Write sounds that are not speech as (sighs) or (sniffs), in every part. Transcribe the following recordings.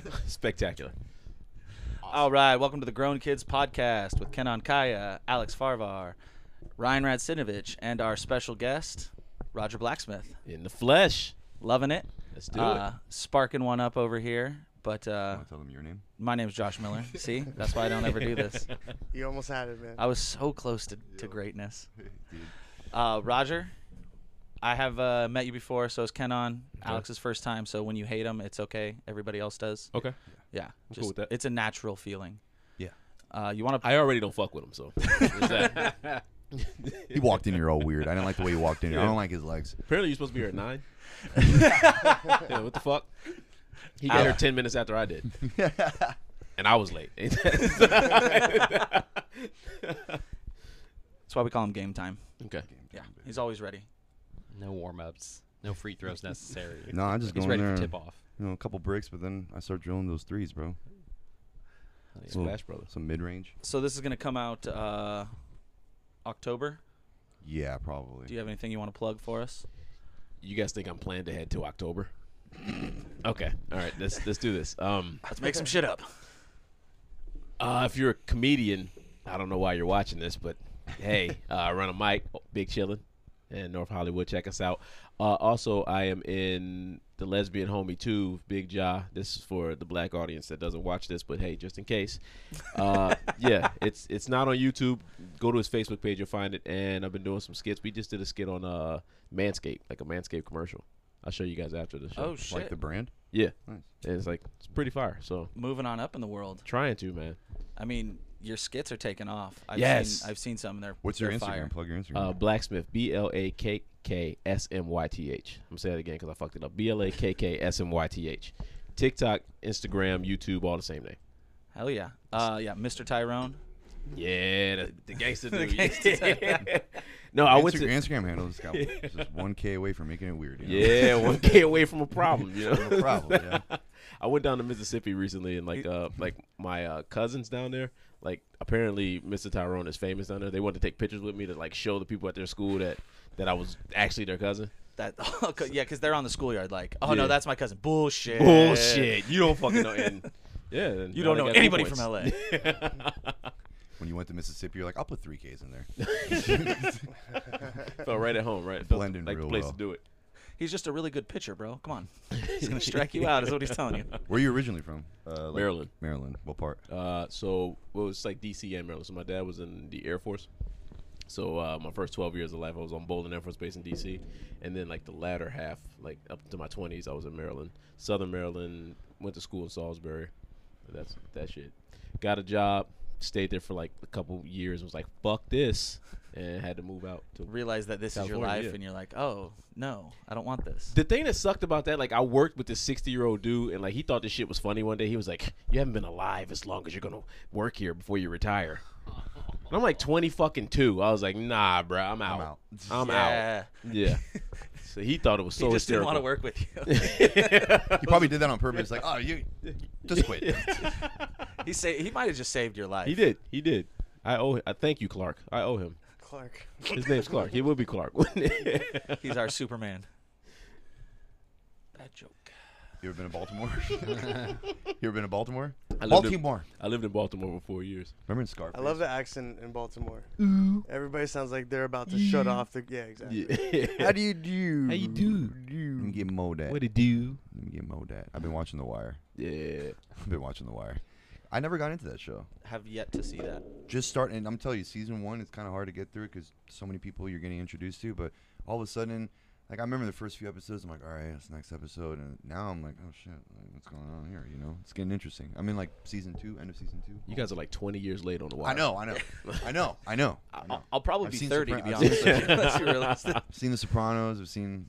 (laughs) spectacular. All right, welcome to the Grown Kids Podcast with Kenan Kaya, Alex Farvar, Ryan Radzinovich, and our special guest, Roger Blacksmith. In the flesh. Loving it. Let's do uh, Sparking one up over here, but uh, Want to tell them your name? my name's Josh (laughs) Miller. See, that's why I don't ever do this. You almost had it, man. I was so close to, to greatness. (laughs) Dude. Uh, Roger, I have uh, met you before, so is Kenon. Alex's first time, so when you hate him, it's okay. Everybody else does. okay. Yeah, Oh, cool with that. it's a natural feeling. Yeah. Uh, you want to? I already don't fuck with him, so. there's that. He walked in here all weird. I didn't like the way he walked in here. I don't like his legs. (laughs) Apparently, you're supposed to be here at (laughs) nine. yeah, what the fuck? He got here ten minutes after I (laughs) did, and I was (laughs) late. That's why we call him Game Time. okay. Yeah, he's always ready. No warm ups. No free throws necessary. (laughs) No, I just He's go in ready there. for and, tip off. You know, a couple bricks, but then I start drilling those threes, bro. Little- Splash Brothers. Some mid range. So this is gonna come out uh, October. Yeah, probably. Do you have anything you want to plug for us? You guys think I'm planned ahead to (laughs) October? okay. All right. Let's let's do this. Um, Let's make some shit up. uh, if you're a comedian, I don't know why you're watching this, but hey, (laughs) uh, I run a mic, Big Chillin', in North Hollywood. Check us out. Uh, also, I am in the Lesbian Homie Two, Big Ja. This is for the black audience that doesn't watch this, but hey, just in case. Uh, yeah, it's it's not on YouTube. Go to his Facebook page, you'll find it. And I've been doing some skits. We just did a skit on uh, Manscaped, like a Manscaped commercial. I'll show you guys after the show. Oh shit! like the brand? Yeah. Nice. And it's like it's pretty fire. So Moving on up in the world. trying to, man. I mean, your skits are taking off. I've Yes. seen, I've seen some. They're What's your they're Instagram? Fire. Plug your Instagram. Uh, blacksmith. B L A K K S M Y T H. I'm gonna say that again because I fucked it up. B L A K K S M Y T H. TikTok, Instagram, YouTube, all the same name. Hell yeah! Uh, yeah, Mr. Tyrone. Yeah, the, the (laughs) gangster dude. no, I went to Your Instagram handle is got it's just one K away from making it weird. You know? yeah one K away from a problem. You know. No problem. Yeah. (laughs) I went down to Mississippi recently, and like uh like my uh, cousins down there, like apparently Mr. Tyrone is famous down there. They wanted to take pictures with me to like show the people at their school that that I was actually their cousin. That (laughs) oh, yeah, because they're on the schoolyard. Like, oh Yeah. no, that's my cousin. Bullshit. Bullshit! You don't fucking know. And, (laughs) yeah, and You now don't they know got cool anybody points. from LA. When you went to Mississippi, you're like, I'll put three Ks in there. Felt right at home, right? Felt Blend in like the real place well. to do it. He's just a really good pitcher, bro. Come on, he's gonna strike you out. Is what he's telling you. Where are you originally from? Uh, like- Maryland. Maryland. What part? Uh, so well, it was like DC and Maryland. So my dad was in the Air Force. So uh, my first 12 years of life, I was on Bolden Air Force Base in DC, and then like the latter half, like up to my 20s, I was in Maryland, Southern Maryland. Went to school in Salisbury. That's that shit. Got a job, stayed there for like a couple years. Was like, fuck this, and had to move out to Realize that this is your California, life, yeah. and you're like, oh no, I don't want this. The thing that sucked about that, like, I worked with this 60 year old dude, and like, he thought this shit was funny one day. He was like, "You haven't been alive as long as you're gonna work here before you (laughs) retire." And I'm like 20 fucking two. I was like, "Nah, bro, I'm out. I'm out. out." yeah. (laughs) Yeah." so he thought it was so. he just didn't want to hysterical. work with you. (laughs) You probably did that on purpose. Like, oh, you just quit. he say he might have just saved your life. He did. He did. I owe. I thank you, Clark. I owe him. Clark. His name's Clark. He will be Clark. (laughs) He's our Superman. Bad joke. You ever been to Baltimore? (laughs) you ever been to Baltimore? I lived in, Baltimore. I lived in Baltimore for four years. Remember in Scarface? I love the accent in Baltimore. Everybody sounds like they're about to shut off the. Yeah, exactly. How do you do? How you do? Let me get mowed at. What it do? Let me get mowed at. I've been watching The Wire. (laughs) (laughs) Yeah. I've been watching The Wire. I never got into that show. Have yet to see that. Just starting, and I'm telling you, season one, it's kind of hard to get through because so many people you're getting introduced to. But all of a sudden, like I remember the first few episodes, I'm like, all right, that's the next episode. And now I'm like, oh shit, like, what's going on here? You know, it's getting interesting. I'm in like season two, end of season two. You guys are like 20 years late on the wire. I know, I know, I know, I know. I know. I'll, I'll probably I've be seen 30 Sopra- to be I've honest. seen with you. (laughs) Let's (laughs) be realistic. I've seen The Sopranos. I've seen,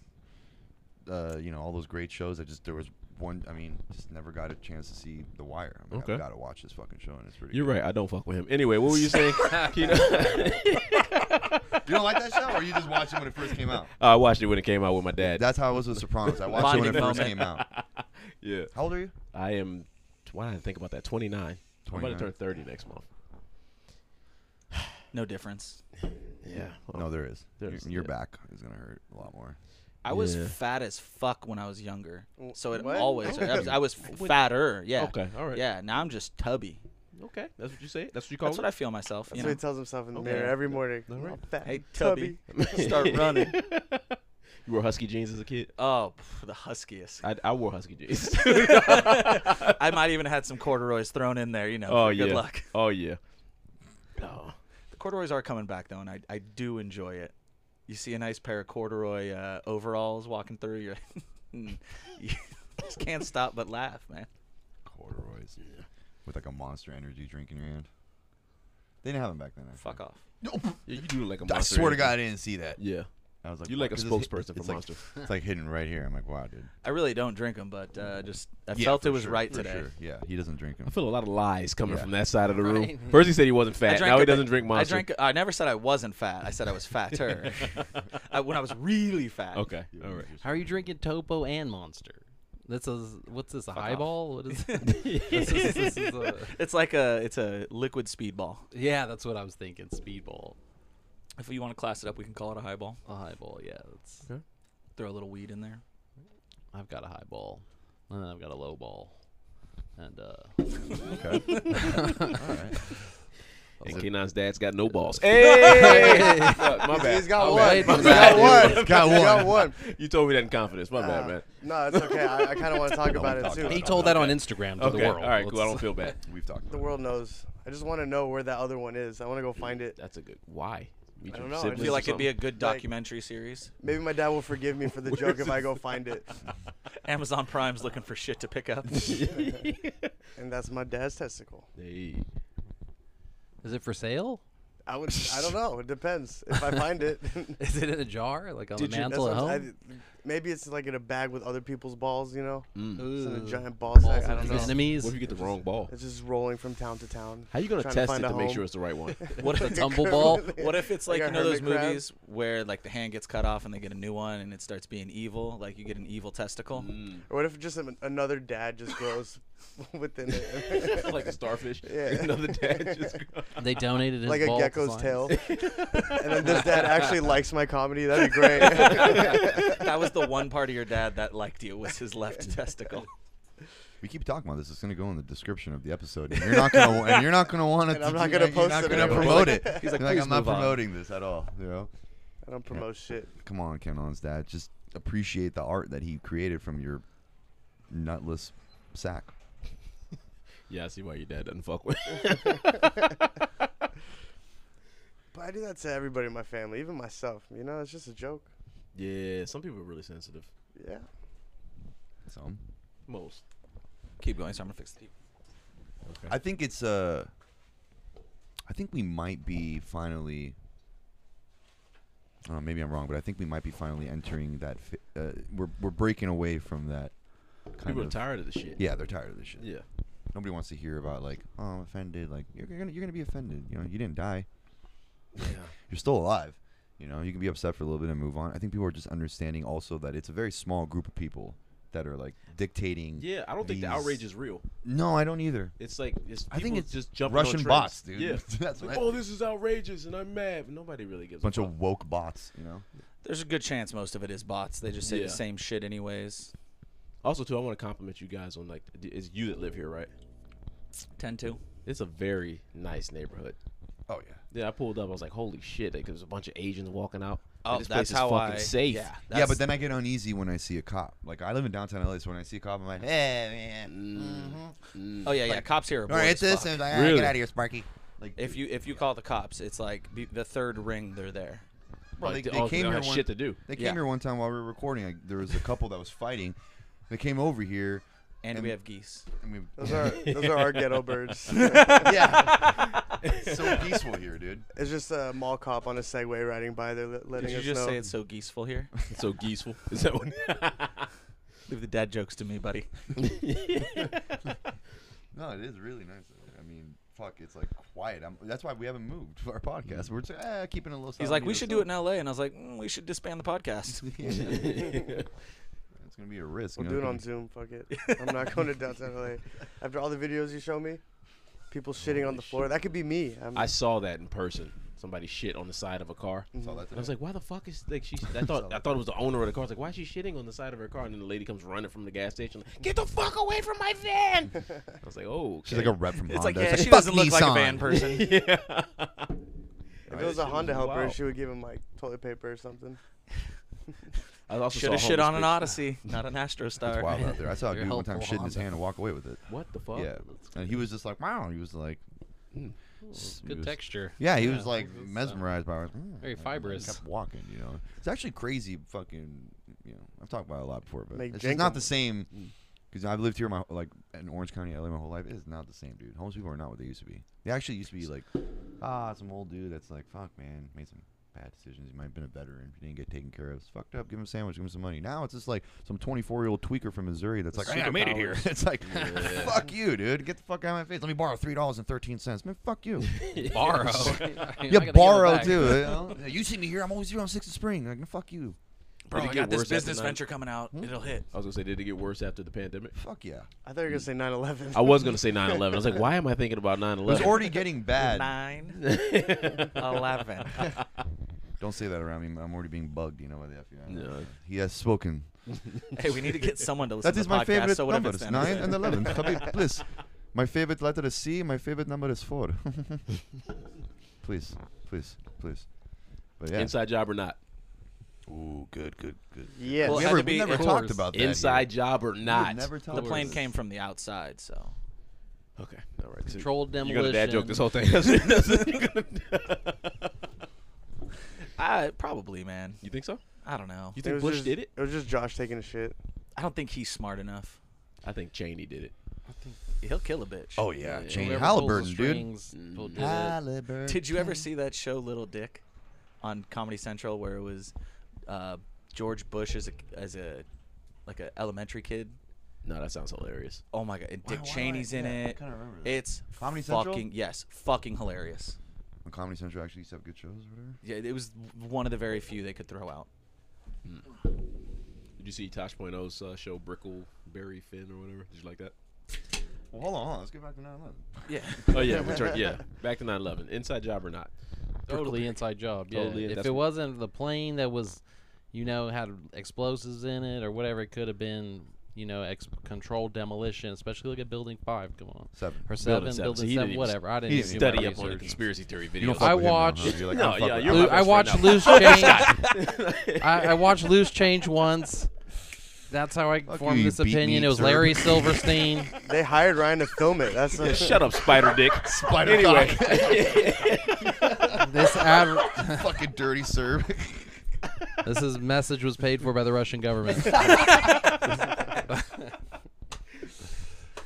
uh, you know, all those great shows. I just there was one. I mean, just never got a chance to see The Wire. I'm like, Okay. I've got to watch this fucking show, and it's pretty. You're right. I don't fuck with him. Anyway, what were you (laughs) saying? (laughs) Keto? good. You don't like that show, or you just watched it when it first came (laughs) out? I watched it when it came out with my dad. That's how I was with Sopranos. I watched it when it Bonding first moment. came out. yeah. How old are you? I am. Why did I think about that? 29. I'm about 29. to turn 30 next month. No difference. Yeah. No, there is. There Your- is, Your yeah. back is gonna hurt a lot more. I was Yeah. fat as fuck when I was younger, W- so it what? always. I was, I was fatter. Yeah. Okay. All right. Yeah. Now I'm just tubby. Okay. That's what you say. That's what you call That's what I feel myself. That's You what know? he tells himself in the Okay. mirror every morning. All right. I'm fat, Hey, tubby. it. (laughs) start running. (laughs) you wore husky jeans as a kid. oh, pff, the huskiest. I, I wore husky (laughs) jeans. (laughs) I might even had some corduroys thrown in there. You know. oh for yeah. Good luck. Oh yeah. Oh. The corduroys are coming back though, and I I do enjoy it. You see a nice pair of corduroy uh, overalls walking through. You're (laughs) hmm, you just can't stop but laugh, man. Corduroys. With like a monster energy drink in your hand. They didn't have them back then. Actually. Fuck off. Yeah, you do look like a I monster. swear to energy. God, I didn't see that. Yeah. I was like, You're like wow, a 'cause it's hit- spokesperson for it's like- Monster. It's like hidden right here. I'm like, wow, dude. I really don't drink them, but uh, just I Yeah, felt it for was sure, right for today. sure. Yeah, he doesn't drink I them. feel a lot of lies coming Yeah. from that side of the room. Right. First he said he wasn't fat. drank Now a he bit- doesn't drink I Monster. drank. I never said I wasn't fat. I said I (laughs) was fatter. I, when I was really (laughs) fat. Okay. (laughs) Yeah, All he's right. just- How are you drinking Topo and Monster? This is what's this a off. highball? What (laughs) is this? Is, this is a, It's like a it's a liquid speedball. yeah, that's what I was thinking. Speedball, If you want to class it up, we can call it a highball. a highball. Yeah, that's, Throw a little weed in there. I've got a highball, and then I've got a low ball, and uh, Okay. All right. And Kenon's dad's got no balls. Hey, Look, my He's bad. got Oh, one. wait, He's my got bad, one. (laughs) dude. Got He's Got one. one. You told me that in confidence. My Uh, bad, man. No, it's okay. I, I kind of want to talk about it too. he told that on Instagram to Okay. the world. All right. Cool. I Let's- don't feel bad. (laughs) We've talked. About The it. world knows. I just want to know where that other one is. I want to go find it. That's a good. Why? Meet I your don't know, I siblings (laughs) I feel or like it'd be a something? good Like- documentary series. Maybe my dad will forgive me for the joke if I go find it. Amazon Prime's looking for shit to (laughs) pick up. And that's my dad's testicle. Hey. Is it for sale? (laughs) I would. I don't know. It depends. If I find it, (laughs) Is it in a jar, like on Did the you- that's mantle what at I'm- home? I- maybe it's like in a bag with other people's balls. You know, Mm. it's in a Ooh. giant ball sack. Balls I of don't his know. enemies. What if you get the wrong ball? It's just rolling from town to town. How you gonna trying test find it a to make home. sure it's the right one? (laughs) What if (laughs) Like it's a tumble ball? hermit- What if it's like a you know those hermit crab? movies where like the hand gets cut off and they get a new one and it starts being evil? Like you get an evil testicle. Mm. Or what if just an, another dad just grows (laughs) within it? (laughs) like a starfish. Yeah. (laughs) Another dad just. They donated (laughs) his like a ball to gecko's (laughs) science. tail. and then this dad actually likes my comedy. That'd be (laughs) great. (laughs) that was the one part of your dad that liked you was his (laughs) left testicle. We keep talking about this. It's going to go in the description of the episode. And you're not going to. And you're not going to want it. And to I'm do not gonna that. You're post not it gonna anyway. promote it. He's like, You're like "Please I'm not move on." promoting this at all. You know. I don't promote shit. Come on, Kenon's dad. Just appreciate the art that he created from your nutless sack. yeah, I see why your dad doesn't fuck with. But I do that to everybody in my family, even myself. You know, it's just a joke. yeah, some people are really sensitive. Yeah. So. Most. Keep going, so I'm gonna fix the TV. I think it's uh I think we might be finally uh, maybe I'm wrong, but I think we might be finally entering that. Fi- uh, we're we're breaking away from that kind People are of. tired of the shit. Yeah, they're tired of this shit. Yeah. Nobody wants to hear about like, oh, I'm offended. Like you're gonna you're gonna be offended. You know, you didn't die. (laughs) You're still alive. You know, you can be upset for a little bit and move on. I think people are just understanding also that it's a very small group of people that are like dictating. Yeah, I don't think the these- outrage is real. No, I don't either. It's like it's. I think people it's just jumping Russian on trends. bots, dude. Yeah. (laughs) That's what Like, I- oh, this is outrageous, and I'm mad. But nobody really gives bunch a fuck. of woke bots. You know. There's a good chance most of it is bots. They just say Yeah. the same shit anyways. Also, too, I want to compliment you guys on like d- it's you that live here, right? Ten two. It's a very nice neighborhood. Oh yeah. Yeah, I pulled up. I was like, "Holy shit!" Like, there's a bunch of Asians walking out. Like, Oh, this that's place is how fucking I. safe. Yeah, yeah, that's- but then I get uneasy when I see a cop. Like I live in downtown LA, so when I see a cop, I'm like, hey man. Mm-hmm. Oh yeah, yeah. cops here are All bored right, as it's this. fuck. And it's like, "All right, Really? get out of here, Sparky. Like If you if you call the cops, it's like be, the third ring they're there. bro, Like, they, they, they also came don't here have one, shit to do. They came Yeah. here one time while we were recording. Like, there was a couple that was fighting. They came over here And, And- we have geese. and (laughs) we. Those are those are our (laughs) ghetto birds. yeah. It's so (laughs) peaceful here, dude. It's just a mall cop on a Segway riding by. They're li- letting Did you us just know. say it's so geeseful here? It's (laughs) so geeseful. Is that what? Leave the dad jokes to me, (laughs) buddy. No, it is really nice. over here. I mean, fuck, it's like quiet. I'm, that's why we haven't moved (laughs) for our podcast. We're just eh, keeping it a little. He's like, we should (laughs) do it in L.A. And I was like, mm, we should disband the podcast. (laughs) It's gonna be a risk. We'll you do know, it on could Zoom. Fuck it. I'm not going to downtown LA. After all the videos you show me, people shitting on the floor, that could be me. I'm, I saw that in person. somebody shit on the side of a car. Saw that And I was today. like, why the fuck is like she? (laughs) I thought I thought it was the owner of the car. I was like, why is she shitting on the side of her car? And then the lady comes running from the gas station, like, get the fuck away from my (laughs) van! I was like, oh, She's like a rep from It's like, Honda. yeah, It's she doesn't "Fuck look like a Nissan." van (laughs) person. (laughs) yeah. (laughs) If it was a Honda helper, wild. she would give him like toilet paper or something. I also Should saw a have shit homeless on an bitch. Odyssey, not an It's Astrostar. wild (laughs) out there. I (laughs) saw a Your dude one time helpful shit in his Honda. hand and walk away with it. What the fuck? yeah, and he was just like, wow. He was like, s- he Hmm. Good was- texture. Yeah, he was like it's, uh, mesmerized by it. Mm, very and he fibrous. Kept walking, you know. It's actually crazy. Fucking, you know, I've talked about it a lot before, but Make it's just not Jenkum. the same. Because I've lived here my like in Orange County, LA, my whole life. It's not the same, dude. Homeless people are not what they used to be. They actually used to be like, ah, some old dude that's like, fuck, man, made some bad decisions. He might have been a veteran. He didn't get taken care of. It's fucked up. Give him a sandwich. Give him some money. Now it's just like some 24 year old tweaker from Missouri that's like, hey, I made it here. (laughs) it's like, fuck you, dude. Get the fuck out of my face. Let me borrow three dollars and thirteen cents. Man, fuck (laughs) you. Borrow. (laughs) Yeah, borrow too. You, know? you see me here. I'm always here on Sixth of Spring. Like, fuck you. Bro, Did I it got get this worse after business nine? venture coming out. Hmm? It'll hit. I was gonna say, did it get worse after the pandemic? Fuck yeah. I thought you were gonna say 9/11. I was gonna say 9/11. I was like, why am I thinking about 9/11? It was already (laughs) getting (laughs) bad. (laughs) Nine, (laughs) Uh, eleven. (laughs) Don't say that around me. I'm already being bugged. You know by the FBI. No. He has spoken. Hey, we need to get someone to listen That to is the my podcast, favorite so whatever number. it's Nine and eleven. Habib, please. My favorite letter is C. My favorite number is four. (laughs) please, please, please. But yeah. Inside job or not? Ooh, good, good, good. (laughs) Yes. Well, we it had never, to be- we never of talked course. about that. Inside job or here. We would not? Never (laughs) talked The about plane this. came from the outside, so Okay. All right. So Controlled you demolition. got a dad joke this whole thing. (laughs) That's it- that's it you're gonna- I probably, man. you think so? I don't know. You It think was Bush just- did it? It was just Josh taking a shit. I don't think he's smart enough. I think Cheney did it. He'll kill a bitch. Oh yeah, Yeah. Jane Whoever Halliburton, pulls the dude. strings will do it. Halliburton. Did you ever see that show Little Dick on Comedy Central where it was uh, George Bush as a as a like a elementary kid? No, that sounds hilarious. Oh my god, and Dick why do I- Cheney's in yeah, I it. kinda remember that. It's Comedy fucking Central? yes, fucking hilarious. When Comedy Central actually used to have good shows or whatever. Yeah, it was one of the very few they could throw out. Did you see Tosh Point O's uh, show Brickleberry Finn or whatever? Did you like that? Well, hold on, hold on. Let's get back to 9 11. Yeah. Oh yeah, return. Yeah, back to 9/11. Inside job or not? Totally inside job. Yeah. Totally in- if that's it what- wasn't the plane that was, you know, had explosives in it or whatever, it could have been, you know, ex- controlled demolition. Especially look at Building Five. Come on. Seven. Or seven, building seven. seven, So he didn't even- whatever. I didn't he even didn't do my Study up on the research. conspiracy theory You don't videos. fuck I with him now, huh? watched- You're like, I No, don't fuck yeah, with you're him. my Lou- I best watched friend loose change. (laughs) I, I watched loose change once. That's how I Fuck formed you, you this beat opinion. me, It was sir. (laughs) Larry Silverstein. They hired Ryan to film it. That's the Shut up, Spider Dick. (laughs) (laughs) Spider anyway, (laughs) this ad, (laughs) Fucking dirty serve. this is message was paid for by the Russian government. (laughs)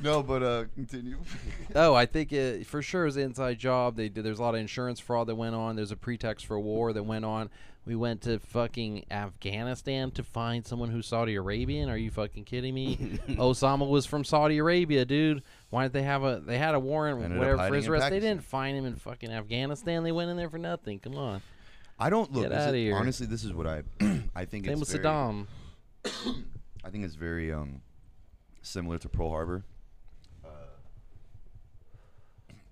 no, but uh, continue. oh, I think it, for sure is inside job. They did, there's a lot of insurance fraud that went on. There's a pretext for war that went on. We went to fucking Afghanistan to find someone who's Saudi Arabian. Are you fucking kidding me? (laughs) Osama was from Saudi Arabia, dude. Why didn't they have a? They had a warrant, Ended up whatever, for hiding his in arrest. They Pakistan. didn't find him in fucking Afghanistan. They went in there for nothing. Come on. I don't look. Get this outta is- here. Honestly, this is what I. (clears throat) I think Same it's with very, Saddam. I think it's very um, similar to Pearl Harbor. Uh,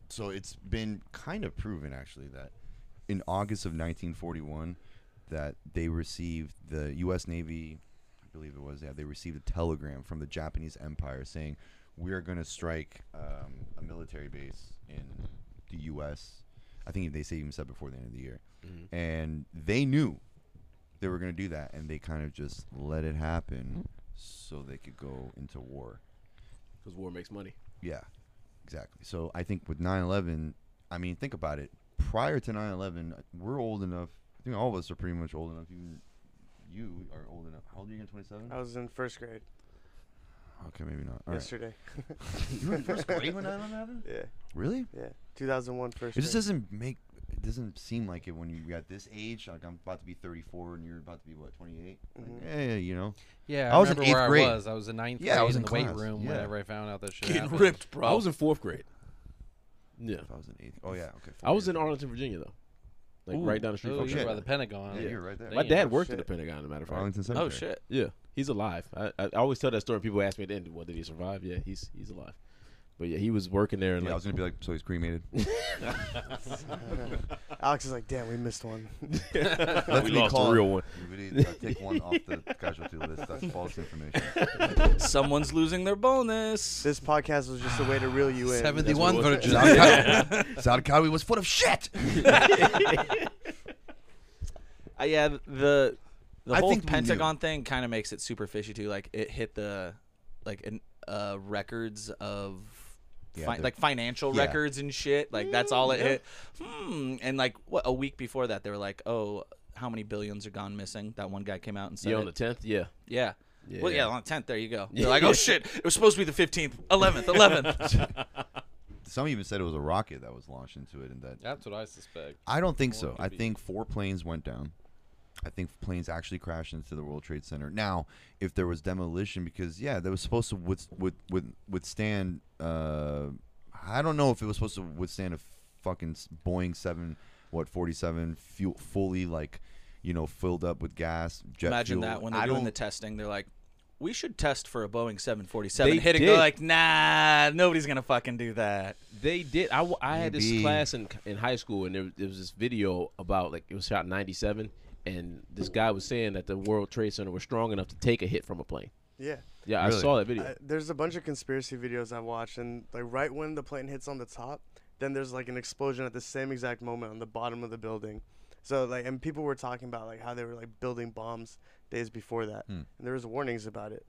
So it's been kind of proven actually that in August of 1941 that they received the U.S. Navy, I believe it was, yeah, they received a telegram from the Japanese Empire saying we are going to strike um, a military base in the U.S. I think they say even said before the end of the year, and they knew they were going to do that, and they kind of just let it happen so they could go into war. because war makes (laughs) money. Yeah, exactly. So I think with 9/11, I mean, think about it. Prior to 9/11, we're old enough. I think all of us are pretty much old enough. Even you are old enough. How old are you again? 27? (laughs) I was in first grade Okay, maybe not. All right. yesterday. You were in first grade (laughs) when 9/11 happened? Yeah, Really? yeah. 2001 first. It just grade. doesn't make. It doesn't seem like it when you're at this age. Like I'm about to be 34, and you're about to be what 28. Like, Mhm. yeah, you know. Yeah, I, I was in remember eighth where grade. I was. I was in ninth Yeah, I grade was in in the weight class. room Yeah. whenever I found out that shit. Getting happened. ripped, bro. I was in fourth grade. Yeah, If I was in eighth. Oh yeah. Okay. I was in Ar- Arlington, Virginia though, like Ooh. right down the street. Oh, from you were Chicago. by the Pentagon. yeah, you're right there. My Damn. dad worked at the Shit. Pentagon, as a matter of fact. Arlington (laughs) Cemetery. Oh shit. Yeah, he's alive. I, I I always tell that story. People ask me at the end, "Well, did he survive?" Yeah, he's he's alive. But yeah, he was working there and Yeah, I like was gonna be like, so (laughs) he's cremated. Alex is like, damn, we missed one. we be lost a called- real one. We need to take one off the (laughs) casualty list. That's false information. Someone's losing their bonus. This podcast was just a way to reel you in. Seventy-one what it virgins. Saad Kawi was full of (laughs) shit. Uh, yeah, th- the the I whole think we knew. Pentagon thing kind of makes it super fishy too. Like it hit the like an, uh, records of Yeah, fi- they're- like financial yeah. records and shit. Like that's all it hit. Hmm. And like what a week before that, they were like, oh, how many billions are gone missing? That one guy came out and said, Yeah, on it. the tenth. Yeah. yeah. Well, Yeah. yeah, on the tenth. There you (laughs) go. They're like, oh shit, it was supposed to be the fifteenth, eleventh, (laughs) eleventh. Some even said it was a rocket that was launched into it, and that That's what I suspect. I don't think so. could I be. think four planes went down. I think planes actually crashed into the World Trade Center. Now, if there was demolition, because yeah, that was supposed to with, with, with, withstand. Uh, I don't know if it was supposed to withstand a fucking s- Boeing seven, what forty seven fuel fully like, you know, filled up with gas. Jet Imagine fuel. that when I they're doing don't- the testing, they're like, "We should test for a Boeing 747." They hit and did. go like, "Nah, nobody's gonna fucking do that." They did. I, w- I had this Maybe. class in in high school, and there, there was this video about like it was shot in '97, and this guy was saying that the World Trade Center was strong enough to take a hit from a plane. Yeah. Yeah, I Really? saw that video. I, there's a bunch of conspiracy videos I've watched, and like right when the plane hits on the top, then there's like an explosion at the same exact moment on the bottom of the building. So like, and people were talking about like how they were like building bombs days before that, Hmm. and there was warnings about it.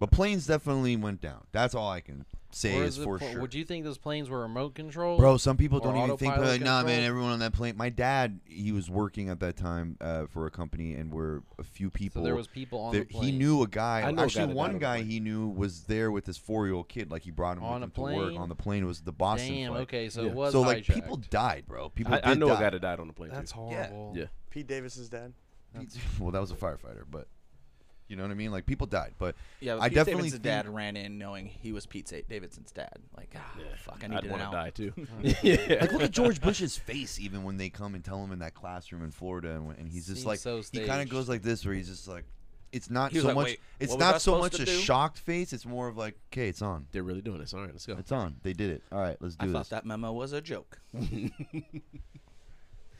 but planes definitely went down. That's all I can say Or is is it for pl- sure. Would you think those planes were remote controlled? Bro, some people Or don't even think they're autopilot like, nah, man, control? everyone on that plane. My dad, he was working at that time uh, for a company, and were a few people. so there was people on the that- plane. He knew a guy. I know a guy actually, that died on one a guy plane. he knew was there with his four-year-old kid. Like he brought him On with a him to work plane? on the plane. It was the Boston Damn. flight. Okay, so Yeah. it was so like people hijacked. died, bro. People. I, I did know die. a guy that died on the plane. That's too. horrible. Yeah. Pete Davis's dad. Well, that was a firefighter, but you know what I mean. Like people died, but Yeah, but I Pete definitely Davidson's think- dad ran in knowing he was Pete Sa- Davidson's dad. Like, ah, fuck, I need I'd to want know. to die too. yeah. (laughs) (laughs) Like, look at George Bush's face even when they come and tell him in that classroom in Florida, and, when- and he's just Seems like so he kind of staged. goes like this, where he's just like, it's not He was so like, much, "Wait, it's what was I not so supposed much to a do?" shocked face. It's more of like, okay, it's on, They're really doing this. All right, let's (laughs) go. it's on. They did it. All right, let's I do thought this. that memo was a joke.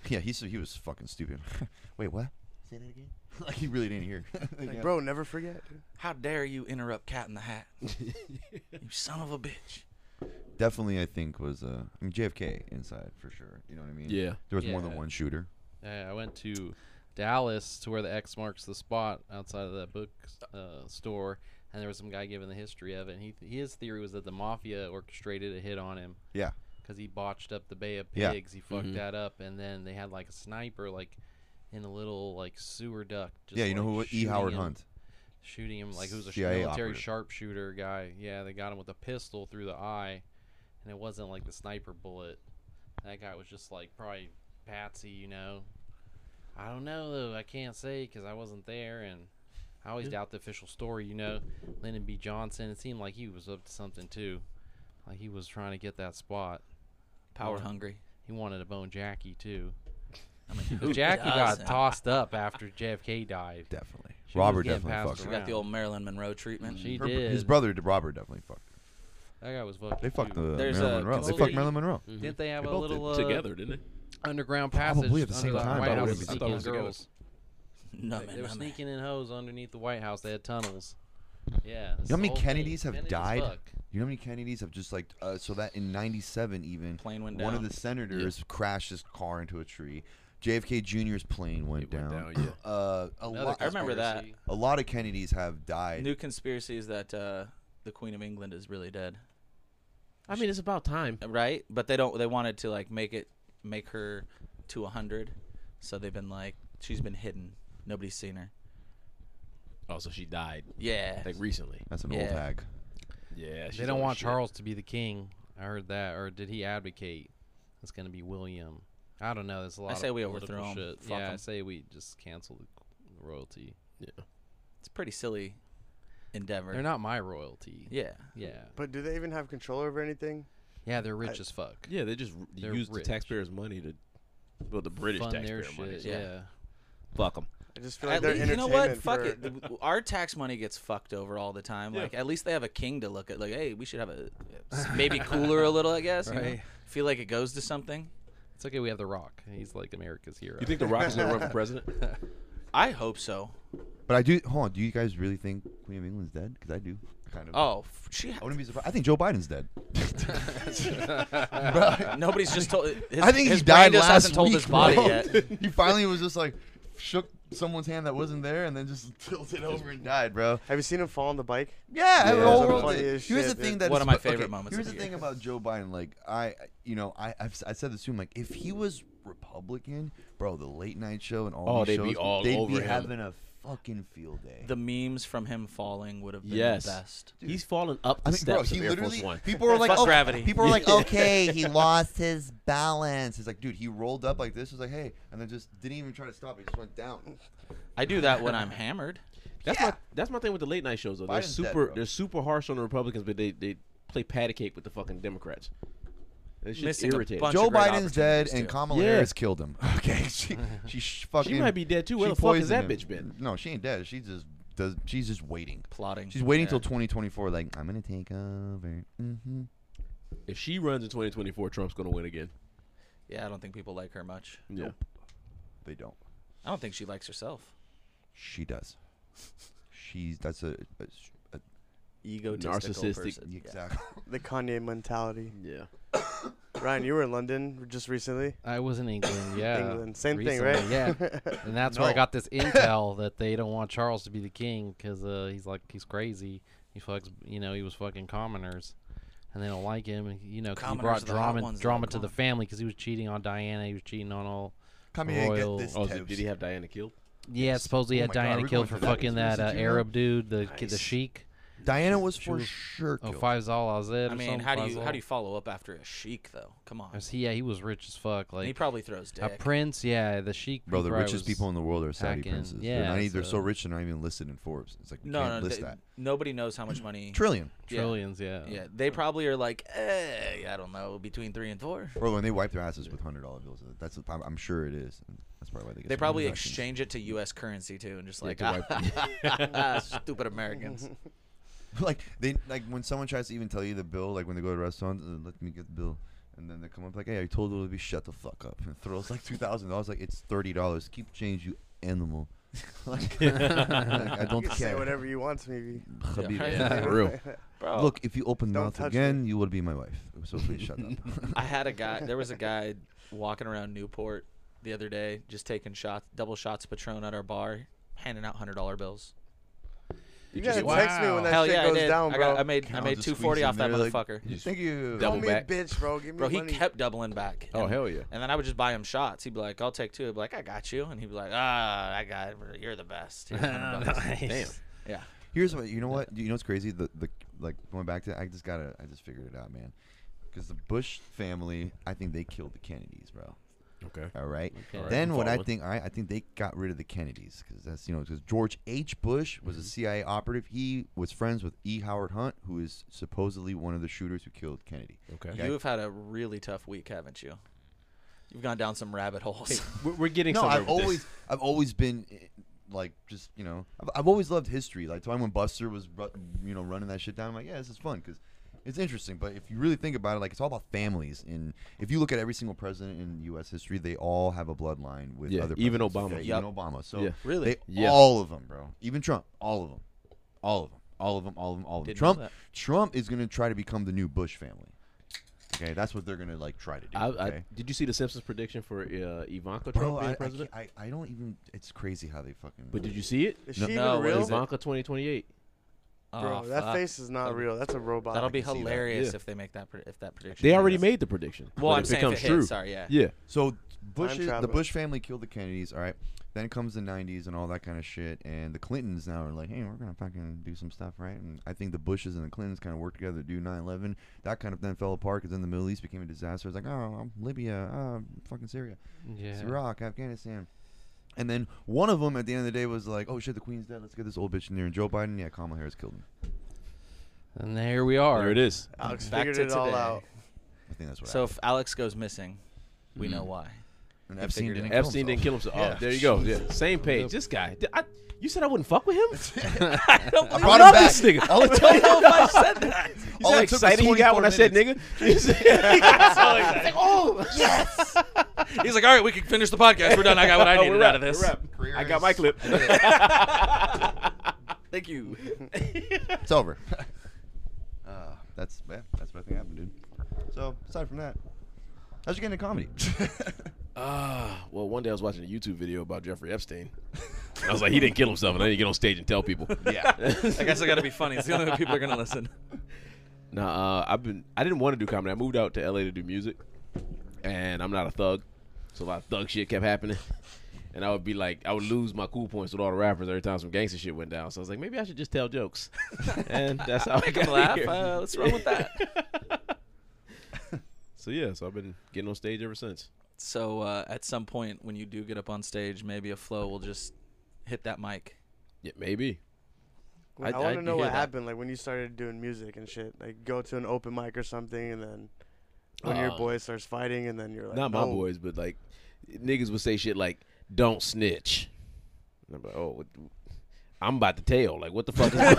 Yeah, he said he was fucking stupid. (laughs) Wait, what? Say that again. (laughs) like he really didn't hear. (laughs) Like, bro, never forget. dude. How dare you interrupt Cat in the (laughs) Hat? you son of a bitch. Definitely, I think was uh, I mean JFK inside for sure. You know what I mean? Yeah. There was more than Yeah. one shooter. Yeah, I went to Dallas to where the X marks the spot outside of that book uh, store, and there was some guy giving the history of it. And he, his theory was that the mafia orchestrated a hit on him Yeah. because he botched up the Bay of Yeah. Pigs. He fucked that up, and then they had like a sniper like in a little like sewer duct. Just, yeah, you know like, who? E. shooting Howard him- Hunt. shooting him like who's a sh- CIA military operative. sharpshooter guy. Yeah, they got him with a pistol through the eye, and it wasn't like the sniper bullet. That guy was just like probably Patsy, you know. I don't know though. I can't say because I wasn't there, and I always doubt the official story. You know, Lyndon B. Johnson. It seemed like he was up to something too. Like he was trying to get that spot. Power Yeah. hungry. He wanted to bone Jackie too. I (laughs) mean, But who Jackie got doesn't? tossed up after JFK died. Definitely. She was Robert getting definitely passed fucked. She her. got the old Marilyn Monroe treatment. She Her- did. His brother, Robert, definitely fucked. her. That guy was fucking. They fucked the cute. There's Marilyn a Monroe. They fucked conspiracy- Marilyn Monroe. Mm-hmm. Didn't they have They a built it little uh, Together, didn't underground passage? Probably at the same under time, White but I House would've was been- I thought it sneaking was together. girls. No, They, they were sneaking in hoes underneath the White House. They had tunnels. Yeah. this You know how many whole thing. Kennedys have Kennedy as died? fuck. You know how many Kennedys have just like uh, so that in '97 even Plane went one down. of the senators crashed his car into a tree. JFK Jr.'s plane went It went down. down, Uh, a Another lot. I remember that. conspiracy. A lot of Kennedys have died. New conspiracy is that uh, the Queen of England is really dead. I mean, it's about time. right? But they don't. They wanted to like make it make her to a hundred, so they've been like she's been hidden. Nobody's seen her. Also, she died Yeah, like recently. That's an Yeah. old hag. Yeah. she's They don't old as want shit. Charles to be the king. I heard that, or did he advocate? It's gonna be William. I don't know. There's a lot. say of we political overthrow 'em. Shit. Fuck yeah, I 'em. say we just cancel the qu- royalty. it's a pretty silly endeavor. They're not my royalty. Yeah, Yeah. But do they even have control over anything? Yeah, they're rich I- as fuck. Yeah, they just r- They're used rich. the taxpayers' money to, well, the British Fund taxpayer their shit. money. so yeah. yeah. Fuck them. I just feel like at they're least you know what? entertainment. Fuck for- it. The- Our tax money gets fucked over all the time. Yeah. (laughs) Like at least they have a king to look at. Like hey, we should have a s- maybe cooler a little, I guess. you know? Right. Feel like it goes to something. It's okay. We have The Rock. He's like America's hero. You think The Rock is going to run for president? I hope so. But I do. Hold on. Do you guys really think Queen of England's dead? Because I do. Kind of. Oh, f- she. I wouldn't be surprised. I think Joe Biden's (laughs) dead. (laughs) Nobody's just told. His, (laughs) I think his he died brain just last hasn't told week, his body bro. yet. (laughs) he finally was just like shook someone's hand that wasn't there and then just (laughs) tilted over and died, bro. Have you seen him fall on the bike? Yeah, the whole That's world funny did. as Here's shit, the thing dude. that One is of my fu- favorite moments Here's of the the thing year. about Joe Biden. Like I, you know, I I've, si said this to him. Like if he was Republican, bro, the late night show and all Oh, these they'd be shows, all they'd over be him. having a fucking field day. The memes from him falling would have been Yes. the best. He's falling up the I mean, bro, steps he of Air Force literally. One. People were like, Fuck oh, gravity. People were like, okay, he lost his balance. He's like, dude, he rolled up like this. He's like, hey, and then just didn't even try to stop. He just went down. I do that when I'm (laughs) hammered. That's Yeah. my that's my thing with the late night shows though. They're Biden's dead, super bro. they're super harsh on the Republicans, but they they play patty cake with the fucking Democrats. It's just Missing a irritating. bunch- Joe of great Biden's dead, opportunities, and too. Kamala Yeah. Harris killed him. (laughs) Okay, she she sh- fucking. might be dead, too. Where she the fuck has poisoned that him. bitch been? No, she ain't dead. She just does. She's just waiting. Plotting. She's waiting Yeah. till 2024. Like I'm gonna take over. Mm-hmm. if she runs in 2024, Trump's going to win again. Yeah, I don't think people like her much. Yeah. They don't. I don't think she likes herself. She does. She's that's a, a, sh- a Egotistical Narcissistic. person. Yeah. exactly. The Kanye mentality. Yeah. Ryan, you were in London just recently. I was (coughs) in England, yeah. England, same thing, right? Yeah, (laughs) and that's where I No. got this intel that they don't want Charles to be the king because uh, he's like he's crazy. He fucks, you know, he was fucking commoners, and they don't like him. And, you know, 'cause he Commoners are brought the hot drama ones that drama don't to the comment. family because he was cheating on Diana. He was cheating on all. Come here, and Royal- get this Oh, toast. did, did he have Diana killed? Yeah, supposedly he Oh had my God, are Diana we killed going for through that fucking that uh, conspiracy now? Arab dude, the kid, the Nice. sheik. Diana was for was- sure Oh, killed. Faisal Azed. I or mean, something, how do you Faisal. how do you follow up after a sheik though? Come on. I was- Yeah, he was rich as fuck. And he Like probably throws a dick. prince. Yeah, the sheik. Bro, the probably richest was- people in the world are Saudi hacking. princes. Yeah, they're, not, e- they're so- so rich they're not even listed in Forbes. It's like you no, can't no, list they- that. nobody knows (clears throat) how much money. Trillion. Yeah. Trillions, yeah. Yeah, they probably are like, eh, I don't know, between three and four. Bro, when they wipe their asses with hundred dollar bills, that's I'm, I'm sure it is. That's probably why they. Get They so many probably elections. exchange it to U.S. currency too, and just like, to wipe- (laughs) ah, stupid Americans. (laughs) like they like when someone tries to even tell you the bill, like when they go to restaurants, uh, let me get the bill, and then they come up like, "Hey, I told you to be shut the fuck up," and throws like two thousand dollars. Like it's thirty dollars. Keep change, you (laughs) animal. like, I don't You can say care. whatever you want to me. Habib. Yeah, (laughs) for (laughs) real. Bro, (laughs) Look, if you open Don't mouth touch again, you will be my wife. So please shut (laughs) up. I had a guy. There was a guy walking around Newport the other day, just taking shots, double shots of Patron at our bar, handing out hundred dollar bills. You just- gotta text me when that Hell shit yeah, I goes did. down, I, bro. got, I made I (laughs) I'll made just two forty squeeze off in that there, like, motherfucker. Thank you. Double Call me back. a bitch, bro. Give me Bro, he money. kept doubling back. Oh, And- hell yeah. And then I would just buy him shots. He'd be like, "I'll take two. I'd be like, "I got you," and he'd be like, "Ah, I got it. You're the (laughs) best." (laughs) Here's Oh, (laughs) 100 bucks." Damn. Yeah. Here's what you know. What you know? What's crazy? The the like going back to. I just gotta. I just figured it out, man. Because the Bush family, I think they killed the Kennedys, bro. Okay. All right. Okay. All right, Then I'm what I following. think I I think they got rid of the Kennedys because that's you know because George H. Bush was a CIA operative. He was friends with E. Howard Hunt, who is supposedly one of the shooters who killed Kennedy. Okay. Yeah. You have had a really tough week, haven't you? You've gone down some rabbit holes. (laughs) We're, we're getting No, somewhere I've with this. always I've always been eh, like just you know I've, I've always loved history. Like time when Buster was ru- you know running that shit down, I'm like yeah, this is fun because it's interesting. But if you really think about it, like it's all about families. And if you look at every single president in U.S. history, they all have a bloodline with Yeah, other even presidents. Obama. Yeah, Yep. even Obama. So Yeah. Really? they, Yeah. all of them, bro. Even Trump, all of them, all of them, all of them, all of them, all of them. Didn't know Trump, that. Trump is gonna try to become the new Bush family. Okay, that's what they're gonna like try to do. I, okay? I, did you see the Simpsons prediction for uh, Ivanka Trump Bro, being I, I, president? can't- I, I don't even. It's crazy how they fucking. but did you see it? Is No. she No, even what real? is it? Ivanka 2028. (laughs) Bro, Oh, that fuck. face is not real. That's a robot. That'll be can see that. hilarious Yeah. if they make that pre- if that prediction. They already happens. made the prediction. Well, but I'm it saying becomes if it true. hits, sorry, yeah. Yeah. So Bush, the travel. Bush family killed the Kennedys. All right, then comes the '90s and all that kind of shit, and the Clintons now are like, hey, we're gonna fucking do some stuff, right? And I think the Bushes and the Clintons kind of worked together to do 9/11. That kind of then fell apart because then the Middle East became a disaster. It's like, oh, um, Libya, uh, fucking Syria, it's yeah. Iraq, Afghanistan. And then one of them at the end of the day was like, oh shit, the Queen's dead. Let's get this old bitch in there. And Joe Biden, yeah, Kamala Harris killed him. And there we are. There (laughs) it is. Alex Back figured to it all today. out. I think that's what. Hmm. So if Alex goes missing, we know why. And Epstein figured didn't. it Kill Epstein didn't himself. kill himself. Oh, Yeah. there you go. Yeah. Same page. This guy. Did I- you said I wouldn't fuck with (laughs) him. I, don't believe- brought I him love this back. nigga. All it I don't know if I said that. You All see how it took was excited he got when 24 I said nigga. He said- (laughs) he got so excited. (laughs) Oh, He's like, all right, we can finish the (laughs) podcast. We're done. I got what I Oh, needed we're out of wrapped. this. We're wrapped. Career I got is- my clip. Thank you. (laughs) It's over. uh, that's yeah, that's what I think happened, dude. So aside from that, how'd you get into comedy? (laughs) Uh, well, one day I was watching a YouTube video about Jeffrey (laughs) Epstein. I was like, he didn't kill himself, and I need to get on stage and tell people. yeah. I guess I got to be funny. It's the only way people are going (laughs) to listen. Nah, uh, I've been. I didn't want to do comedy. I moved out to LA to do music, and I'm not a thug, so a lot of thug shit kept happening. (laughs) And I would be like, I would lose my cool points with all the rappers every time some gangster shit went down. So I was like, maybe I should just tell (laughs) jokes, and that's how I Make 'em got laugh. here. Uh, let's roll with that. so yeah, so I've been getting on stage ever since. (laughs) So uh, at some point when you do get up on stage, maybe a flow will just hit that mic. Yeah, maybe. I- I I, want to can know hear what that. happened, like when you started doing music and shit. Like go to an open mic or something, and then one of Uh, your boys starts fighting, and then you're like, Not my no. boys, but like niggas would say shit like, "Don't snitch." And I'm like, oh, what- I'm about to tell. Like, what the fuck is about (laughs)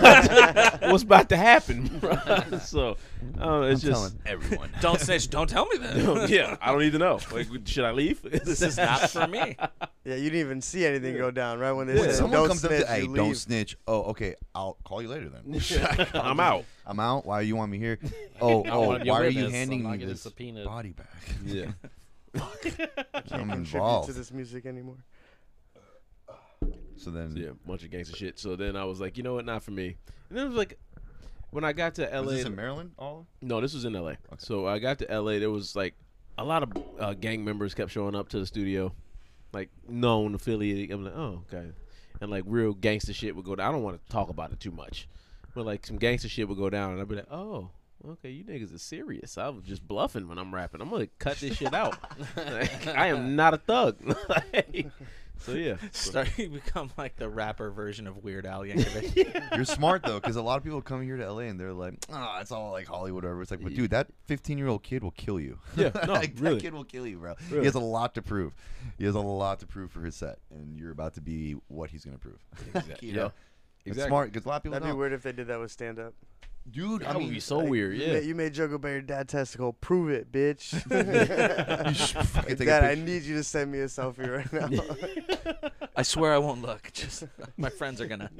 to, what's about to happen? Bro? (laughs) so uh, it's just everyone. Don't snitch. Don't tell me that. (laughs) yeah. I don't need to know. Like, should I leave? (laughs) (laughs) This (laughs) is not for me. Yeah, you didn't even see anything go down, right? When they When said, someone "Don't comes snitch," up to, hey, you don't leave. snitch. Oh, okay. I'll call you (laughs) later then. I'm out. I'm out. Why you want (laughs) me here? Oh, I oh, want your why are witness. you I'm handing not me getting this subpoenaed. body back? Yeah. (laughs) I'm Contribute to involved. this music anymore. So (laughs) then, Yeah. Bunch of gangster shit. So then I was like, you know what? Not for me. And then it was like, when I got to LA, was this in Maryland? All No, this was in LA. So I got to LA. There was like a lot of uh, gang members kept showing up to the studio, like known affiliated. I'm like, oh, okay. And like real gangster shit would go down. I don't want to talk about it too much, but like some gangster shit would go down, and I'd be like, oh. Okay, you niggas are serious. I was just bluffing when I'm rapping. I'm gonna cut this shit out. Like, I am not a thug. (laughs) Like, so (laughs) yeah, Start, (laughs) you become like the rapper version of Weird Al (laughs) Yankovic. you're smart though, because a lot of people come here to LA and they're like, "Ah, it's all like Hollywood." Or whatever." it's like, but dude, that 15 year old kid will kill you. (laughs) Yeah, no, Like, really. that kid will kill you, bro. Really. He has a lot to prove. He has a lot to prove for his set, and you're about to be what he's gonna prove. (laughs) Exactly. you Yeah. know, Exactly. it's smart because a lot of people That'd be don't. weird if they did that with stand up. Dude, That I would mean, be so weird. You Yeah, made, you made joke about your dad testicle. Prove (laughs) it, bitch. (laughs) you should fucking take a dad, I picture. need you to send me a selfie right now. I swear I won't look. Just my friends are gonna.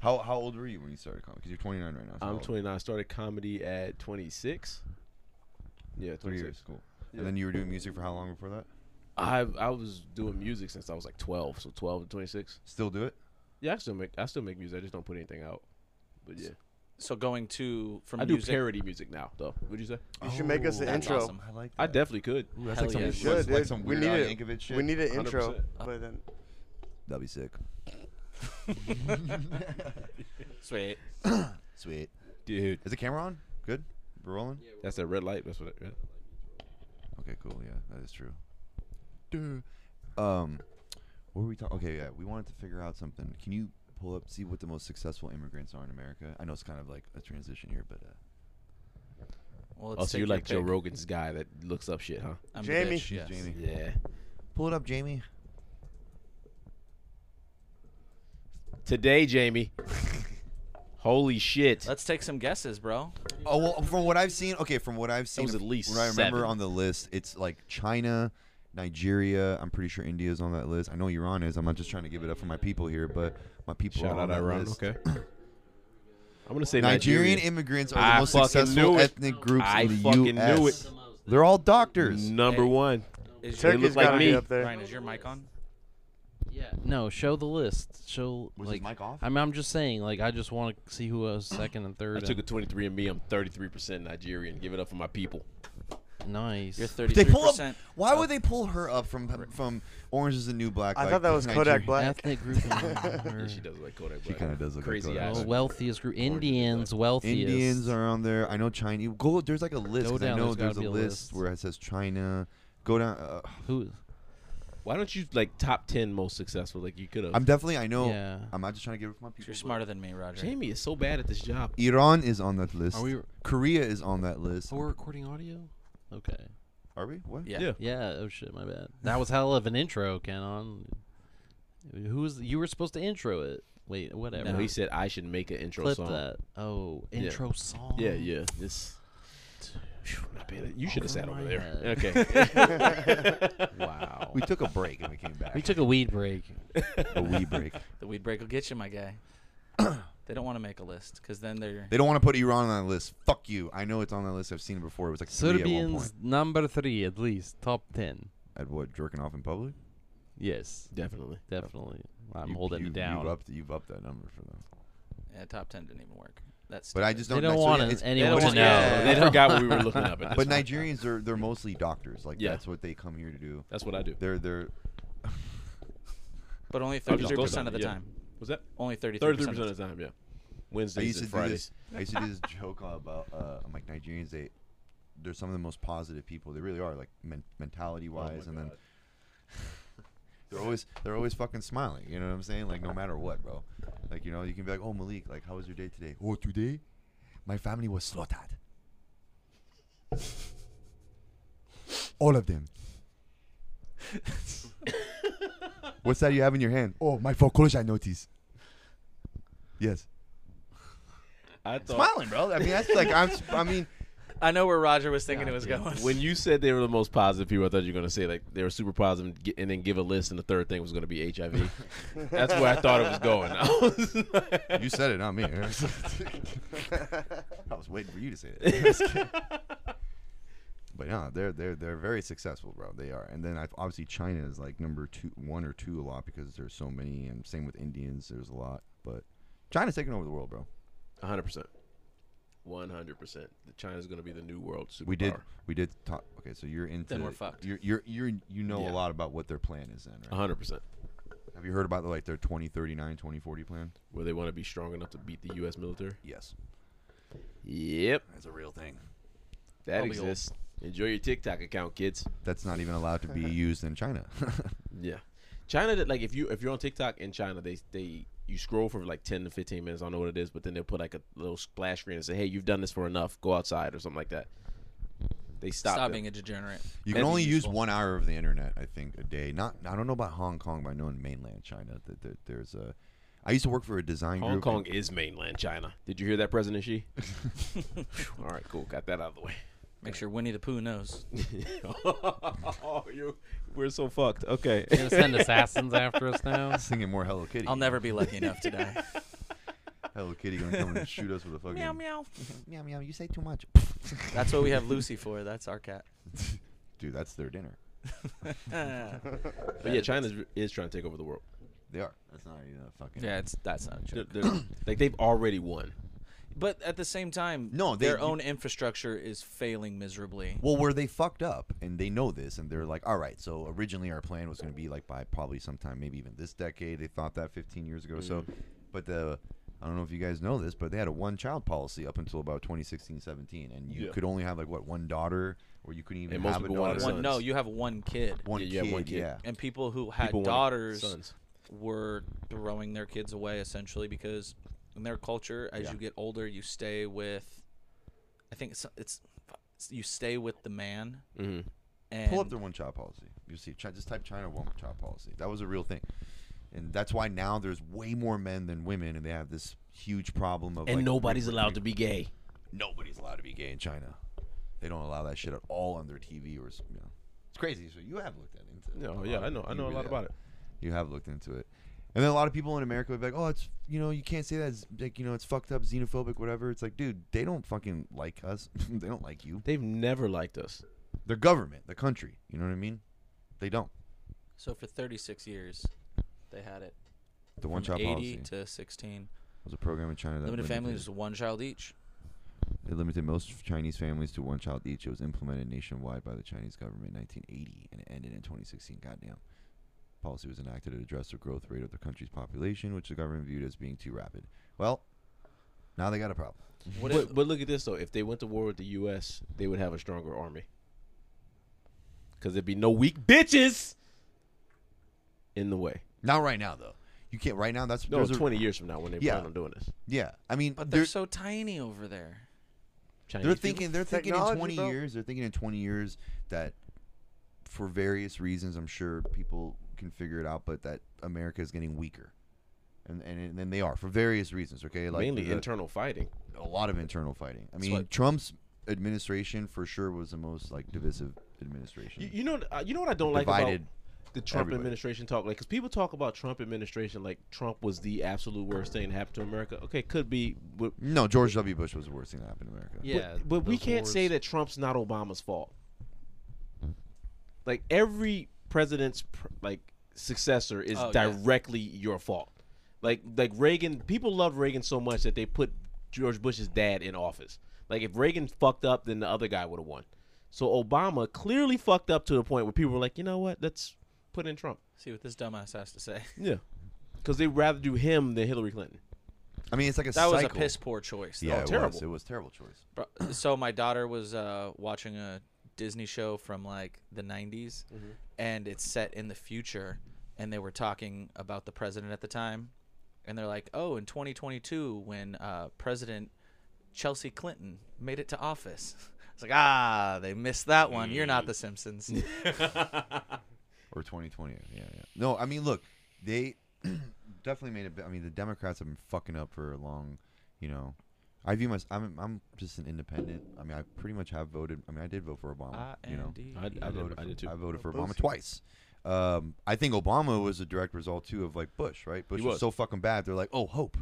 How how old were you when you started comedy? Because you're 29 right now. so how I'm old? 29. I started comedy at 26. Yeah, 26. Three years, cool. And then you were doing music for how long before that? I I was doing music since I was like 12, so 12 to 26. Still do it? Yeah, I still make I still make music. I just don't put anything out. But yeah, So going to from I do music. parody music now though. Would you say? (laughs) You should make us an that's intro. awesome. I like that. I definitely could. That's Hell like some, yeah. that's Good, like dude. some we weird need Al it. Yankovic shit. We need an 100%. intro, but then That'd be sick. Sweet. Sweet. Dude, Is the camera on? Good. We're rolling. that's that red light. That's what. It, yeah. Okay, cool. Yeah, that is true. Duh. Um, what were we talking? Okay, yeah, we wanted to figure out something. Can you pull up see what the most successful immigrants are in America? I know it's kind of like a transition here, but uh, Well, let's Oh, so take you're your like Joe pick. Rogan's guy that looks up shit, huh? I'm the Jamie. bitch, He's yes. Jamie. Yeah. pull it up, Jamie. Today, Jamie. Holy shit. Let's take some guesses, bro. Oh well, from what I've seen, okay, from what I've seen, was at least what I remember seven. on the list, it's like China, Nigeria. I'm pretty sure India's on that list. I know Iran is. I'm not just trying to give it up for my people here, but my people Shout are on out that Iran. (coughs) list. Okay. I'm gonna say Nigerian Nigerian. immigrants are the I most fucking knew successful it. ethnic groups I in the fucking U.S. knew it. They're all doctors. Number Hey. one. Is Turkey- your, Turkey's like gotta me. be up there. Ryan, is your mic on? yeah. No, show the list. Show Was his like mic off? I'm, I'm just saying. Like I just want to see who was second and third. I took a and- 23 and me. I'm 33% Nigerian. Give it up for my people. nice. You're They 33. pull up. percent Why would they pull her up from from Orange is the New Black? I like, thought that was Nigeria? Kodak Black. (laughs) Ethnic group. in- Yeah, she does look like Kodak Black. kinda does look like Crazy Kodak eyes. Well, wealthiest group. Indians, wealthiest. Indians are on there. I know Chinese. Go. There's like a list. Go 'cause I down, know there's gotta there's, be a a list list. where it says China. Go down. Uh, Who? Why don't you like top ten most successful? Like you could have. I'm definitely. I know. Yeah. I'm not just trying to give it for my people. You're but smarter than me, Roger. Jamie is so bad at this job. Iran is on that list. Are we- Korea is on that list. Oh, we're recording audio. Okay. Are we? What? Yeah. Yeah. Yeah. Oh shit. My bad. That was hell of an intro, Kenon. Who was you were supposed to intro it? Wait, whatever. No, he said I should make an intro Clip song. that. Oh, Yeah. intro song. Yeah, yeah. This. Phew, not bad. You Oh, should have sat over there. Alright. (laughs) Okay. (laughs) Wow. We took a break and we came back. we took a weed break. a wee break. The weed break will get you, my guy. they don't want to make a list because then they're They don't want to put Iran on that list. Fuck you. I know it's on that list. I've seen it before. It was like three at one Serbians point. number three, at least top ten. At what? Jerking off in public? Yes, Definitely. definitely. I'm You- holding you- it down. You've upped, you've upped that number for them. yeah, top ten didn't even work. That's But I just don't. they don't so, yeah, want it's- anyone don't to want- know. yeah. They They don't- (laughs) forgot what we were (laughs) looking up. At this But point. Nigerians, they're they're mostly doctors. Like Yeah. that's what they come here to do. That's what I do. They're they're but only I thirty just three go percent down of the it, yeah. time. Was that Only thirty three thirty-three percent percent of of the the time? Yeah. I Wednesdays used to and do Fridays. this. I used to do this joke all about. Uh, I'm like Nigerians. They they're some of the most positive people. They really are. Like men- mentality Oh my wise, and then God. (laughs) they're always they're always fucking smiling. You know what I'm saying? Like no matter what, bro. Like you know you can be like, oh Malik, like how was your day today? Oh today, my family was slaughtered. (laughs) All (laughs) of them. What's that you have in your hand? Oh, my foreclosure notice. Yes. I thought Smiling, bro. I mean, that's like I'm. s- I mean, time. I know where Roger was thinking it was going. when you said they were the most positive people, I thought you were going to say like they were super positive and, get, and then give a list, and the third thing was going to be HIV. That's where I thought it was going. (laughs) I was- you said it, not me. I was waiting for you to say it. (laughs) but no, they're they're they're very successful, bro. They are, and then I've, obviously China is like number two, one or two a lot because there's so many, and same with Indians, there's a lot. But China's taking over the world, bro. 100%. 100%. China's going to be the new world superpower. We did we did talk. Okay, so you're into we're fucked. Uh-huh. You're you're, you're you know Yeah. a lot about what their plan is, then, right? 100%. Have you heard about like their 2039, 2040 plan? Where they want to be strong enough to beat the U.S. military? Yes, Yep. that's a real thing. That I'll be old. exists. Enjoy your TikTok account, kids. That's not even allowed to be (laughs) used in China. Yeah. China did like if you if you're on TikTok in China, they they you scroll for like ten to fifteen minutes, I don't know what it is, but then they'll put like a little splash screen and say, Hey, you've done this for enough, go outside or something like that. They stop, stop, them. being a degenerate. You can That'd be only use useful. (laughs) one hour of the internet, I think, a day. Not, I don't know about Hong Kong, but I know in mainland China that, that there's a. I used to work for a design Hong group. Kong and- is mainland China. Did you hear that, President (laughs) Xi? All right, cool. Got that out of the way. (laughs) Make sure Winnie the Pooh knows. oh, you, we're so fucked. (laughs) Okay. They're gonna send assassins after us now. singing more Hello Kitty. I'll never be lucky enough to die. Hello Kitty gonna come and shoot us with a fucking. meow meow. meow, meow. You say too much. That's what we have Lucy for. That's our cat. (laughs) (laughs) Dude, that's their dinner. yeah, But yeah, China is- is trying to take over the world. They are. That's not even a fucking. it's that's not They're- true. they're- (coughs) like they've already won. But at the same time, No, they- their you- own infrastructure is failing miserably. Well, where they fucked up, and they know this, and they're like, all right, so originally our plan was going to be like by probably sometime, maybe even this decade. They thought that 15 years ago. So, Mm. but the, I don't know if you guys know this, but they had a one child policy up until about 2016, 17. And you Yeah. could only have like, what, one daughter, or you couldn't even And most have a people wanted daughter. sons. One, no, you have one kid, One Yeah, you kid, have one kid. yeah. and people who had People want daughters sons. were throwing their kids away essentially because in their culture, as Yeah. you get older, you stay with. I think it's it's you stay with the man hmm and Mm-hmm. Pull up their one child policy. You see, Chi- just type China one child policy. That was a real thing. And that's why now there's way more men than women, and they have this huge problem of And like, nobody's allowed to be gay. nobody's allowed to be gay in China. They don't allow that shit at all on their TV or s- you know. It's crazy. So you have looked at into. No, a Oh, yeah, lot I of know. I you know a really lot have. about it. You have looked into it. And then a lot of people in America would be like, "Oh, it's you know, you can't say that. It's like you know, it's fucked up, xenophobic, whatever." It's like, dude, they don't fucking like us. (laughs) they don't like you. They've never liked us. Their government, the country. You know what I mean? They don't. so for 36 years, they had it The one from child 80 policy to 16. was a program in China that Limited limited- families, one child each. It limited most Chinese families to one child each. It was implemented nationwide by the Chinese government in 1980 and it ended in 2016. Goddamn. Policy was enacted to address the growth rate of the country's population, which the government viewed as being too rapid. Well, now they got a problem. What if, but, but look at this though. If they went to war with the U.S., they would have a stronger army. Because there'd be no weak bitches in the way. Not right now, though. You can't right now. That's No, there's a- twenty years from now when they Yeah. plan on doing this, Yeah, I mean, but they're, they're so tiny over there. Chinese they're people- thinking. They're thinking in Technology, 20 bro. years. They're thinking in 20 years that for various reasons, I'm sure people can figure it out, but that America is getting weaker. And, and, and they are for various reasons, okay? Like Mainly the- internal fighting. a lot of internal fighting. I mean, what- Trump's administration for sure was the most like divisive administration. You, you know, uh, you know what I don't like Divided about the Trump everybody. administration talk, like, because people talk about Trump administration like Trump was the absolute worst thing that happened to America. Okay, could be, but, no, George W. Bush was the worst thing that happened to America. Yeah, but, but we those can't say wars. (laughs) that Trump's not Obama's fault. Like every president's pr- like successor is Oh, yeah. directly your fault. Like like Reagan, people loved Reagan so much that they put George Bush's dad in office. Like if Reagan fucked up, then the other guy would have won. So Obama clearly fucked up to the point where people were like, you know what, let's put in Trump. See what this dumbass has to say. Yeah, because they'd rather do him than Hillary Clinton. I mean, it's like a That cycle. was a piss poor choice. Yeah, Oh, it terrible. was. It was a terrible choice. Bro- so my daughter was uh, watching a Disney show from like the 90s, Mm-hmm. and it's set in the future, and they were talking about the president at the time, and they're like, "Oh, in 2022, when uh, President Chelsea Clinton made it to office." (laughs) It's like, ah, they missed that one. You're not the (laughs) Simpsons. Or 2020. Yeah, yeah. No, I mean, look, they (clears throat) definitely made it. b- I mean, the Democrats have been fucking up for a long, you know. I view myself. I'm, I'm just an independent. I mean, I pretty much have voted. I mean, I did vote for Obama. you know, I-N-D-E. I- I did- voted. for, too. I voted for Oh, Obama both. twice. Um, I think Obama was a direct result too of like Bush, right? Bush He was. was. so fucking bad. They're like, oh, hope.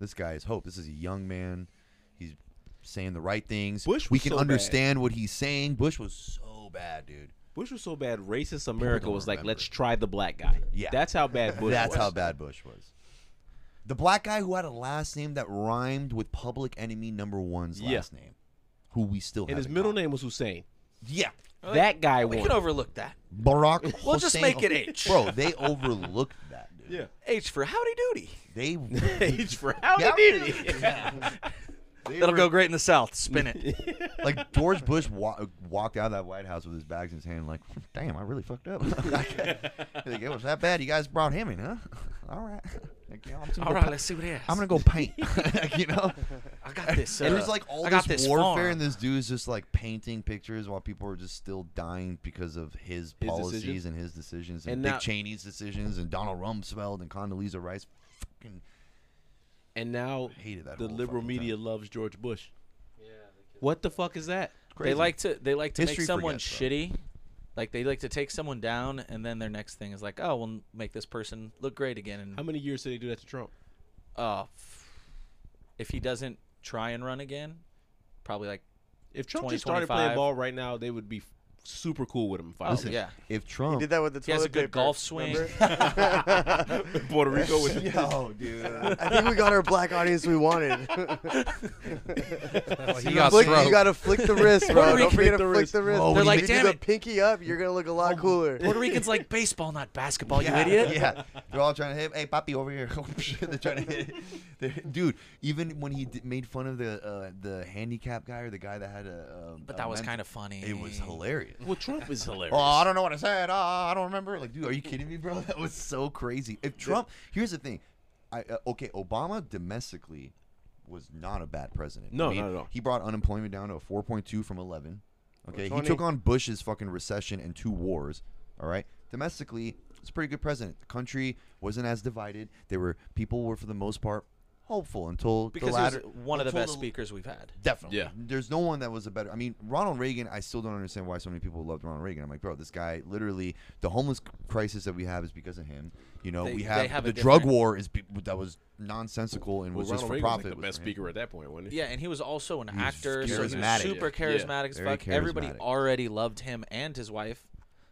This guy is hope. This is a young man. He's saying the right things. Bush we was can so bad. understand what he's saying. Bush was so bad, dude. Bush was so bad, racist America don't was like, remember. let's try the black guy. Yeah. that's how bad Bush. That's was. how bad Bush was. The black guy who had a last name that rhymed with Public Enemy Number One's Yeah. last name, who we still and his haven't middle got. name was Hussein. Yeah, Oh, that guy We won. can overlook that. Barack. (laughs) We'll just Hussein- make it H. Bro, (laughs) they overlooked that. (laughs) Dude. Yeah. H for howdy doody. (laughs) They H for how Yeah. did he? They That'll were- go great in the South. (laughs) Spin it. (laughs) Like George Bush wa- walked out of that White House with his bags in his hand, like, damn, I really fucked up. (laughs) like, it was that bad. You guys brought him in, huh? (laughs) All right. Like, yeah, I'm just gonna All go right, pa- let's see what it is. I'm gonna go paint. (laughs) you (laughs) know, I got this. Uh, and there's like all I got this, this warfare, farm. and this dude's just like painting pictures while people are just still dying because of his, His policies decisions? and his decisions, and, And Dick now- Cheney's decisions, and Donald Rumsfeld and Condoleezza Rice. Fucking (laughs) And now Hated that the whole liberal fucking media loves George Bush. What the fuck is that? crazy. They like to they like to History make someone forgets, though. shitty. Like they like to take someone down, and then their next thing is like, oh, we'll make this person look great again. How And many years did they do that to Trump? uh, if he doesn't try and run again, probably like If Trump just started playing 2025. ball right now, they would be f- super cool with him. in Five Listen, years. oh, (laughs) yeah. if Trump Did that with the He toilet has a good paper, golf swing. remember? Puerto Rico (laughs) with (laughs) the- Yo, Oh, dude. (laughs) I think we got our black audience we wanted. (laughs) Well, he You got flick- throat. you (laughs) gotta flick the wrist, bro. Puerto Don't Rican- forget to the flick wrist. the wrist. Oh, They're When like, you "Damn do it." the pinky up, you're gonna look a lot cooler. (laughs) Puerto Ricans like baseball, not basketball. Yeah, You idiot. Yeah, they're all trying to hit. Hey, Papi, over here! (laughs) Oh, they're trying to hit. (laughs) they're- dude, even when he did, made fun of the uh, the handicap guy or the guy that had a, um, But a that was mental- kind of funny. It was hilarious. Well, Trump is hilarious. Oh, I don't know what I said. Uh, I don't remember. Like, dude, are you kidding me, bro? (laughs) That was so crazy. If Trump, here's the thing, I uh, okay, Obama domestically was not a bad president. No, I mean, not at all. He brought unemployment down to a 4.2 from 11. Okay, he 420. took on Bush's fucking recession and two wars. All right, domestically, it's a pretty good president. The country wasn't as divided. There were people were for the most part hopeful until because the latter, he was one of the until best speakers we've had. Definitely. Yeah. There's no one that was a better. I mean, Ronald Reagan. I still don't understand why so many people loved Ronald Reagan. I'm like, bro, this guy literally the homeless crisis that we have is because of him. You know, They- we they have, have a the drug different- war is be, that was nonsensical and Well, was Ronald just for Reagan was, profit. like It the was (laughs) best for him. speaker at that point, wasn't he? Yeah, and he was also an was actor, so he charismatic. was super Yeah. Yeah. charismatic as Very fuck. Everybody charismatic. already loved him and his wife,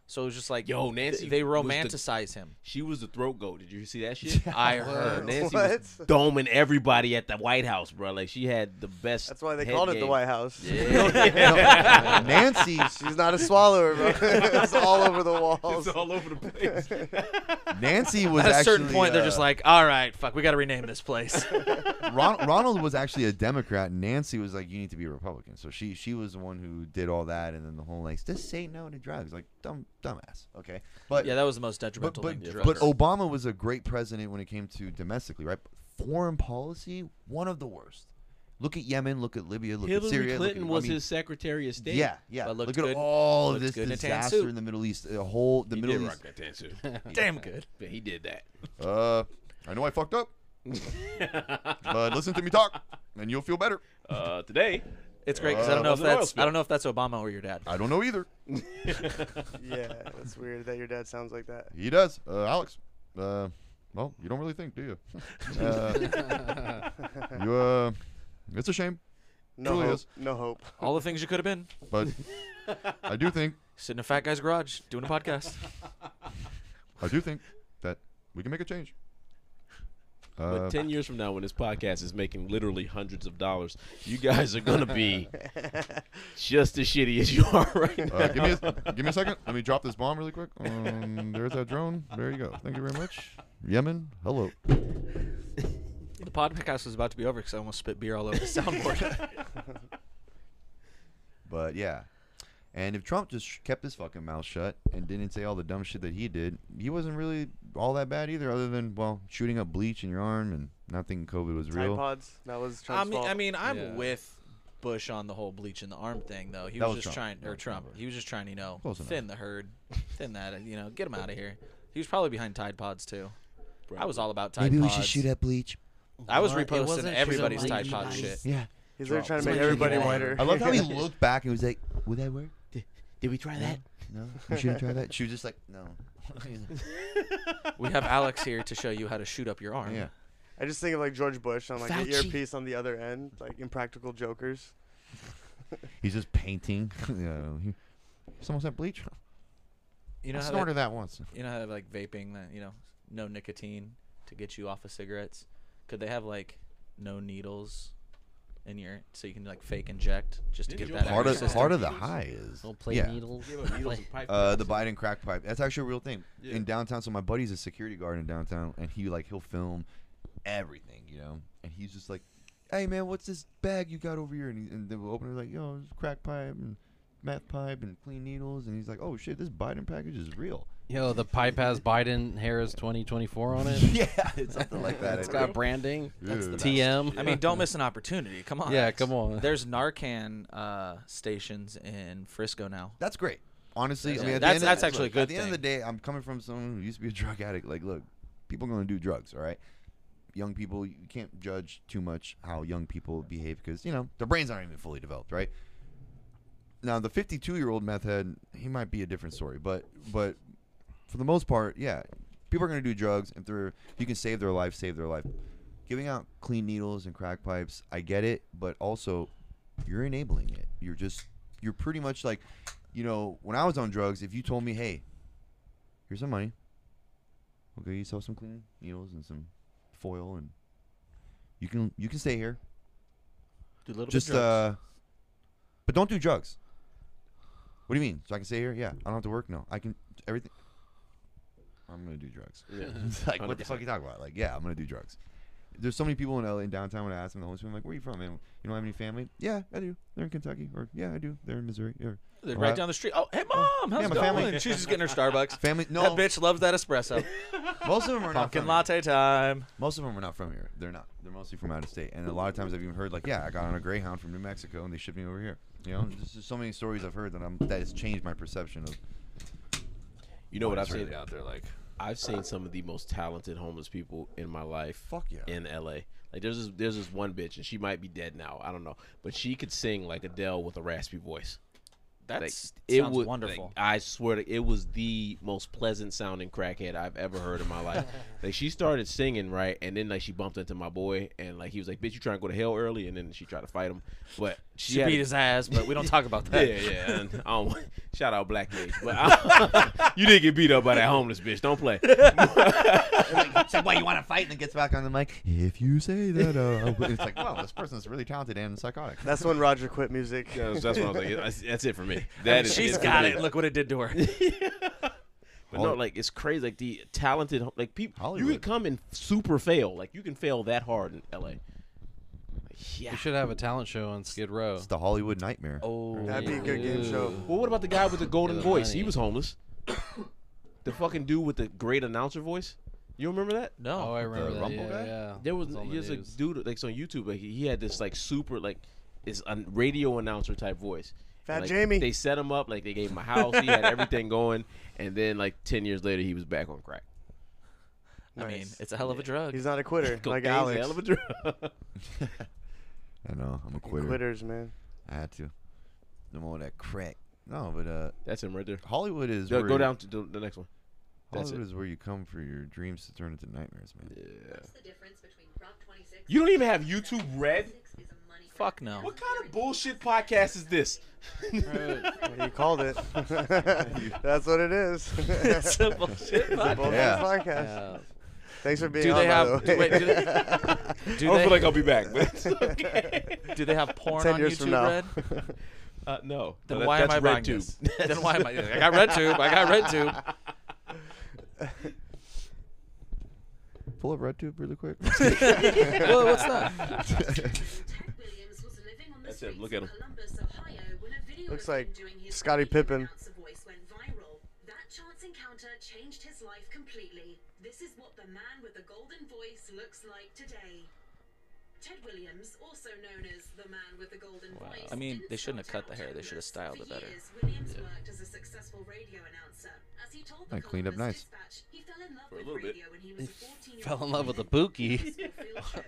so it was just like, Yo, th- Nancy They was the- romanticize him. She was the throat goat. Did you see that shit? I Bruh, heard. Nancy What? was doming everybody at the White House, bro. Like she had the best. That's why they head called it the game. White House. No, Nancy, (laughs) She's not a (laughs) swallower, bro. it's all over the walls. It's all over the place. (laughs) Nancy was At a actually, certain point, they're uh, just like, "All right, fuck, we got to rename this place." Ron- Ronald was actually a Democrat, and Nancy was like, "You need to be a Republican." So she she was the one who did all that, and then the whole like, "Just say no to drugs," like dumb dumbass. Okay, (laughs) but yeah, that was the most but detrimental but, thing. but Obama was a great president when it came to domestically, right? Foreign policy, one of the worst. Look at Yemen. Look at Libya. Look Hillary at Syria. look at- Clinton I was mean, his Secretary of State. Yeah, yeah. But Look looked at good- all looked this good in a tan disaster suit. in the Middle East. The whole the He Middle did East. rock that tan suit. (laughs) Damn good. But he did that. Uh, I know I (laughs) fucked up, but listen to me talk, and you'll feel better. Uh, today, It's great because I don't Uh, know was if an oil that's I spill. don't know if that's Obama or your dad. I don't know either. yeah, that's weird that your dad sounds like that. He does. Uh, Alex. Uh, well, you don't really think, (laughs) do you? Uh, you uh, it's a shame, No Truly hope. is. No hope. (laughs) All the things you could have been. but I do think Sitting in a fat guy's garage doing a (laughs) podcast. I do think that we can make a change. but Uh, ten years from now, when this podcast is making literally hundreds of dollars, you guys are gonna (laughs) be just as shitty as you are right (laughs) now. uh, give, me a, give me a second. Let me drop this bomb really quick. Um, there's that drone. There you go. Thank you very much. Yemen, hello. The podcast was about to be over because I almost spit beer all (laughs) over the soundboard. But yeah. And if Trump just sh- kept his fucking mouth shut and didn't say all the dumb shit that he did, he wasn't really all that bad either, other than, well, shooting up bleach in your arm and not thinking COVID was Tide real. pods. That was I Trump's mean, fault. I mean, I'm Yeah. with Bush on the whole bleach in the arm thing, though. He That was, was just Trump. trying, or Trump. He was just trying, to, you know, Close enough. thin the herd, thin that, you know, get him out of here. He was probably behind Tide Pods too. I was all about Tide Pods. up bleach. I was What? It reposting wasn't everybody's shooting Tide bleach. Pod Nice. shit. Yeah. He's there trying to make Somebody should everybody get that. whiter. I loved how (laughs) he looked back and was like, would that work? Did we try that? No. We shouldn't try that. (laughs) She was just like, no. (laughs) We have Alex here to show you how to shoot up your arm. Yeah. I just think of like George Bush on like the Fauci. earpiece on the other end, like impractical jokers. He's just painting. (laughs) you know, he, someone said bleach? You know I how snorted that, that once. you know how like vaping that you know no nicotine to get you off of cigarettes. Could they have like no needles in your so you can like fake inject just to Didn't get Joe that Biden out Part of, of your Needles? part system? of the high is. Don't play yeah. needles. (laughs) Play- Uh, the Biden crack pipe. That's actually a real thing Yeah. in downtown. So my buddy's a security guard in downtown, and he like he'll film everything, you know. And he's just like, "Hey man, what's this bag you got over here?" And, he, and they will open it like, "Yo, it's crack pipe and meth pipe and clean needles." And he's like, "Oh shit, this Biden package is real." (laughs) Yo, the pipe has Biden Harris 2024 on (laughs) it. yeah, it's something like that. It's I got think. branding. That's the best. TM. I mean, don't (laughs) miss an opportunity. Come on. Yeah, come on. There's Narcan uh, stations in Frisco now. That's great. Honestly, I Yeah, mean, at the that's- end of- that's actually a look, At good the end of the day, I'm coming from someone who used to be a (laughs) drug addict. Like, look, people are going to do drugs, all right? Young people, you can't judge too much how young people behave because, you know, their brains aren't even fully developed, right? Now, the 52 year old meth head, he might be a different story, but but for the most part, yeah, people are going to do drugs. If they're, if you can save their life, save their life. Giving out clean needles and crack pipes, I get it, but also you're enabling it. You're just you're pretty much like, you know, when I was on drugs, if you told me, hey, here's some money, we'll go you sell some clean needles and some foil, and you can you can stay here. Do a little Just bit of drugs. uh, but don't do drugs. What do you mean? So I can stay here? Yeah, I don't have to work. No, I can everything. I'm gonna do drugs. (laughs) It's like (laughs) what the fuck you talking about? Like yeah, I'm gonna do drugs. There's so many people in LA in downtown when I ask them the homeless people, I'm like, where are you from, man? You don't have any family? Yeah, I do. They're in Kentucky, or yeah, I do. They're in Missouri. Or, They're Alright. right down the street. Oh, hey mom, how's Yeah, it my going? family- She's just getting her Starbucks. Family? (laughs) No, That bitch loves that espresso. most of them are not Pumpkin from latte time. Here. Most of them are not from here. They're not. They're mostly from out of state. And a lot of times I've even heard like, yeah, I got on a Greyhound from New Mexico and they shipped me over here. You know, there's just so many stories I've heard that I'm that has changed my perception of. You know what I've It's really seen? out there? Like, I've seen some of the most talented homeless people in my life. Fuck yeah. In LA. Like there's this, there's this one bitch and she might be dead now. I don't know, but she could sing like Adele with a raspy voice. Like, That's it sounds would- wonderful. like, I swear to it was the most pleasant sounding crackhead I've ever heard in my (laughs) life. like she started singing right, and then like she bumped into my boy, and like he was like, "Bitch, you trying to go to hell early?" And then she tried to fight him, but she, she had beat a- his ass, but we don't talk about (laughs) yeah, that. yeah. And I don't want, shout out Black Mage, but I- (laughs) you did get beat up by that homeless bitch. Don't play. it's like, well, you want to fight, and then gets back on the mic. If you say that, uh, (laughs) I'll-" it's like, wow, this person's really talented and psychotic. That's when Roger quit music. That's, that's what I was like. That's, that's it for me. I mean, That is she's for got me. it. Look what it did to her. (laughs) But no, like it's crazy. Like the talented, like people, you can Hollywood. come and super fail. Like you can fail that hard in L.A. Yeah. We should have a talent show on Skid Row. It's the Hollywood nightmare. Oh, (laughs) That'd be a good game show. Well, what about the guy with the golden Yeah, voice? honey. He was homeless. the fucking dude with the great announcer voice. You remember that? No. Oh, I remember that. Rumble yeah, guy? yeah. There was It's on the there's a news. dude like so on YouTube. Like he had this like super like is a radio announcer type voice. And, Fat like, Jamie. They set him up like they gave him a house. he had everything (laughs) going, and then like ten years later he was back on crack. I mean, Nice. it's a hell of a drug. (laughs) He's not (laughs) a quitter like Cocaine's a Alex. hell of a drug. I know. I'm a quitter. Quitters, man. I had to. No more of that crack. No, but uh, That's him right there. Hollywood is Go, where go down to the, the next one. That's Hollywood is where you come for your dreams to turn into nightmares, man. Yeah. What's the difference between Prop 26 You don't even have YouTube Red. Fuck no. What kind of bullshit podcast is this? (laughs) You called it. (laughs) That's what it is. it's (laughs) a bullshit podcast. Both Yeah. podcast. Yeah. Thanks for being Do on. they by have? the Do, way. wait, do they, do I don't they- feel like I'll be back, but it's okay. do they have porn Ten on years YouTube from now. Red? Uh, no. No, Then that- why am that's I buying RedTube. this? (laughs) then why am I? I got RedTube. I got RedTube. Pull up RedTube really quick. (laughs) well, what's that? That's it, look at him. Looks like Scottie Pippen. That chance encounter changed his life completely. This is what the man with the golden voice looks like today. Ted Williams, also known as the man with the golden voice. I mean, didn't they shouldn't start have cut out the hair. They should have styled journalist. For it better. Years, Williams worked as a successful radio announcer. As he told the I cleaned up nice. Columbus Dispatch, he fell in love a with little bit. radio when he was (laughs) a 14-year-old Fell in love with a man. bookie. I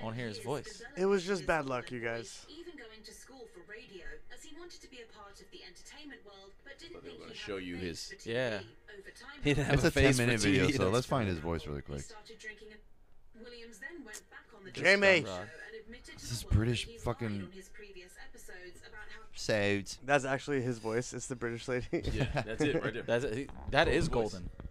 I wanna hear his voice. It was just bad luck, you guys. Even going to school for radio, as he wanted to be a part of the entertainment world, but didn't they think wanna he had show the you face his- for TV. Yeah. Over time, He didn't it's have a 10 face for minute (laughs) video, TV. so That's let's find his however, voice really he quick. started drinking a- Williams then went back on the Jamie. Discovery Show and admitted to This the world British that he lied fucking- on his previous episodes about how So (laughs) That's actually his voice. It's the British lady. Yeah, that's it right there. That's, he- that is voice. golden. for.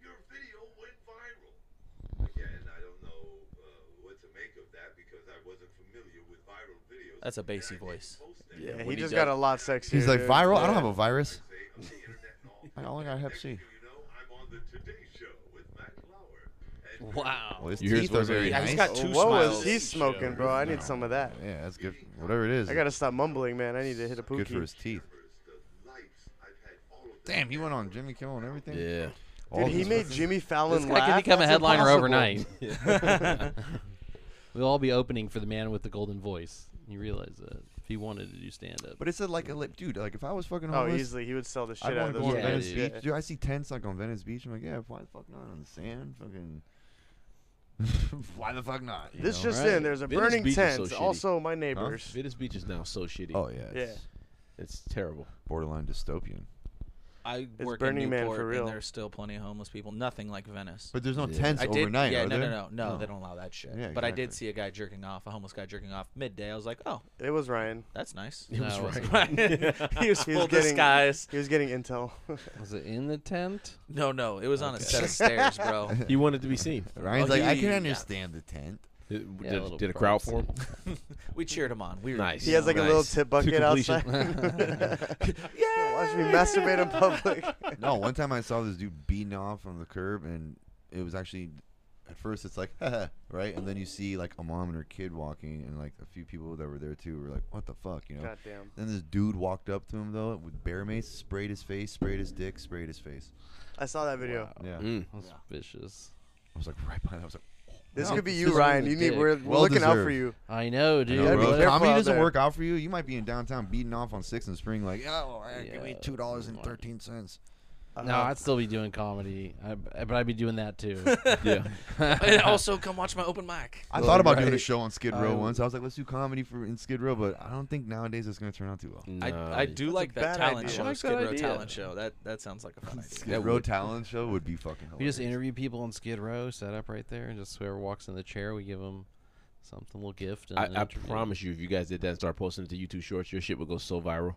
Your video went viral. Again, I don't know uh, what to make of that because I wasn't familiar with viral videos. That's a bassy And I didn't voice. post them. (laughs) Yeah, Yeah, when he just does- got a lot sexier. he's like dude. viral. I don't Yeah. have a virus. Say, on the internet and all. I only got Hep Next C. thing you know, I'm on the Today Show with Matt Lauer. And Wow. Well, his You hear his teeth are voice very already? Yeah, nice. Oh, he's got two What smiles. was he smoking, bro? I need some of that. yeah, that's good. Whatever it is, I gotta stop mumbling, man. I need to hit a pookie. good for his teeth. the lives I've had all of them. Damn, he went on Jimmy Kimmel and (laughs) everything. Yeah. All Dude, he his made fucking- Jimmy This Fallon guy laugh. can become a That's headliner (laughs) impossible. overnight. (laughs) We'll all be opening for the man with the golden voice. You realize that if he wanted to do stand up. But it's a, like a lip, dude. Like if I was fucking Oh, homeless, easily he would sell the I'd shit out want to of go on those. Yeah, Venice dudes. Beach, dude. I see tents like on Venice Beach. I'm like, yeah, why the fuck not on the sand? Fucking. (laughs) why the fuck not? you This know? just right? in. There's a Venice burning Beach is so tent. shitty. also, my neighbors. Venice Beach is now so shitty. Oh yeah. It's It's terrible. Borderline dystopian. I work Burning in Man for Newport, real. and there's still plenty of homeless people. Nothing like Venice. But there's no Yeah. tents I did, overnight, yeah, are no, there? Oh. no, no, no, they don't allow that shit. Yeah, But I did exactly. see a guy jerking off, a homeless guy jerking off midday. I was like, oh, It was Ryan. that's nice. No, it (laughs) (laughs) wasn't. he was He full was getting- disguise. He was getting intel. (laughs) Was it in the tent? No, no, it was on a set of stairs, bro. (laughs) He wanted to be seen. Ryan's Oh, like, I he- can yeah. understand the tent. Did, Yeah, a did- little did a crowd privacy. for him? We cheered him on. We were Nice. He has like a little Nice. tip To bucket completion. outside. (laughs) yeah. Watch me masturbate in public. (laughs) (laughs) no, one time I saw this dude beating off on the curb, and it was actually, at first it's like, (laughs) right, and then you see like a mom and her kid walking, and like a few people that were there too were like, what the fuck, you know? Goddamn. Then this dude walked up to him though with bear mace, sprayed his face, sprayed his dick, sprayed his face. I saw that video. Yeah, Mm. That's vicious. I was like (laughs) right behind. I was like, "Oh, This No, could be it's you, just Ryan. on the You need. dick. We're, we're Well looking out for deserved. you. I know, I dude. know, gotta be bro, if careful comedy out doesn't there. work out for you. You might be in downtown beating off on Sixth and Spring, like, oh, uh, give me Yeah. two dollars and thirteen cents. Uh, Uh, No, I'd still be doing comedy, I, but I'd be doing (laughs) that too. Yeah. (laughs) and also come watch my open mic. I Well, thought about doing a right. show on Skid Row I- once. I was like, let's do comedy for in Skid Row, but I don't think nowadays it's going to turn out too well. (laughs) Nah, I, I do like that bad talent idea. show, I like Skid that Row idea. talent show. That that sounds like a fun idea. Oh, Skid Row talent show would be fucking we hilarious. just interview people on Skid Row, set up right there, and just whoever walks in the chair, we give them something, little gift. And I, an I interview. promise you, if you guys did that and start posting it to YouTube Shorts, your shit would go so viral.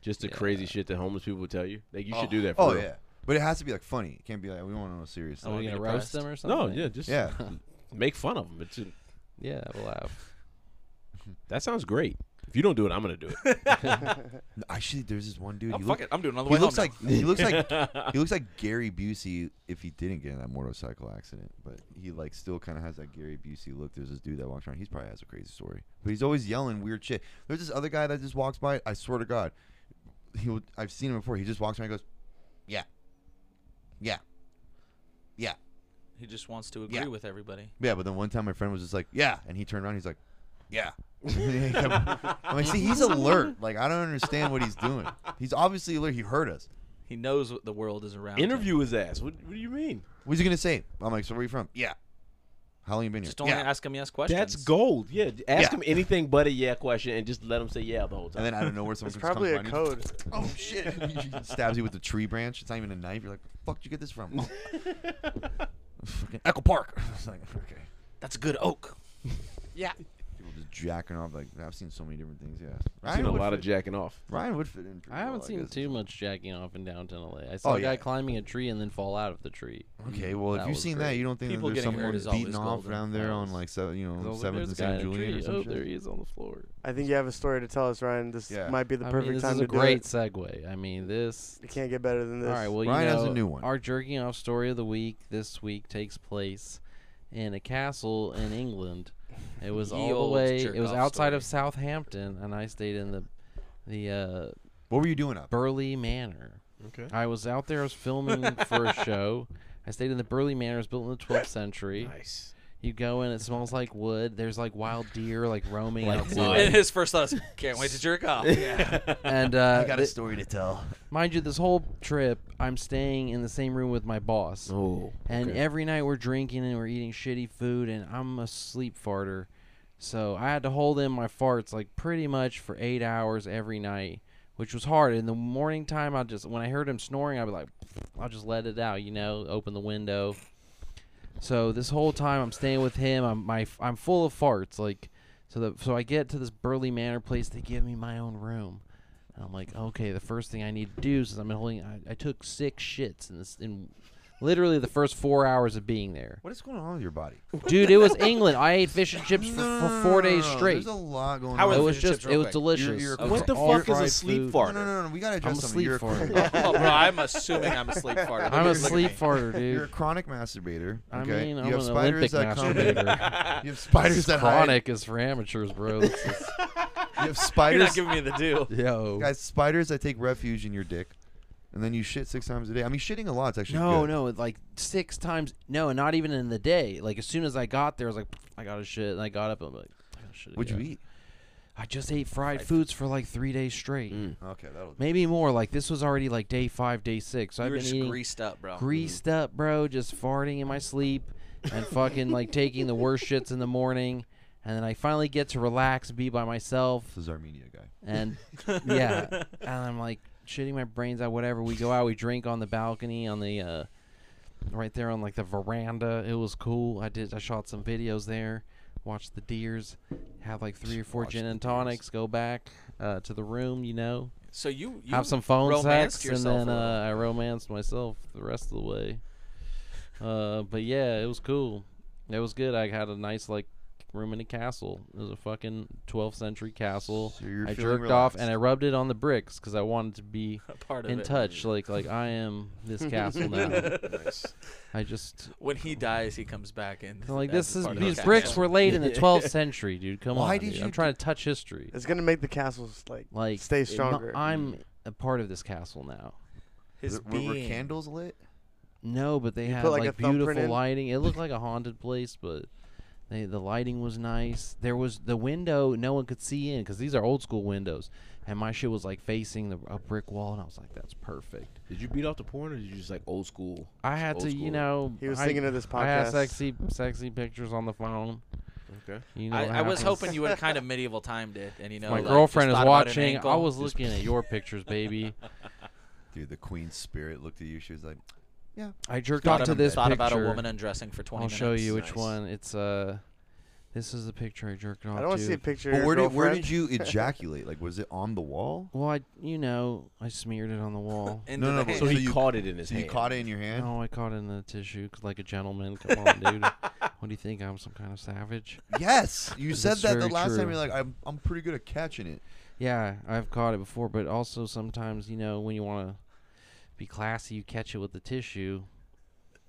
Just the crazy shit that homeless people would tell you. Like you should do that. For oh real. yeah, but it has to be like funny. It can't be like we want to know serious. Are stuff. we be Oh, gonna depressed. roast them or something? No, yeah, just Yeah. (laughs) make fun of them. It's just- yeah, we'll laugh. that sounds great. If you don't do it, I'm gonna do it. No, Actually, there's this one dude. Oh, he fuck look- it. I'm doing it on the He way looks home like he looks like (laughs) he looks like Gary Busey if he didn't get in that motorcycle accident, but he like still kind of has that Gary Busey look. There's this dude that walks around. He's probably has a crazy story, but he's always yelling weird shit. There's this other guy that just walks by. I swear to God, he would I've seen him before. He just walks around and goes, Yeah. Yeah. Yeah. He just wants to agree Yeah. with everybody. Yeah, but then one time my friend was just like, Yeah and he turned around, he's like, Yeah. (laughs) I'm like, see, he's alert. Like I don't understand what he's doing. He's obviously alert. He heard us. He knows what the world is around. (laughs) him. Interview his ass. What, what do you mean? What's he gonna say? I'm like, so where are you from? Yeah. How long you been here? Just only yeah. ask him yes questions. That's gold. Yeah. d- Ask Yeah. him anything but a yeah question and just let him say yeah the whole and time. then I don't know where someone It's comes probably a running. code. (laughs) Oh shit! He stabs you with a tree branch. It's not even a knife. You're like, "Where the fuck did you get this (laughs) from? Fucking Echo Park. (laughs) It's like, okay. That's a good oak. People just jacking off. Like I've seen so many different things. Yeah, I've seen a would lot fit, of jacking off. Ryan would fit in. Pretty I haven't well, seen guess. too much jacking off in downtown LA. I saw Oh, a guy yeah. climbing a tree and then fall out of the tree. Okay, well, Mm, That if you've was seen that, great. you don't think People that there's getting someone hurt is always beaten off golden. down there That on was- like seven, you know, There's a- seventh there's a and guy San in a Julian tree. or Oh, something. there he is on the floor. I think you have a story to tell us, Ryan. This Yeah. might be the I perfect mean, this time is to a do it. great segue. I mean, this. It can't get better than this. All right, well, Ryan you know, has a new one. Our jerking off story of the week this week takes place in a castle in England. It was Ye all olde the way. It was jerk-off outside of story. Southampton, and I stayed in the the uh, What were you doing up? Burley Manor. Okay. I was out there. I was filming for a show. I stayed in the Burley Manor. It was built in the 12th century. Nice. You go in, it smells like wood. There's like wild deer like roaming outside. And his first thought is, "Can't wait to jerk (laughs) off." Yeah. And uh, I got a th- story to tell. mind you, this whole trip, I'm staying in the same room with my boss. Oh. And okay. every night we're drinking and we're eating shitty food, and I'm a sleep farter. So I had to hold in my farts like pretty much for eight hours every night, which was hard. In the morning time, I just, when I heard him snoring, I'd be like, (sniffs) I'll just let it out, you know, open the window. So this whole time I'm staying with him, I'm my I'm full of farts. Like, so the so I get to this Burley Manor place. They give me my own room. And I'm like, okay, the first thing I need to do since I'm holding, I, I took six shits in this in literally the first four hours of being there, What is going on with your body? dude. (laughs) It was England. I ate fish and chips for, No, for no, four no, no, days no, no. straight. There's a lot going How on. are It the was fish and just, chips it real was quick? delicious. you're a It was what the all fuck is a fried sleep food. farter? No, no, no, no. We gotta I'm a address something. sleep You're farter. oh, bro, I'm assuming I'm a sleep farter. (laughs) I'm a Look at sleep me. farter, You're a dude. chronic masturbator. I okay? mean, you I'm have an spiders that Olympic come. (laughs) masturbator. you have spiders that Chronic is for amateurs, bro. This is- (laughs) hide. (laughs) You have You're not spiders. giving me the deal. yo. guys, spiders that take refuge in your dick, and then you shit six times a day. I mean, shitting a lot's actually No, good. no, like six times. No, not even in the day. Like as soon as I got there, I was like, I gotta shit, and I got up. and I'm like, I gotta shit. What'd you again. eat? I just ate fried foods for like three days straight, Okay, that'll. maybe more. Like this was already like day five, day six. So You're I've been just eating greased up, Oh. bro. greased up, bro, just farting in my sleep and (laughs) fucking like taking the worst shits in the morning. And then I finally get to relax, be by myself, This is our media guy. (laughs) and yeah, and I'm like shitting my brains out. Whatever. We go out, we drink on the balcony, on the uh, right there on like the veranda. It was cool. I did. I shot some videos there. Watched the deers. Have like three or four Watched gin the and deers. tonics. Go back uh, to the room. You know, So you, you have some phone romanced sex, and yourself then a little. uh, I romanced myself the rest of the way. Uh, but yeah, it was cool. It was good. I had a nice like room in a castle. It was a fucking 12th century castle. So you're I feeling jerked off relaxed. and I rubbed it on the bricks because I wanted to be A (laughs) part of in it. (laughs) touch. Like like I am this castle now. I just When he dies, he comes back in. I'm like as this is part of the these cast. bricks were (laughs) laid in the 12th century, dude. Come Why on, did dude. you I'm trying to touch history. It's gonna make the castles like, Like stay it- no, stronger. I'm a part of this castle now. His Were- were, were being. candles lit? No, but they had put, like, like, a thumbprint beautiful in? lighting. (laughs) It looked like a haunted place, but they, the lighting was nice. There was the window no one could see in because these are old school windows, and my shit was like facing the, a brick wall, and I was like, "That's perfect." Did you beat off the porn or did you just like old school? I had old to, school. you know, He was I, thinking of this I had podcast. sexy, sexy pictures on the phone. Okay. You know, I, what I was happens. hoping you would kind of medieval timed it, and you know, (laughs) My like, girlfriend just is thought about an watching. I ankle. was looking at your (laughs) pictures, baby. Dude, the queen's spirit looked at you. She was like, I jerked thought off to ab- this thought picture. about a woman undressing for 20 I'll minutes. show you which Nice. one. It's uh, this is the picture I jerked off I don't want to. to see a picture. "But of where your did where girlfriend. did (laughs) you ejaculate? Like, was it on the wall? Well, I, you know, I smeared it on (laughs) the wall. Into No, no, the but hand. So he So you- caught it in his So hand. (laughs) you caught it in your hand? no, I caught it in the tissue 'cause like a gentleman. Come on, dude. What do you think? I'm some kind of savage? Yes, you said That's that the very last time. true. You're like, I'm I'm pretty good at catching it. Yeah, I've caught it before, but also sometimes, you know, when you want to be classy, you catch it with the tissue.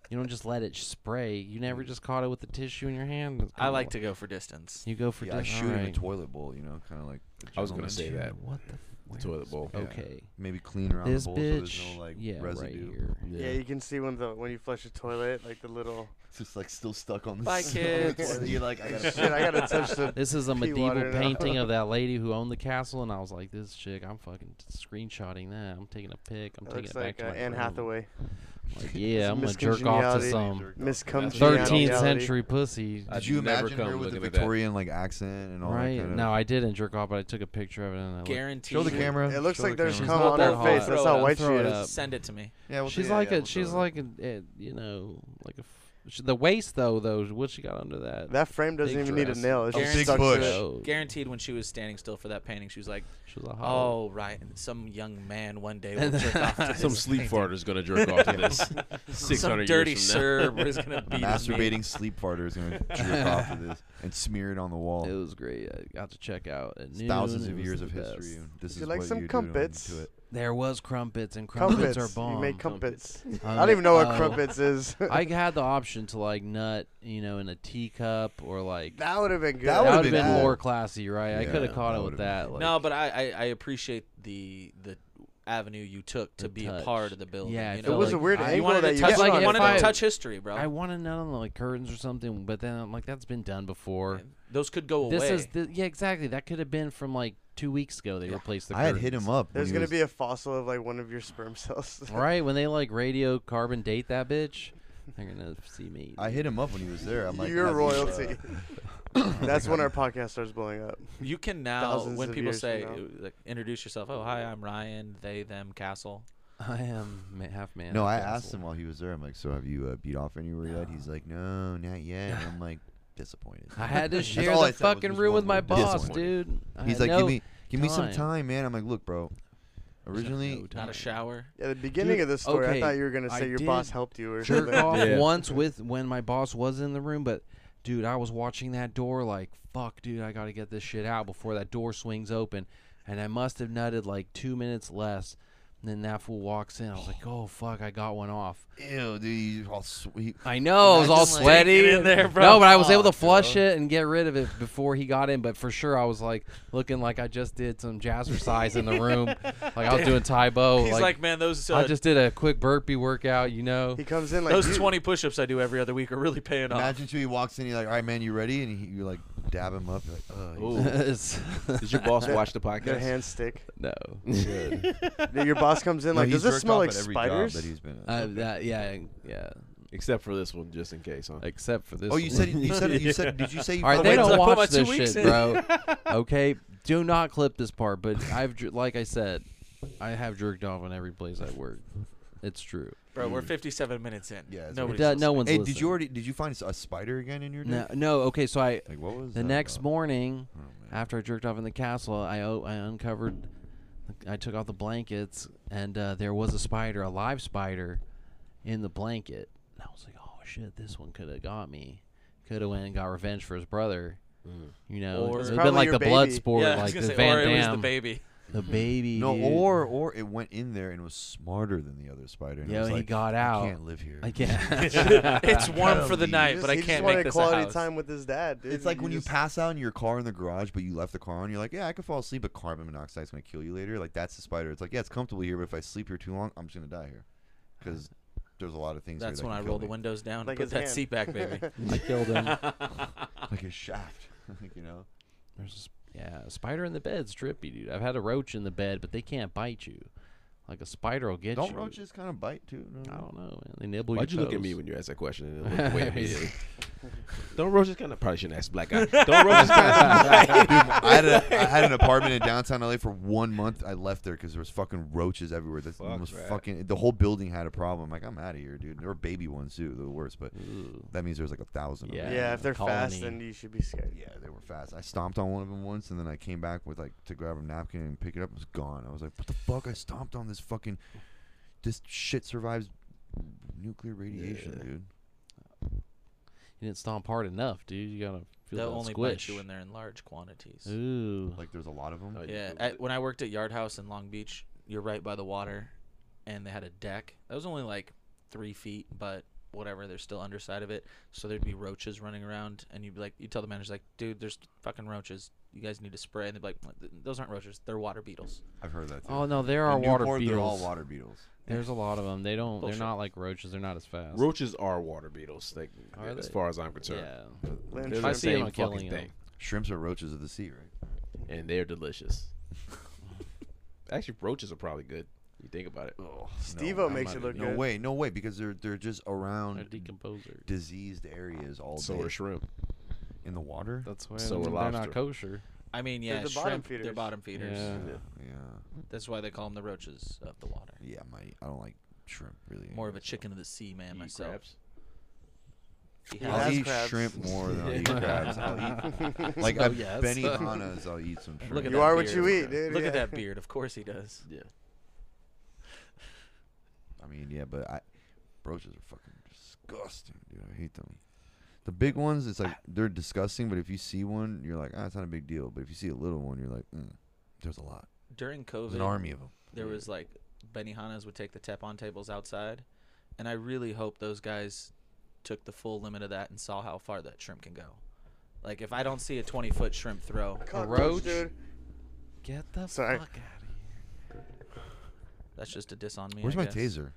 You don't just let it spray. You never just caught it with the tissue in your hand. I like to go for distance. You go for Yeah, I dis- shoot him a alright. toilet bowl, you know, kind of like. a I was gonna gentleman. say Dude, that. What the? where toilet is- bowl. Yeah. Okay. Maybe clean around This the bowl so bitch. there's no like yeah, residue. right here. Yeah. you can see when the when you flush a toilet, like the little It's (laughs) just like still stuck on the. Bye, on the kids. toilet. You're like, I (laughs) gotta shit. I gotta touch the. (laughs) This is a pee water medieval now. (laughs) painting of that lady who owned the castle, and I was like, "This chick, I'm fucking screenshotting that. I'm taking a pic. I'm It taking looks it back like uh, to my Anne room." Hathaway. (laughs) Like, yeah, I'm gonna jerk off to miscongeniality. some Miss Geniality. 13th century pussy. I'd Did you never imagine her come with the looking at that. Victorian like accent and all right? that kind of? no, I didn't jerk off, but I took a picture of it and I looked- Guaranteed. Show the camera. It looks Show like the there's camera. cum She's not on that her hot. face. That's Throw it how up. white she Throw it is. up. Send it to me. Yeah, we'll she's yeah, like yeah, a we'll she's throw it up. like a, eh, you know like a f- she, the waist though though what she got under that That frame doesn't Big even need dress. a nail. It's Oh, just big stuck to bush. it. Oh, Guaranteed when she was standing still for that painting, she was like, she was a hot "Oh right, and some young man one day will jerk off to this Some sleep painting. farter's gonna jerk off to (laughs) this. Six Some hundred dirty years from now. sir is gonna A be (laughs) masturbating sleep farter is (laughs) gonna jerk off to this and smear it on the wall. it was great I got to check out at It's noon. thousands It of was years the of best. history. and This Would is you like what some you do crumpets? to it. there was crumpets and crumpets, Crumpets. are bomb You make Crumpets. crumpets. I Um, don't even know what uh, crumpets is. I had the option to like nut you know in a teacup or (laughs) like that would have been good. That would would've have been been, cool. more classy right I Yeah, could have that caught it would've with been that cool. like, no, but I, I I appreciate the the avenue you took to The be a touch. part of the building. Yeah, I you felt know? it was like, a weird you I- angle wanted that to you touch, shot like, it you wanted if I- to touch history, bro. I want to nut on like curtains or something but then I'm like that's been done before Those could go This away. is the, yeah, exactly. That could have been from like two weeks ago. They replaced the. I had hit curtains. him up. when There's he gonna was- be a fossil of like one of your sperm cells. (laughs) right when they like radio carbon date that bitch. They're gonna see me. I hit him up when he was there. I'm like, You're "Have you, uh, royalty. (laughs) That's when our podcast starts blowing up. you can now Thousands when of people years from say now. uh, like, introduce yourself. Oh hi, I'm Ryan. They them Castle. (laughs) I am ma- half man. No, I half asked asshole. him while he was there. I'm like, so have you uh, beat off anywhere yet? He's like, no, not yet. (laughs) And I'm like, disappointed. I had (laughs) to That's share all I the said was fucking just room one with my word, boss, disappointed. dude. I He's had like, no- give me, give me some time. time, man. I'm like, look, bro. no Originally, time. Not a shower. Yeah, the beginning Dude, of this story, okay, I thought you were gonna I say your did boss helped you or jerk something. off Yeah. once with when my boss was in the room, but dude, I was watching that door like, fuck, dude, I gotta get this shit out before that door swings open, and I must have nutted like two minutes less. And then that fool walks in. I was like, oh fuck, I got one off. ew, dude, you all sweet. I know. I was all Imagine, like, taking sweaty it in there, bro. No, but I was able to Fuck, flush it and get rid of it before he got in. But for sure, I was like looking like I just did some jazzercise in the (laughs) room, like I was doing Tai Bo. He's like, man, those uh, Oh, I just did a quick burpee workout, you know. (laughs) He comes in like those "You- 20 push-ups I do every other week are really paying off. Imagine too. He walks in. You're like, all right, man, you ready? And he, you like dab him up. You're like, oh, Ooh. It's- Did your boss Their- watch (laughs) the podcast? Their hands (laughs) stick. no. Yeah, Your boss comes in like, does this smell like that spiders? he's been at. Uh, that, yeah, yeah. Except for this one, just in case, huh? Except for this. oh, you one. said you said you (laughs) said. Did you say (laughs) you? All right, felt they wait like till I put don't my watch two this weeks shit, in. (laughs) bro. okay, do not clip this part. But I've, jer- like I said, I have jerked off on every place I work. It's true. Bro, we're 57 some- minutes in. Yeah, it's It Nobody's does- no listening. one's Hey, listening. did you already? Did you find a spider again in your dick? (laughs) No, no. Okay, so I Like what was the that next about? morning Oh, man. after I jerked off in the castle, I o- I uncovered, I took off the blankets and uh, there was a spider, a live spider, in the blanket. And I was like, oh shit, this one could have got me. Could have went and got revenge for his brother. You know, Or- it would have Probably been like your the blood baby. sport, yeah, I was like gonna the say, Van or it was the Damme, (laughs) baby. (laughs) the baby. No, dude. or or it went in there and was smarter than the other spider. And it Yo, was he like, got I out. can't live here. I can't. (laughs) it's (laughs) warm for the Golly. He night, just- but I he just can't wanted make this a quality house. time with his dad. (laughs) Dude. It's like You when you just- pass out in your car in the garage, but you left the car on. You're like, yeah, I could fall asleep, but carbon monoxide's gonna kill you later. Like that's the spider. It's like, yeah, it's comfortable here, but if I sleep here too long, I'm just gonna die here, because there's a lot of things. here That's that when I can roll kill the me. windows down, Like put his that hand. seat back, (laughs) baby. I killed him. like a shaft. (laughs) like, you know, There's a, s- yeah, a spider in the bed's trippy, dude. I've had a roach in the bed, but they can't bite you. Like a spider will get don't you. roaches kind of bite too? No, (laughs) I no. don't know, man. They nibble Why'd you your look at me toes. when you asked that question? And then (laughs) look away immediately? Don't roaches kind of probably shouldn't ask black (laughs) guy. Don't roaches kind (laughs) of. I had a I had (laughs) an apartment in downtown LA for one month. I left there because there was fucking roaches everywhere. That's the Fuck most that. fucking. The whole building had a problem. Like I'm out of here, dude. There were baby ones too, the worst. But Ooh. that means there's like a thousand. Of Yeah, them. Yeah, if they're colony. fast, then you should be scared. Yeah, they were fast. I stomped on one of them once, and then I came back with like to grab a napkin and pick it up. It was gone. I was like, "What the fuck? I stomped on this fucking. This shit survives nuclear radiation, Yeah. dude. You didn't stomp hard enough, dude. You gotta feel They'll that only squish. bite you when they're in large quantities. Ooh. Like there's a lot of them. Oh, Yeah, Googled at, it. when I worked at Yard House in Long Beach, you're right by the water, and they had a deck that was only like three feet, but whatever they're still underside of it so there'd be roaches running around and you'd be like you tell the manager like dude there's fucking roaches you guys need to spray and they'd be like "Th- those aren't roaches they're water beetles I've heard that. Too. Oh no, there In are water Newport, beetles. They're all water beetles. There's a lot of them. They don't. Bullshit. They're not like roaches. They're not as fast. Roaches are water beetles, like, Are as they? far as I'm concerned. yeah. Land They're I the see 'em same fucking killing 'em. thing, Shrimps are roaches of the sea, right? and they're delicious. (laughs) Actually, roaches are probably good. You think about it. Steve-O I might- makes it look no good. way, no way, because they're they're just They're around decomposers. diseased areas all So day are shrimp. in the water. That's why So they're are not lobster. kosher. i mean yeah the shrimp, bottom they're feeders. bottom feeders Yeah. yeah, yeah, that's why they call them the roaches of the water yeah. My, I don't like shrimp really. more of a anyway, so- chicken of the sea man You eat myself crabs? He Yeah. has I'll eat crabs. shrimp more than I'll eat crabs. I'll eat like No, at yes. Benihana's. I'll eat some shrimp. Look at You that are what beard. you eat, dude. look at yeah. that beard of course he does Yeah. I mean, yeah, but I roaches are fucking disgusting, dude. I hate them. The big ones, it's like they're disgusting, but if you see one, you're like, ah, it's not a big deal. But if you see a little one, you're like, mm, there's a lot. during There's covid an army of them. there was like Benihana's would take the tap on tables outside, and I really hope those guys took the full limit of that and saw how far that shrimp can go. Like if I don't see a twenty foot shrimp throw, (laughs) Cockroach, roach? dude. Get the Sorry. fuck out of here. that's just a diss on me. Where's I my guess. taser?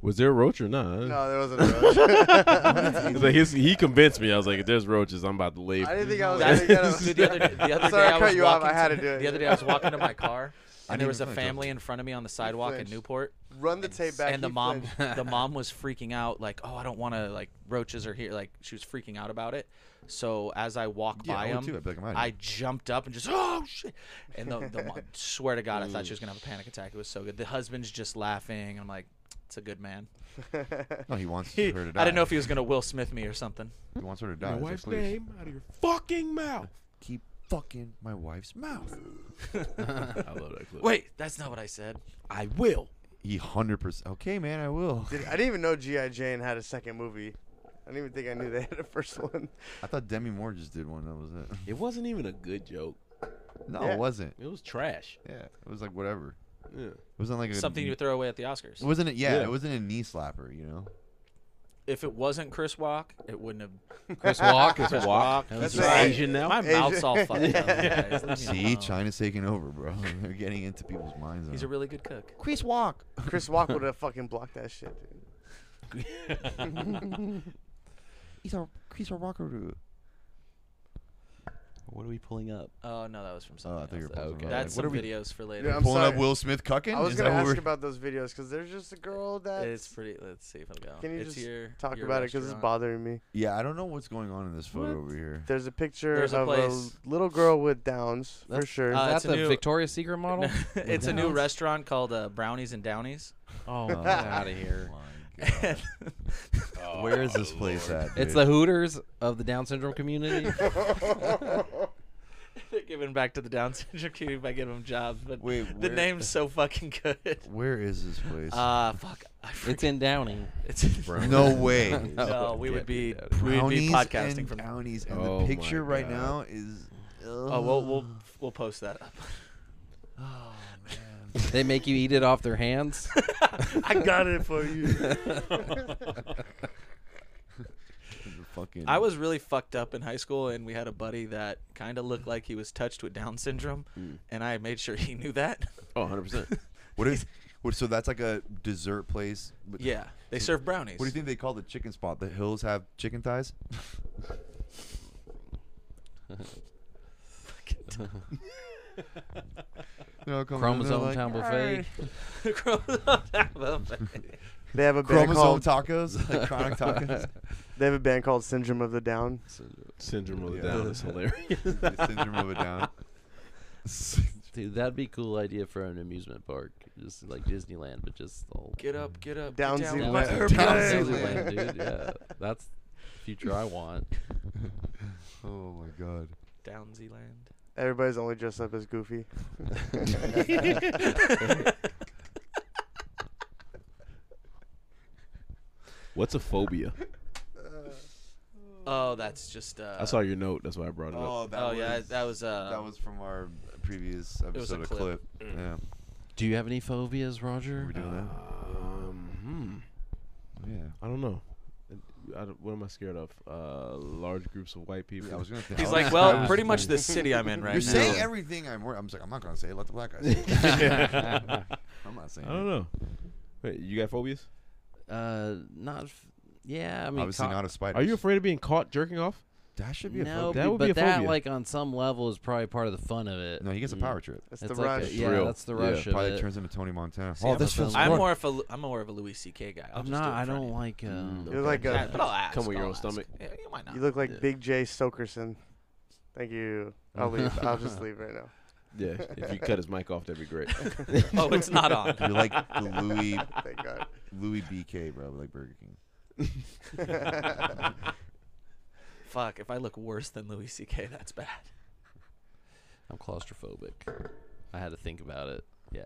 Was there a roach or not? No, there wasn't (laughs) a roach. (laughs) like his, he convinced me. I was like, if there's roaches, I'm about to leave. I didn't think I was That's- gonna get him. (laughs) dude, the other, the other (laughs) Sorry, day I I was cut you off. walking I had to to- do it. The other day I was walking to my (laughs) car, and there didn't was a even flinch. family in front of me on the sidewalk in flinched. Newport, Run the tape back. and the he mom (laughs) flinched. the mom (laughs) was freaking out like oh i don't want to like roaches are here like she was freaking out about it so as i walked Yeah, by I would him too. I'd be like, "I'm outta i here." jumped up and just oh shit and the, the (laughs) mom, swear to god i thought she was gonna have a panic attack it was so good the husband's just laughing i'm like it's a good man (laughs) No, he wants i her to die. didn't know if he was gonna will smith me or something he wants her to die. It's like, please, out of your fucking (laughs) mouth. Keep fucking my wife's mouth. I love that clip. wait that's not what i said I will. He hundred percent. Okay, man, I will. Dude, I didn't even know G.I. Jane had a second movie. I didn't even think I knew they had a first one. I thought Demi Moore just did one. That was it. (laughs) It wasn't even a good joke. No, Yeah. it wasn't. It was trash. Yeah, it was like whatever. Yeah. It wasn't like a something you would throw away at the oscars It wasn't it? Yeah, Yeah. it wasn't a knee slapper. You know. if it wasn't chris walk it (laughs) wouldn't have Chris Walk. chris walk That's right. Asian now. my Asian. mouth's all fucked up guys. Leave me See, alone. China's taking over, bro. (laughs) They're getting into people's minds. he's a really good cook Chris Walk. Chris Walk would have fucking blocked that shit, dude. He's a Chris Walker. What are we pulling up? Oh no, that was from Oh, something. I think you're else. okay. Okay. That's what some are we videos for later. Yeah, I'm pulling up? sorry. Will Smith cucking? I was Is gonna that what ask we're- about those videos because there's just a girl that it's pretty. Let's see if it'll go. Can you it's just your, talk your about it because it's restaurant. bothering me. Yeah, I don't know what's going on in this photo over here. There's a picture There's a of place- a little girl with Downs for That's- sure. Uh, Is it's a that the new- Victoria's Secret model? (laughs) it's a new McDonald's? restaurant called uh, Brownies and Downies. Oh, (laughs) get out of here. Oh My God. Where is this place at? It's the dude? Hooters of the Down syndrome community. (laughs) They're giving back to the Down syndrome community by giving them jobs, but Wait, the where- name's so fucking good. Where is this place? Uh fuck. I it's forget- in Downing. (laughs) It's in (laughs) no (laughs) way. (laughs) No, we would be we would be Brownies podcasting and from. Brownies, and Oh the my picture right God. now is. Oh, we'll we'll we'll post that (laughs) up. (laughs) They make you eat it off (laughs) their hands. I got it for (laughs) you. The (laughs) fucking. I was really fucked up in high school, and we had a buddy that kind of looked like he was touched with Down syndrome, Mm. and I made sure he knew (laughs) that. Oh, 100 percent. What is? What, so that's like a dessert place. but- yeah, they serve brownies. What do you think they call the chicken spot? The hills have (laughs) chicken thighs. (laughs) They're all coming in, they're Chromosome like, Town Buffet. think? (laughs) (laughs) they have a band Chromosome called tacos, (laughs) like chronic tacos. they have a band called Syndrome of the Down. Syndrome of the Yeah. Down (laughs) is hilarious. Syndrome of a down. Dude, that'd be a cool idea for an amusement park. Just like Disneyland, but just all get up, get up. Down get Zulu- with Down her Zulu- brownies. Disneyland, dude. Yeah. That's the future I (laughs) want. (laughs) Oh my god. Down Zealand. Everybody's only dressed up as Goofy. What's a phobia? Oh, that's just. Uh, I saw your note. That's why I brought it up. (laughs) Oh yeah, that was. Uh, that was from our previous It was a episode of clip. clip. Mm. Yeah, Do you have any phobias, were Uh, Roger? we doing that? Um, Yeah. I don't know. I don't- what am I scared of? Uh, large groups of white people. Yeah, (laughs) I was gonna say- (laughs) He's I like, was- I well, was pretty like- much the city I'm in right You're now. saying everything I'm worried. I'm just like, I'm not gonna say it. Let the black guy say it. I'm not saying. I don't it. know. Wait, you got phobias? Uh, not. F- yeah, I mean, Obviously co- not a spider. Are you afraid of being caught jerking off? That should be a no, phobia. That would but be a that phobia. like on some level is probably part of the fun of it. No, he gets a Mm. power trip. That's It's the like a- rush. yeah, Thrill. that's the Yeah, rush of Probably it. turns into Tony Montana. See, I'm a film I'm Lord. more of a I'm more of a Louis C.K. guy. I'll I'm just do not. it I in front don't of like. Um, You're like you. Yeah, a, (laughs) but I'll ask. Come with your I'll own ask. stomach. Yeah, you might not. you look like Yeah. Big J Stokerson. Thank you. I'll leave. I'll just leave right now. Yeah. if you cut his mic off, that'd be (laughs) great. oh, it's not (laughs) on. (laughs) You're like the Louis Thank God. Louis BK, bro, like Burger King. Fuck. If I look worse than Louis C.K., that's bad. I'm claustrophobic. I had to think about it. Yeah,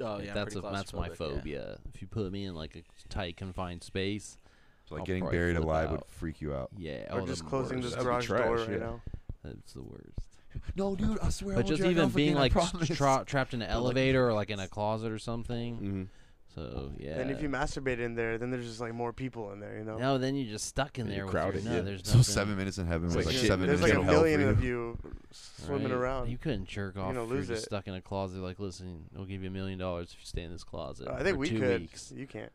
Oh Like, yeah, I'm that's a, pretty that's my claustrophobic, yeah. phobia. If you put me in like a tight confined space, So like I'll getting probably buried flip alive would out. freak you out. yeah, Or oh, just the closing worst. this That'd be garage door trash, right yeah. now. That's the worst. No, dude, I swear. But just even being like s- tra- trapped in an elevator or like in a closet or Mm. something. hmm So yeah. And if you masturbate in there, then there's just like more people in there, you know. no, then you're just stuck in Yeah, there. you're With crowded, Your, no, yeah. there's so nothing, seven minutes in heaven was Wait, like shit, seven There's minutes in like a hell for million you. of you swimming right? around. You couldn't jerk You're off. gonna if you're lose just it. stuck in a closet. Like, listen, we'll give you a million dollars if you stay in this closet. Uh, I think for we two could. Weeks. You can't.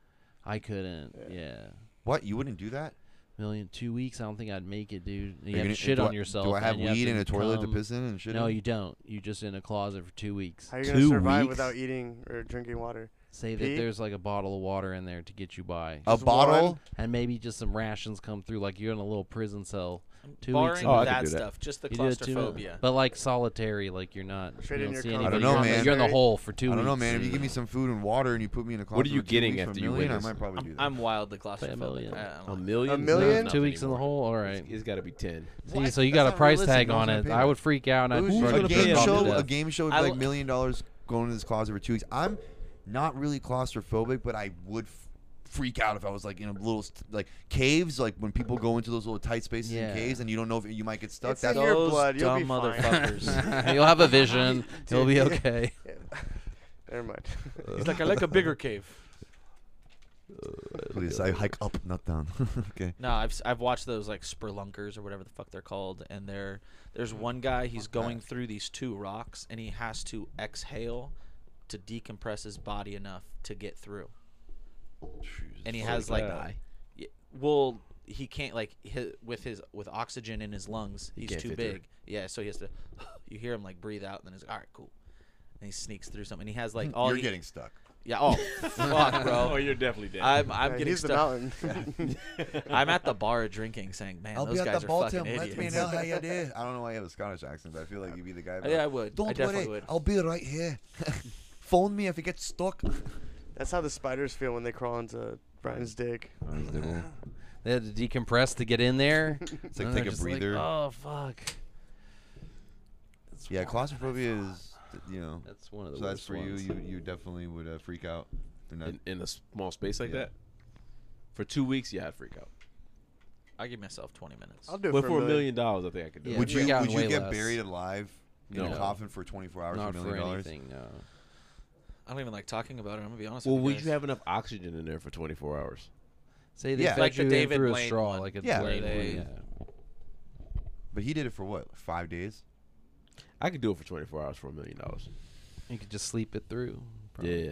I couldn't. Yeah. Yeah. What? You wouldn't do that? million two weeks. I don't think I'd make it, dude. You Are you have gonna- to shit do on I- yourself. Do I have and you have weed to in a toilet to come- piss in and shit? No, in? you don't. You just in a closet for two weeks. How are you gonna Two survive weeks? without eating or drinking water? Say that Pete? there's like a bottle of water in there to get you by, a Just bottle. one. and maybe just some rations come through. Like you're in a little prison cell. Two Barring weeks. Oh, I could that do that. stuff, just the You do it too, claustrophobia. but like solitary, like you're not. Straight you in don't your see coma. anybody. I don't know, You're on the- man. You're in the hole for two. I don't know, weeks. man. If you give me some food and water and you put me in a closet, What are you for two getting weeks for after a you win million, I this? might probably do that. I'm wildly Play a claustrophobic. million. Uh, I don't A like- million. A million? Two weeks in the hole. All right. It's got to be ten. See, What? so you That's got a not price realistic. tag No on one's it. gonna pay I that. would freak out. And Who's I'd gonna a fucking Like jerk pay game off to it? show, a (laughs) death. game show with I like li- million dollars going to this closet for two weeks. I'm not really claustrophobic, but I would f- freak out if I was like in a little st- like caves, like when people go into those little tight spaces Yeah. in caves, and you don't know if you might get stuck. It's That's in your Those blood, you'll be dumb fine. motherfuckers. You'll have a vision. You'll be okay. Yeah. (laughs) Never mind. (laughs) He's like, I (laughs) like a bigger cave. please. I hike up, not down. (laughs) okay. No, I've s- I've watched those like spurlunkers or whatever the fuck they're called, and there there's Mm, one guy he's going through these two rocks and he has to exhale to decompress his body enough to get through, and he has like God. y- well he can't like hi with his with oxygen in his lungs he's can't too fit through. big yeah so he has to (sighs) you hear him like breathe out and then he's like all right cool and he sneaks through something and he (laughs) has like all You're he- getting stuck. yeah oh fuck Oh, bro you're definitely dead. I'm I'm Yeah, getting he's the stuck. mountain. I'm at the bar drinking, saying, "Man, I'll those be at guys the are ball fucking team. Let me idiots." (laughs) know how you did. I don't know why you have a Scottish accent, but I feel like you'd be the guy. (laughs) Yeah, I would. I Don't definitely worry. would. I'll be right (laughs) here. Phone me if you get stuck. (laughs) That's how the spiders feel when they crawl into Brian's dick. They had to decompress to get in there. It's like And (laughs) they're take a just like, breather. oh fuck. Yeah, claustrophobia is, th- you know. That's one of the So that's worst for ones. you. You you definitely would uh, freak out. They're not- in, in a small space like Yeah. that for two weeks. Yeah, I'd freak out. I give myself 20 minutes. I'll do it But for, for a million. dollars, I think I could do Yeah, it. would you freak out would way you get less. buried alive in a No. coffin for 24 hours Not for a for million dollars? anything. No. I don't even like talking about it. I'm gonna be honest. Well, with would guys. you have enough oxygen in there for 24 hours? Say they Yeah. fed Like the you in David through Blaine a straw, one. like a Yeah. Blaine Where one, they- yeah. But he did it for what? Five days. I could do it for 24 hours for a million dollars. You could just sleep it through. probably. Yeah.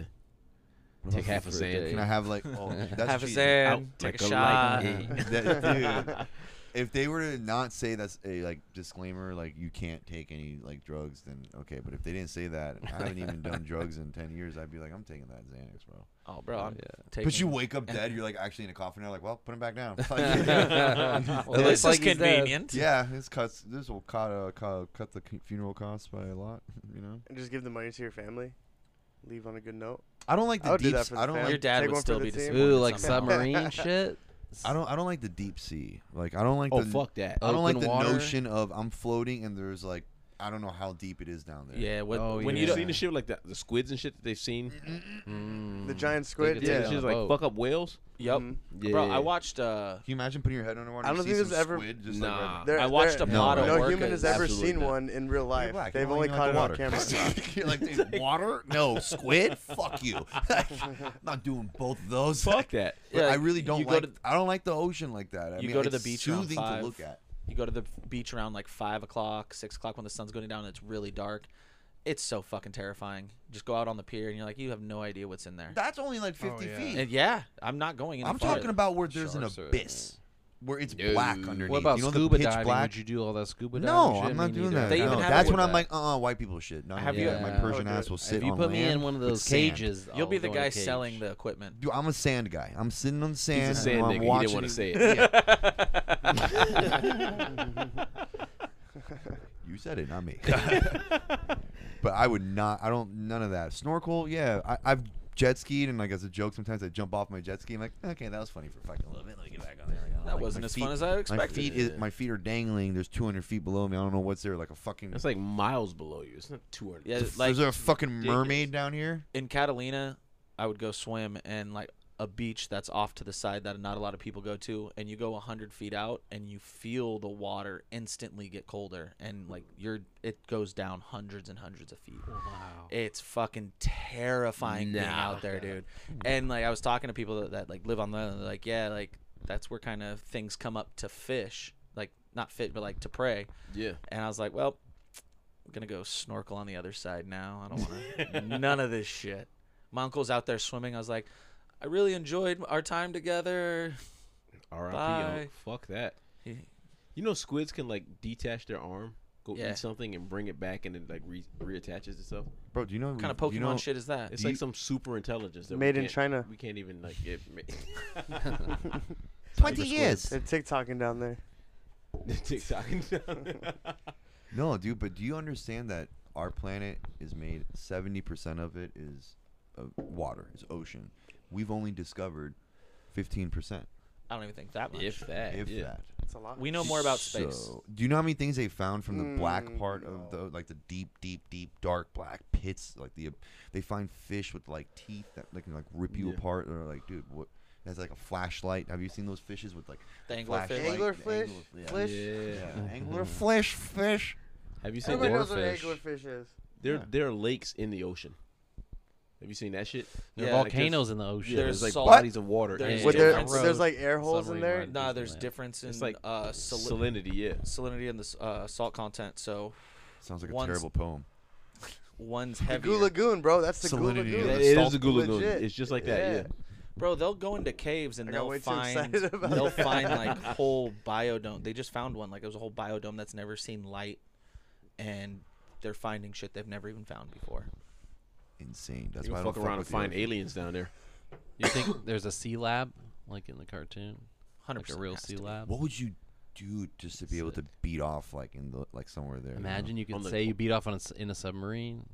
Take half a for a sand. (laughs) day? Can I (laughs) have like? Oh, that's Have a cheating. sand, Out take like a a shot. lightning. (laughs) (laughs) That- dude, if they were to not say that's a like disclaimer, like you can't take any like drugs, then okay. But if they didn't say that, I haven't even (laughs) done drugs in 10 years. I'd be like, I'm taking that Xanax, bro. Oh, bro, I'm yeah. taking. But you wake up dead. You're like actually in a coffin. You're like, well, put him back (laughs) down. (laughs) Well, Well, it this looks is like he's dead. convenient. Yeah, this cuts. This will cut uh, cut, cut the c- funeral costs by a lot. (laughs) You know, And just give the money to your family. Leave on a good note. I don't like I the would do deep. that s- for the I don't family. Your like. dad Take would one for still the be team. disappointed. Ooh, like somehow. submarine shit. I don't. I don't like the deep sea. Like I don't like Oh, the. fuck that. I don't like Open the water. notion of I'm floating and there's like I don't know how deep it is down there. Yeah, what, Oh, when When you you've don't, seen the shit with, like the, the squids and shit that they've seen, Mm. The giant squid. could take Yeah. it she's on a like boat. fuck up whales. yep, Mhm. bro. Yeah. I watched uh, Can you imagine putting your head underwater? I and don't you think see there's some ever- squid just Nah. like right There- I watched there- a No pod way. of No orcas. human has ever Absolutely seen not. one there. in real You're life. black, They've you don't only like caught it the on water. camera. (laughs) You're like, "Dude, water? No, squid? Fuck you. (laughs) not doing both of those. Fuck that. But Yeah, I really don't you go like. to- I don't like the ocean like that. I You mean, go to it's the beach around Soothing five. to look at. You go to the beach around like five o'clock, six o'clock when the sun's going down and it's really dark. It's so fucking terrifying. Just go out on the pier and you're like, you have no idea what's in there. That's only like 50 yeah. feet. and yeah, I'm not going. Any I'm farther. talking about where there's Sharks an are- abyss, where it's No. black underneath. What about you know, the scuba pitch diving? Black? Would you do all that scuba diving? no, shit? I'm not Me doing neither. that. They no. even have That's it when with I'm like, uh, uh white people shit. No, Have have you? you- My Yeah. Persian Oh, ass dude. will sit if you on put me land in one of with those sand. cages, You'll I'll be the Oh, go in a guy cage. selling the equipment. Dude, I'm a sand guy. I'm sitting on the sand. He's a sand and I'm nigga. He watching didn't want to say these- (laughs) it. You said it, not me. (laughs) but I would not. I don't. None of that. Snorkel. Yeah, I, I've jet skied, and like as a joke, sometimes I jump off my jet ski. I'm like, okay, that was funny for fucking a little bit. Let me get back on there. Like, oh, That like, wasn't my as feet- fun as I My expected. feet, is, my feet are dangling. There's 200 feet below me. I don't know what's there. Like a fucking. (laughs) It's like miles below you. It's not two hundred. Yeah, Is like there a fucking mermaid down here? in Catalina, I would go swim and like a beach that's off to the side that not a lot of people go to, and you go 100 feet out and you feel the water instantly get colder, and like you're it goes down hundreds and hundreds of feet. Wow. It's fucking terrifying being out there, dude. And like I was talking to people that, that like live on the island, they're like yeah, like that's where kind of things come up to fish, like not fit, but like to prey. Yeah. And I was like, well, I'm gonna go snorkel on the other side now. I don't want (laughs) to none of this shit. My uncle's out there swimming. I was like, I really enjoyed our time together. R.I.P. Bye. Unc. Fuck that. He- You know, squids can like detach their arm, go Yeah. eat something, and bring it back, and it like re- reattaches itself. Bro, do you know What kind of we- Pokemon you know, shit is that? It's Do like you- some super intelligence that we Made in can't- China. We can't even like get. ma- (laughs) 20 years. They're TikToking down there. TikTok. No, dude, but do you understand that our planet is made 70% of it is uh, water, is ocean. We've only discovered 15%, I don't even think that much. if that. if yeah. that. It's a lot. we know more about space. So, do you know how many things they found from the black Mm, part of the like the deep, deep, deep, dark black pits? Like the they find fish with like teeth that like can like rip you Yeah. apart. They're like, dude, what? That's like a flashlight. Have you seen those fishes with like The anglerfish. flashlight? Anglerfish? Angler- Flish? Yeah. Yeah. (laughs) Anglerfish fish. Have you seen Everybody knows what an Anglerfish? anglerfish is. There, Yeah. there are lakes in the ocean. Have you seen that shit? There are Like, Volcanoes in the there's- ocean. yeah, There's there's like salt. bodies of water. There's in What it. there, difference. there's like air holes in Submarine there. ride. Nah, there's Yeah. difference in It's like uh, sali- salinity. Yeah. salinity and the s- uh, salt content. So Sounds like a Once- terrible poem. one's The heavier. Goo Lagoon, bro. That's the Goo Salinity Lagoon. of It the is salt- a Gula Lagoon. legit. It's just like that. Yeah. Bro, they'll go into caves and I got they'll way too find excited (laughs) about they'll that. find (laughs) like whole biodome. They just found one like it was a whole biodome that's never seen light, and they're finding shit they've never even found before. Insane. That's You why can I don't fuck around and with the find ocean. aliens down there. You think (coughs) there's a sea lab, like in the cartoon, Hundred like a percent. real sea lab? What would you do just to be able to beat off like in the like somewhere there? you know? Imagine you On could the- say you beat off on a s in a submarine.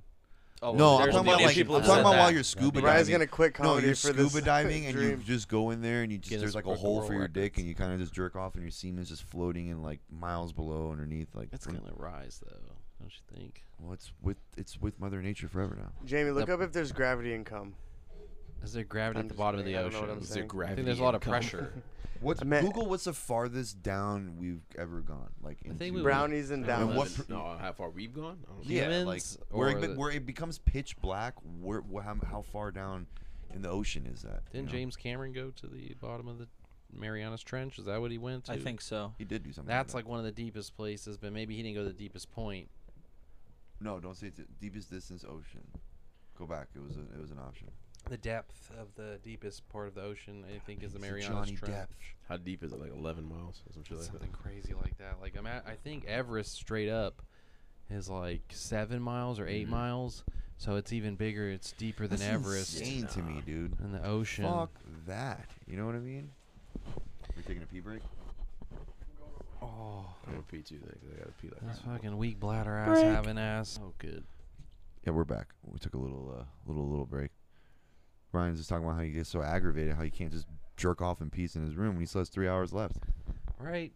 Oh, No, I'm there's talking plenty about of like I'm people talking who've said about while that. you're scuba Brian's diving. gonna quit No, comedy you're for this scuba diving and you dream. just go in there and you just Guinness there's like a Book of hole World for your dick Records. and you kind of just jerk off and your semen's just floating in like miles below underneath like It's gonna rise though, don't you think? well, it's with it's with Mother Nature forever now. Jamie, look The- up if there's gravity and cum. Is there gravity I'm at the just bottom of kidding, the I don't know what ocean? I'm I Is there saying. gravity? think there's a lot and of cum? pressure. (laughs) What's I meant- Google? What's the farthest down we've ever gone? Like think into- we went Brownies and I don't down. And what Eleven. No, how far we've gone? I don't know. yeah, like Humans where or it, be- the- where it becomes pitch black. Where, wh- how, how far down in the ocean is that? you Didn't know? James Cameron go to the bottom of the Marianas Trench? Is that what he went to? I think so. he did do something? that's that. like one of the deepest places, but maybe he didn't go to the deepest point. no, don't say it's the deepest distance ocean. Go back. It was a, it was an option. The depth of the deepest part of the ocean, I think, is the It's a Marianas Johnny Trench. Depp. How deep is it? Like 11 miles or some shit like that. Something crazy like that. Like I'm at, I think Everest straight up is like seven miles or 8 miles, so it's even bigger. It's deeper than Mm-hmm. That's Everest Insane to me, dude. in the ocean. Fuck that. You know what I mean? We taking a pee break? Oh, I'm gonna pee too. Like, I gotta pee like that's that. fucking weak bladder ass having ass. Oh, good. Yeah, we're back. We took a little, uh, little, little break. Ryan's just talking about how you get so aggravated, how you can't just jerk off in peace in his room when he still has three hours left. Right?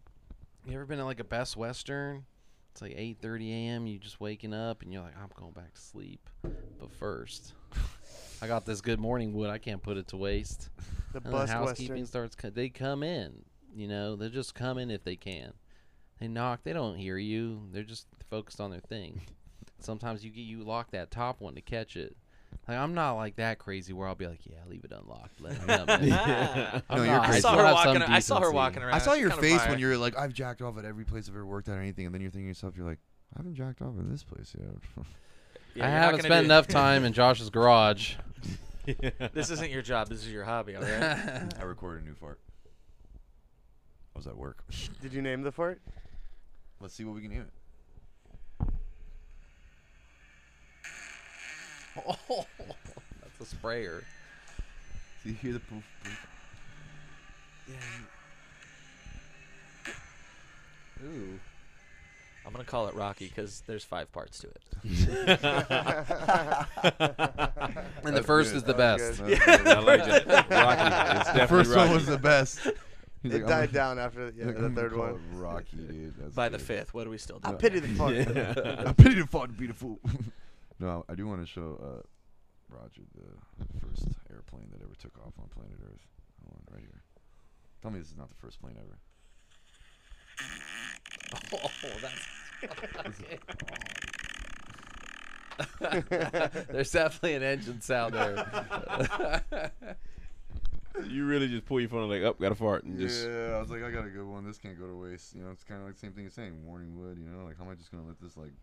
You ever been to like a Best Western? It's like 8:30 a.m. You just waking up and you're like, I'm going back to sleep. But first, I got this good morning wood. I can't put it to waste. The And bus the housekeeping western. starts. Co- they come in. You know, they just come in if they can. They knock. They don't hear you. They're just focused on their thing. (laughs) Sometimes you get you lock that top one to catch it. Like I'm not like that crazy where I'll be like, yeah, leave it unlocked. Let it (laughs) come (laughs) in." Ah. I'm No, you're not. I crazy. saw still her have some walking. I saw her decency. walking around. I saw She's your kinda face fire. when you were like, I've jacked off at every place I've ever worked at or anything, and then you're thinking to yourself, you're like, I haven't jacked off at this place yet. Yeah, I you're not haven't gonna spent do- enough time in Josh's garage. (laughs) This isn't your job. This is your hobby. All right. (laughs) (laughs) I recorded a new fart. I was at work. Did you name the fort? Let's see what we can (laughs) name it. That's a sprayer. So you hear the poof poof. Ooh. I'm gonna call it Rocky because there's five parts to it. And the first good. is the That best. was good. I like (laughs) that. Rocky. It's definitely The first Rocky. one was the best. He's like, It I'm gonna- died down after the, he's (laughs) yeah, like, the I'm gonna third call one. it Rocky, dude. That's By the good. fifth, what are we still I doing? pity the fort. (laughs) I pity the fart to be the fool. (laughs) no, I do want to show uh, Roger the first airplane that ever took off on planet Earth. Hold on, right here. Tell me this is not the first plane ever. (laughs) Oh, that's. (laughs) There's definitely an engine sound there. (laughs) You really just pull your phone like, up, got to fart, and just yeah, I was like, I got a good one. This can't go to waste. You know, it's kind of like the same thing as saying warning wood. You know, like how am I just gonna let this like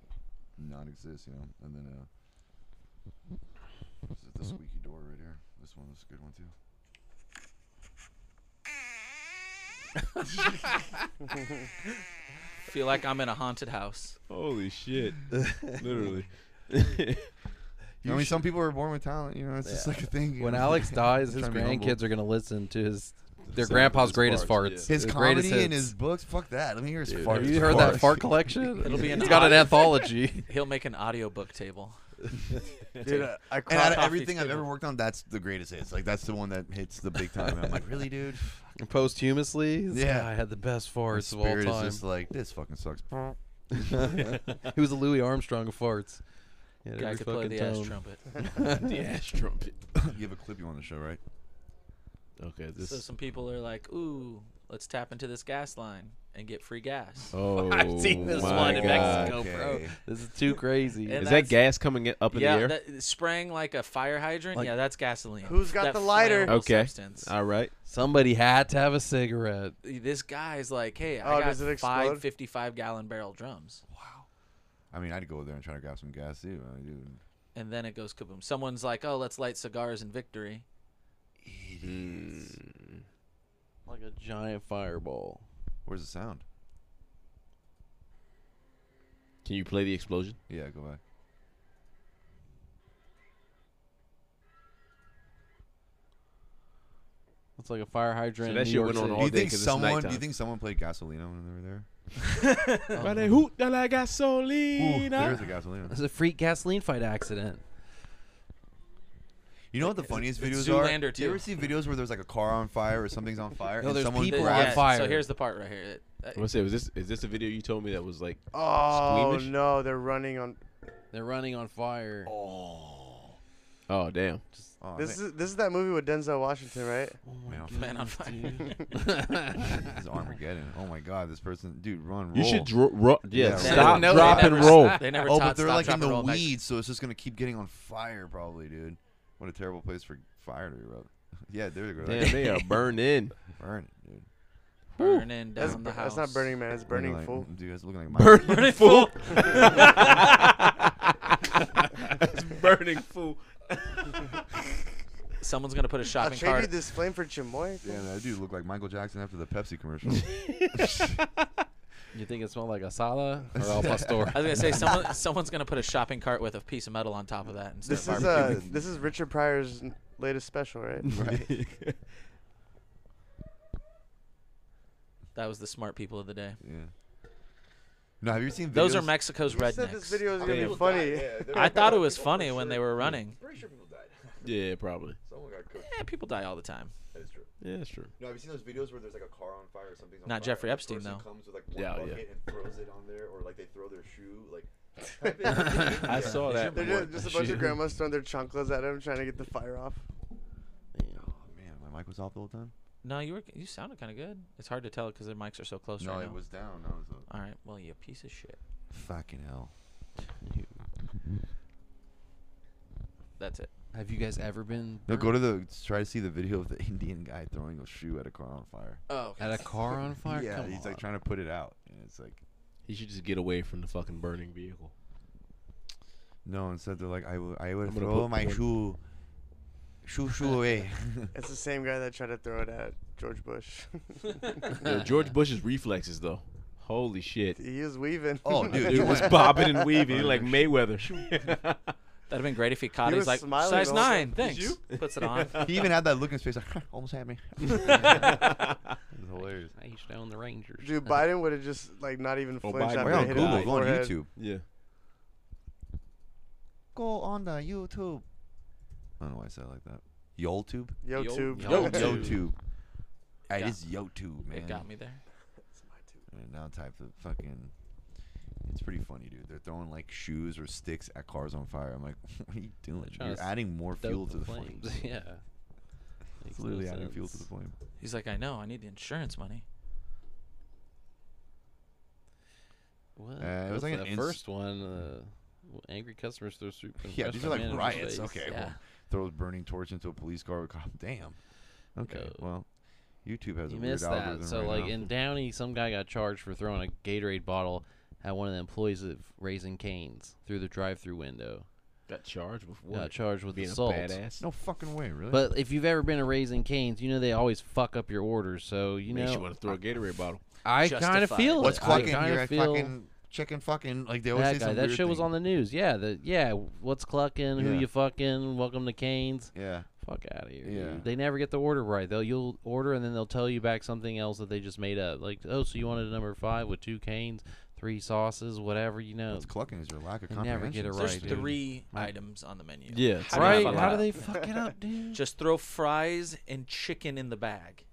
not exist? You know, and then uh, this is the squeaky door right here. This one is a good one too. feel like I'm in a haunted house. holy shit, literally. I mean, some people are born with talent. You know, it's just Yeah. like a thing. you (laughs) when know? (laughs) Alex dies, his Trying to be humble. grandkids are gonna listen to his their Sound of grandpa's his greatest farts, farts. yeah. his greatest comedy and hits. his books. Fuck that. Let me hear his Dude, farts. Have you heard Farts. (laughs) that fart collection? It'll (laughs) be an He's got an odd- (laughs) anthology. (laughs) He'll make an audiobook table. Dude, uh, And I, I out caught of Coffee everything I've table. ever worked on, that's the greatest hits. Like that's the one that hits the big time. And I'm like, really, (laughs) dude? Posthumously, this Yeah. guy had the best My farts of all spirit time. is just like this. Fucking sucks. (laughs) he was a Louis Armstrong of farts. He had Guy every could play fucking the ass (laughs) tone. trumpet. the (laughs) ass trumpet. you have a clip you want to show, right? Okay, this. So some people are like, "Ooh, let's tap into this gas line and get free gas." oh, (laughs) I've seen this my one in God. Mexico, bro. This is too crazy. And Is that's- that gas coming in, up in yeah, the air? that- spraying like a fire hydrant. Like- yeah, that's gasoline. Who's got That the lighter? flammable Okay. Uh, substance. All right. Somebody had to have a cigarette. this guy's like, "Hey, I Oh, got does it five explode? 55 gallon barrel drums," I mean, I'd go there and try to grab some gas too. I mean, dude. and then it goes kaboom. Someone's like, "Oh, let's light cigars in victory." Mm. Like a giant fireball. Where's the sound? Can you play the (laughs) explosion? Yeah, go back. It's like a fire hydrant. that in shit New York went on City. all Do you day think 'cause it's someone? Do nighttime. you think someone played Gasolina when they were there? Ooh, there's a Gasolina. It's a freak gasoline fight accident. You know what the funniest it's videos are? Zoolander, Do you too. ever see videos where there's like a car on fire or something's on fire No, and there's someone people Th- We're on yeah, grabs fire. So here's the part right here. That- I was say, was this is this the video you told me that was like? Oh Squeamish? no, they're running on. They're running on fire. Oh, Oh damn! Oh, This man, is this is that movie with Denzel Washington, right? my Man, Man on goodness, fire. dude. this is Armageddon. Oh my god, this person, dude, run, roll. You should dro- ro- yeah, Yeah, stop, (laughs) right. They never- drop, they and never- roll. They never oh, taught but they're stop, like drop, in and the roll back. weeds, so it's just gonna keep getting on fire, probably, dude. What a terrible place for fire to erupt. (laughs) Yeah, there you go. Damn, they are burned in. burn it, dude. Burning That's, down the that's house. not Burning Man. It's Burning like, "Mm, Fool. Dude, that's looking (laughs) like my Burning fool. It's (laughs) burning (laughs) fool. Someone's gonna put a (laughs) I'll shopping trade you cart. this flame for chamoy. Damn, that dude looked like Michael Jackson after the Pepsi commercial. (laughs) (laughs) you think it smelled (laughs) like asada or al pastor? I was gonna (laughs) say someone, someone's gonna put a shopping cart with a piece of metal on top of that. Instead This of is barbecue. uh, this is Richard Pryor's n- latest special, right? (laughs) right? that was the smart people of the day. Yeah. No, have you seen videos? Those are Mexico's You said this rednecks. video Oh, was gonna be funny. (laughs) I thought it was funny when they were running. (laughs) Yeah, probably. Yeah, people die all the time. That is true. Yeah, that's true. No, have you seen those videos where there's like a car on fire or something? Not Jeffrey Epstein, though. Comes with like one Yeah, yeah. bucket and throws it on there, or like they throw their shoe. (laughs) Like (laughs) type it in. I Yeah. saw that. (laughs) They're just, just a bunch Shoot. of grandmas throwing their chanclas at him, trying to get the fire off. Oh man, my mic was off the whole time. No, you were you sounded kind of good. It's hard to tell because their mics are so close No, right it now. was down. I was up. All right, well you piece of shit. Fucking hell. That's it. (laughs) Have you guys ever been No, burnt go to the try to see the video of the (laughs) Indian guy throwing a shoe at a car on fire. Oh, at a car on fire? yeah, Come he's on. like trying to put it out, and it's like He should just get away from the fucking burning vehicle. no. Instead, they're like, I would, I would I'm gonna throw put my one- shoe, shoe, shoe away. (laughs) It's the same guy that tried to throw it at George Bush. (laughs) Yeah, George Bush's reflexes though. Holy (laughs) shit. he was weaving. Oh, dude, It he was went- bobbing and weaving he like Mayweather. That'd have been great if he caught. it. He was He's like smiling size also. nine, Did thanks. you? (laughs) Puts it (laughs) on. he even had that look in his face, like (laughs) almost had me. (laughs) It was hilarious. I used to own the Rangers. (laughs) Dude, Biden would have just like not even flinched Biden after Why would've it Oh, on hit died. him Google? in the Go on forehead. YouTube. yeah. Go on the YouTube. I don't know why I said it like that. YolTube. Yo, Yo- tube. Yo- (laughs) Yo- YolTube. Hey, Got- this is YolTube, man. It got me there. And now type the fucking. It's pretty funny, dude. They're throwing like shoes or sticks at cars on fire. I'm like, (laughs) what are you doing? Trying You're to adding more Dope fuel to the flame. flames. (laughs) yeah. Makes It's (laughs) no literally adding fuel to the sense. flame. He's like, I know. I need the insurance money. What? Uh, it was What's like an the ins- first one. Uh, w- angry customers throw soup. in Yeah, these are restaurant like manager's riots. face. Okay, well, Yeah. throws burning torch into a police car. Cop, damn. Okay, Uh, well, YouTube has You a weird missed algorithm that. So, right like now. in Downey, some guy got charged for throwing a Gatorade bottle at one of the employees of Raising Canes through the drive-through window. Got charged with Got what? charged with Being assault. a badass. no fucking way, really. But if you've ever been to Raising Canes, you know they always fuck up your orders. So you Makes you know, want to throw a Gatorade bottle. I kind of Justified. feel what's it. I clucking? kinda You're a feel fucking chicken fucking. Like they always that say guy. some That weird shit was thing. on the news. Yeah, the yeah. What's clucking? Who Yeah. you fucking? Welcome to Canes. Yeah, Fuck out of here. Yeah. dude. They never get the order right. They'll you'll order and then they'll tell you back something else that they just made up. Like, oh, so you wanted a number five with two canes, three sauces, whatever you know. what's clucking is your lack of They Uh, never comprehension. get it There's right, dude. three My- items on the menu. Yeah, How so do you right? fuck How that do up? they fuck it up, (laughs) dude? Just throw fries and chicken in the bag.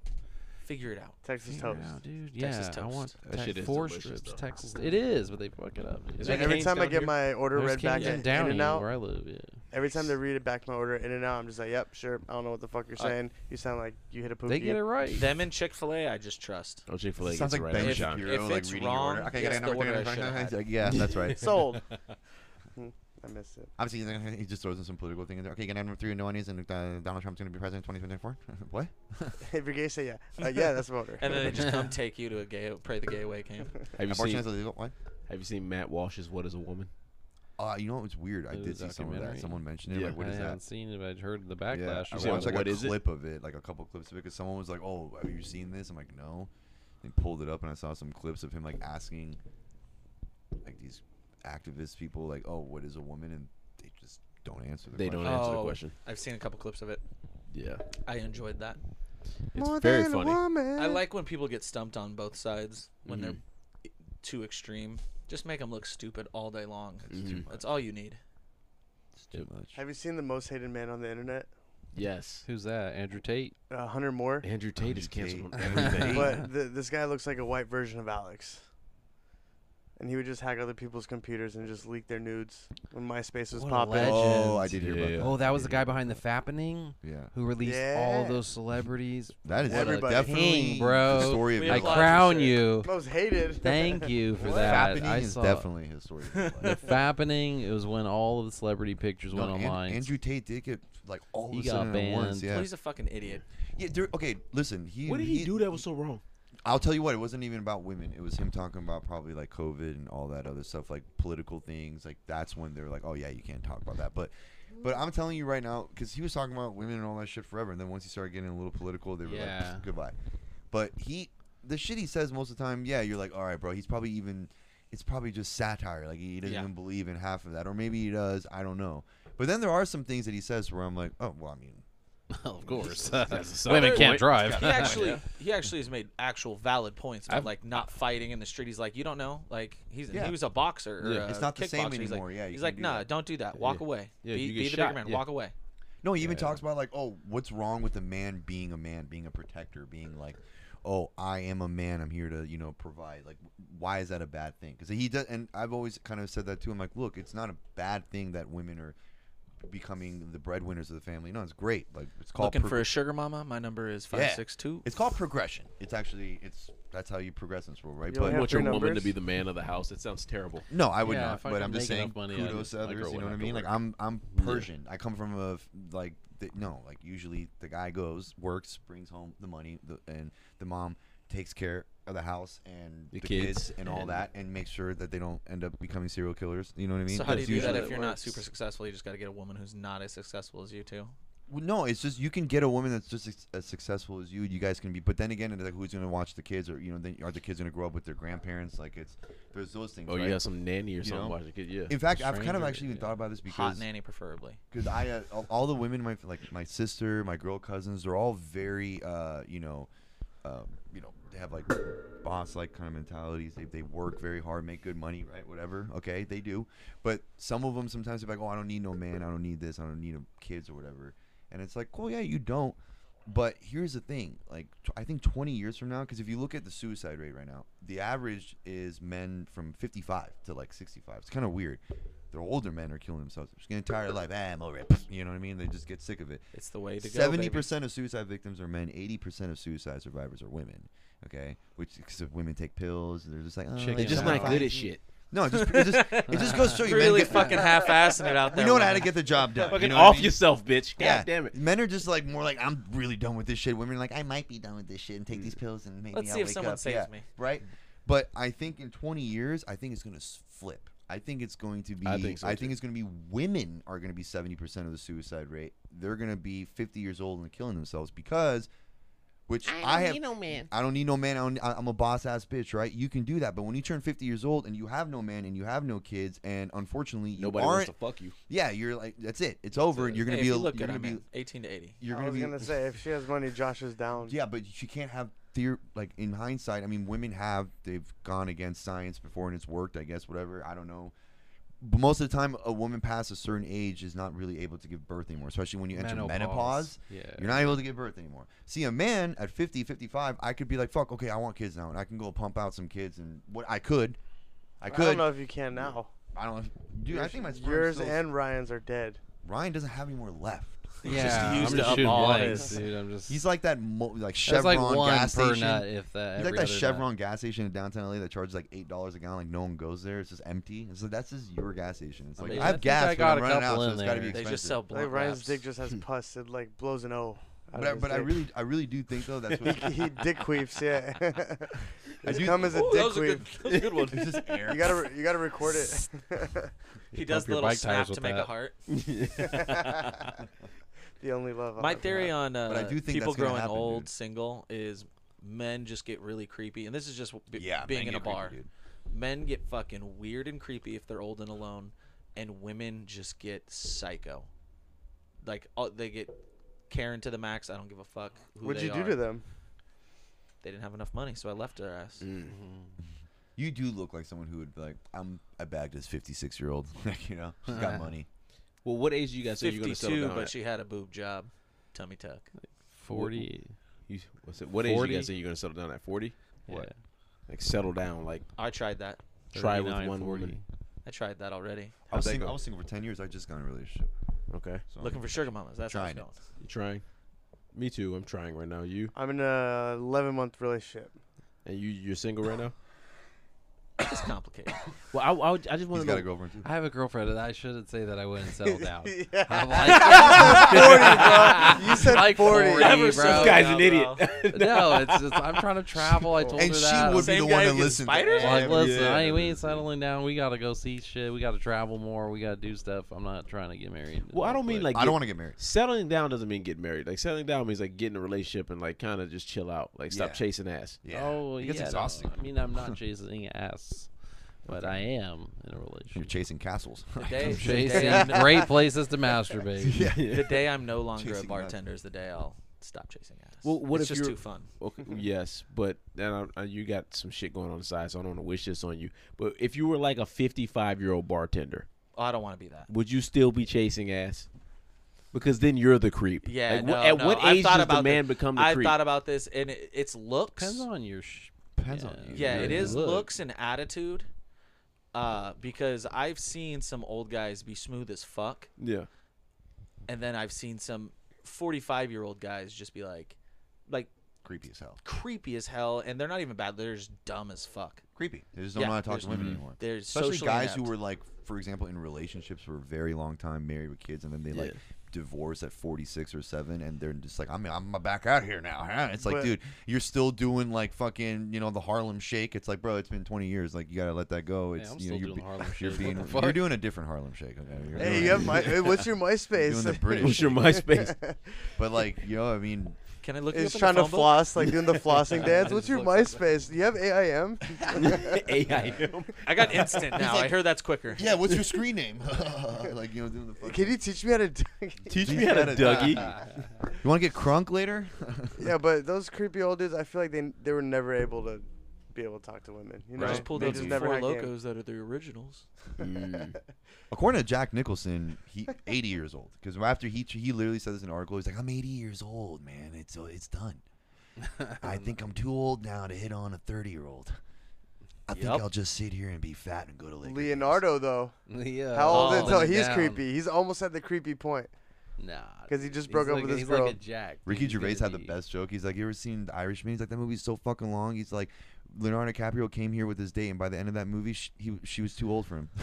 Figure it out. Texas Figure it toast. out, dude. Yeah, Texas I toast. want That Tex- shit is four delicious, strips. though. Texas. It is, but they fuck it up. Dude. Is Like, there every Cane's time I down get here? my order There's read back Cane's in at Downey, In-N-Out, where I live. Yeah. every time they read it back my order at In-N-Out, I'm just like, yep, sure. I don't know what the fuck you're I- saying. you sound like you hit a poop. They get it right. Them and Chick Fil A, I just trust. Oh, Chick Fil A Sounds gets it like right Ben every If- time. Shapiro, if like it's reading wrong, your order. Okay, it's get the order I should've had. Like, yeah, that's (laughs) right. Sold. Hmm, I missed it. (laughs) (laughs) Obviously, he's gonna- he just throws in some political thing in there. Okay, get number three, no onions, and uh, Donald Trump's going to be president in 2024. (laughs) what? if you're gay, say yeah. Uh, yeah, that's my order. And then they just come take you to a gay, pray the gay away camp. Have you Abortion seen is illegal. What? Have you seen Matt Walsh's What Is a Woman? Uh, you know what's weird? I The did see some of that. documentary. Someone mentioned it. Yeah. Like, what I is haven't that? seen it, but I'd heard the backlash. I You was said, watched like "What a is it?" clip of it, like a couple clips of it, because someone was like, "Oh, have you seen this?" I'm like, "No." They pulled it up, and I saw some clips of him like asking, like these activist people, like, "Oh, what is a woman?" And they just don't answer. The They question. don't answer the Oh. question. I've seen a couple clips of it. Yeah, I enjoyed that. it's very than a funny. woman. I like when people get stumped on both sides when they're Mm-hmm. i- too extreme. Just make them look stupid all day long. Mm. Mm-hmm. That's all you need. It's too much. Have you seen the most hated man on the internet? Yes, Who's that? Andrew Tate. Uh, Hunter Moore. Andrew Tate is canceled on Tate. (laughs) everything. but th- this guy looks like a white version of Alex. And he would just hack other people's computers and just leak their nudes when MySpace was What a popping. legend. Oh, I did hear about Yeah. that. Oh, that was the I guy did hear behind the fappening about that. Yeah. who released all Yeah. those celebrities. That is What a everybody. definitely king, bro. the story of We your I applaud you, life. crown sir. you. Most hated. Thank (laughs) you for What? that. Fappening I is saw definitely his story. of your the life. fappening. It was when all of the celebrity pictures No, went An- online. (laughs) Andrew Tate did get like all He of a sudden got at once. banned. Well, Yeah. he's a fucking idiot. yeah there- okay. Listen. He. what did he do that was so wrong? I'll tell you what. It wasn't even about women. It was him talking about probably like COVID and all that other stuff, like political things. Like that's when they're like, oh yeah, you can't talk about that. But, but I'm telling you right now, because he was talking about women and all that shit forever, and then once he started getting a little political, they were Yeah. like, "Pfft, goodbye. But he, the shit he says most of the time, yeah, you're like, all right, bro. He's probably even. It's probably just satire. Like he doesn't Yeah. even believe in half of that, or maybe he does. I don't know. But then there are some things that he says where I'm like, oh well, I mean, of (laughs) course, That's a women solid can't point. drive. (laughs) He actually, he actually has made actual valid points about I've- like not fighting in the street. He's like, you don't know, like he's Yeah. he was a boxer. Or Yeah. a It's not the same kickboxer. He's like- anymore. Yeah, you He's can't like, do nah, that." don't do that. Walk Yeah. away. Yeah, be you get be the shot. bigger man. Yeah. Walk away. No, he even Yeah. talks about like, oh, what's wrong with a man being a man, being a protector, being like, oh, I am a man. I'm here to you know provide. Like, why is that a bad thing? Because he does, and I've always kind of said that too. I'm like, look, it's not a bad thing that women are becoming the breadwinners of the family. No, it's great. Like, it's called Looking pro- for a sugar mama. My number is Yeah. five six two. It's called progression. It's actually it's that's how you progress in this world, right? You only But have want your three woman to numbers? be the man of the house. It sounds terrible. no, I would Yeah, not. if I But could I'm just make saying, enough money, I'd- kudos to my others. girl You know would what I have to mean? Like work. I'm I'm Persian. I come from a f- like the, no, like usually the guy goes, works, brings home the money, the, and the mom takes care of the house and The the, kids kids, and all and- that, and makes sure that they don't end up becoming serial killers. You know what I mean? So how do you That's do that usually- if you're it not works. super successful? You just got to get a woman who's not as successful as you two. Well, no, it's just you can get a woman that's just as, as successful as you. You guys can be, but then again, it's like who's going to watch the kids, or you know, then are the kids going to grow up with their grandparents? Like it's there's those things. Oh, right? you have some nanny or You something know? watching the kid. Yeah. In fact, I've kind of stranger, actually even yeah. thought about this Hot because nanny, preferably. because I uh, all- all the women my like my sister, my girl cousins, they're all very uh, you know, um, you know, they have like boss like kind of mentalities. They they work very hard, make good money, right? Whatever. Okay, they do. But some of them sometimes they're like, oh, I don't need no man, I don't need this, I don't need a kids or whatever. And it's like, well, yeah, you don't. But here's the thing, like t- I think 20 years from now, because if you look at the suicide rate right now, the average is men from 55 to like 65. It's kind of weird. Their older men are killing themselves. They're just getting tired of life. Ah, I'm over it. You know what I mean? They just get sick of it. It's the way to go. Seventy baby. percent of suicide victims are men. Eighty percent of suicide survivors are women. Okay, which except women take pills. They're just like oh, (laughs) Chicken They're just not good at shit. No, it just it just it just goes to show you. men Really get- (laughs) fucking half-assing it out there. You know what? How to women. get the job done. Fucking you know what I off mean? yourself, bitch. God damn it. Men are just like more like I'm really done with this shit. Women are like I might be done with this shit and take these pills and maybe Mm. Let's I'll see if wake someone up. saves yeah, me. Right? But I think in 20 years, I think it's gonna s- flip. I think it's going to be. I think so, too. it's going to be women are going to be 70 percent of the suicide rate. They're going to be 50 years old and killing themselves because, which I, have. no man. I don't need no man. I don't, I- I'm a boss ass bitch, right? You can do that, but when you turn 50 years old and you have no man and you have no kids, and unfortunately you Nobody aren't, wants to fuck you. yeah, you're like that's it, it's over, and you're gonna Hey, be if a, you look you're good, gonna I'm in. be 18 to 80. you're I gonna was be gonna say if she has money, Josh is down. yeah, but she can't have theor- like in hindsight. I mean, women have they've gone against science before and it's worked. I guess whatever. I don't know. But most of the time, a woman past a certain age is not really able to give birth anymore, especially when you enter Menopause. menopause. Yeah. You're not able to give birth anymore. See, a man at 50, 55, I could be like, fuck, okay, I want kids now, and I can go pump out some kids, and what I could. I I, could. don't know if you can now. I don't- dude, I Yours- think my sperm yours still- and Ryan's are dead. Ryan doesn't have any more left. Yeah, used I'm it just up shooting all blanks, his. dude. I'm just. He's like that, mo- like that's Chevron like one gas per station. nut, if It's that. like every that other nut. Chevron gas station in downtown LA that charges like eight dollars a gallon. Like no one goes there. It's just empty. And so that's just your gas station. It's I like I, mean, I have think gas, I but got I'm a running out, couple so in it's got to be there. They They expensive. just sell blunt like Ryan's wraps. dick just has pus. It like blows an O. out Hmm. But, I, of but I his really, I really do think though that's (laughs) what (laughs) dick. he dick queefs. Yeah, (laughs) I his do- cum is a Ooh, dick that was a queef. good, (laughs) that was a good (laughs) one. it's just air. You gotta re- you gotta record it. (laughs) (laughs) he You does pump the your little bike tires snap with to make a that. heart. the only love. I'll My ever theory have. on uh, But I do think people that's gonna growing happen, dude. old single is men just get really creepy, and this is just b- yeah, being man, in a get creepy, bar. dude. men get fucking weird and creepy if they're old and alone, and women just get psycho. Like all, they get Karen to the max. I don't give a fuck. Who What'd they you do are. to them? They didn't have enough money, so I left their ass. Mm. Mm-hmm. You do look like someone who would be like, I'm. I bagged this 56 year old. (laughs) Like you know, she's got money. Well, what age do you guys say you're going to settle Fifty-two, down? but at? she had a boob job, tummy tuck. forty. You- what's it- what age do you 40? guys think you're going to settle down at? 40? What? Like settle down, like I tried that. try with one woman. I tried that already. I was that single. go? I was single for 10 years. I just got in a relationship. Okay, So Looking for sugar mamas. That's how it's Trying Oh, it. going. you trying? Me too. I'm trying right now. You I'm in a 11 month relationship. and you you're single right now. (laughs) It's complicated. Well, I I, would- I just want He's to got know. a girlfriend too. I have a girlfriend, and I shouldn't say that I wouldn't (laughs) settle down. Yeah. I'm (laughs) like, 40, bro. You said Like 40. 40, Never bro. settle This guy's down, an idiot. bro. (laughs) no, it's just I'm trying to travel. I told And her she that. would be Same the guy one who to gets listen. spiders? To like, every- listen, I Yeah. ain't, we ain't settling down. We gotta go see shit. We gotta travel more. We gotta do stuff. I'm not trying to get married. (laughs) Well, I don't mean But- like I get- don't want to get married. settling down doesn't mean get married. Like settling down means like get in a relationship and like kind of just chill out. Like stop Yeah. chasing ass. Yeah. Oh, it gets yeah, no, exhausting. I mean, I'm not chasing ass, but I am in a You're relationship. chasing castles. (laughs) day- I'm the day chasing I'm no- (laughs) great places to masturbate. (laughs) yeah. the day I'm no longer a Chasing nuts. bartender is the day I'll stop chasing ass. Well, what it's if just you're- too fun? Okay, yes, but then I, I, you got some shit going on the side, so I don't want to wish this on you. But if you were like a 55 year old bartender, Oh, I don't want to be that. would you still be chasing ass? Because then you're the creep. Yeah. Like, wh- no, at no. what I've age thought does the about thi- man become the I've creep? thought about this, and it, it's looks. Depends on your. Sh- Depends on you. yeah, it Yeah. is Look. looks and attitude. Uh, because I've seen some old guys be smooth as fuck, (laughs) yeah. and then I've seen some forty-five-year-old guys just be like, like Creepy as hell. creepy as hell, and they're not even bad. They're just dumb as fuck. Creepy. They just don't Yeah, know how to talk to there's- women mhm. anymore. They're Especially socially guys who inept. were like, for example, in relationships for a very long time, married with kids, and then they like Yeah. divorce at 46 or 7 and they're just like i'm i'm back out here now huh? it's like But- dude you're still doing like fucking you know the harlem shake it's like bro it's been 20 years like you gotta let that go it's I'm you know still you're, doing be- the Harlem (laughs) you're Shake. being- What the you're fuck? doing a different harlem shake okay? You're Hey, doing- you have my. hey, What's your you're MySpace? doing the What's (laughs) british your (laughs) MySpace? (laughs) (laughs) but like you know i mean Can I look? you Is up in trying the to phone book? floss, (laughs) like doing the flossing dance. Just What's your looks like MySpace? Do you have AIM? (laughs) AIM. I got instant now. I heard that's quicker. yeah what's your screen name (laughs) like you know doing the fucking (laughs) Can you teach me how to? Do- Teach me how to Dougie. You want to get crunk later? (laughs) yeah, but those creepy old dudes, I feel like they they were never able to be able to talk to women. You know, Right. Just pulled They out just some never four had game. (laughs) locos that are the originals. Mm. According to Jack Nicholson, he 80 years old. Because after he he literally said this in an article, he's like, "I'm 80 years old, man. It's uh, it's done. I think I'm too old now to hit on a 30 year old. I think Yup. I'll just sit here and be fat and go to Lakers." Leonardo though, yeah. how old Oh, until it he's down. creepy? He's almost at the creepy point. Nah. 'Cause he just he's broke up like- with his he's girl. Like a jack. Ricky He's Gervais gonna had the be- best joke. He's like, "You ever seen The Irishman?" He's like, "That movie's so fucking long." He's like, "Leonardo DiCaprio came here with his date, and by the end of that movie, she, he, she was too old for him." (laughs)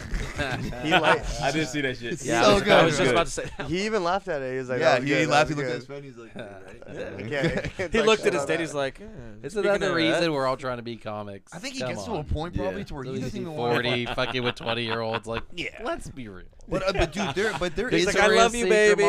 He like (laughs) (laughs) I didn't see that shit. (laughs) Yeah, So I was, I good, was just man. about to say. (laughs) (laughs) That. he even laughed at it. He was like, "Oh, yeah, that was he good, that laughed. He was looked at his good. friend. He's like, (laughs) (laughs) I can't- (laughs) I can't He talk looked shit at his date. about that. He's like, eh, It's speaking another of reason that- we're all trying to be comics. I think he Come gets to a on. point probably Yeah. to where At he least doesn't he's even want forty, (laughs) fucking with twenty year olds. Like, Yeah. let's be real. (laughs) But, uh, but dude, there but there is He's like, I a- Victoria's love you, Secret baby.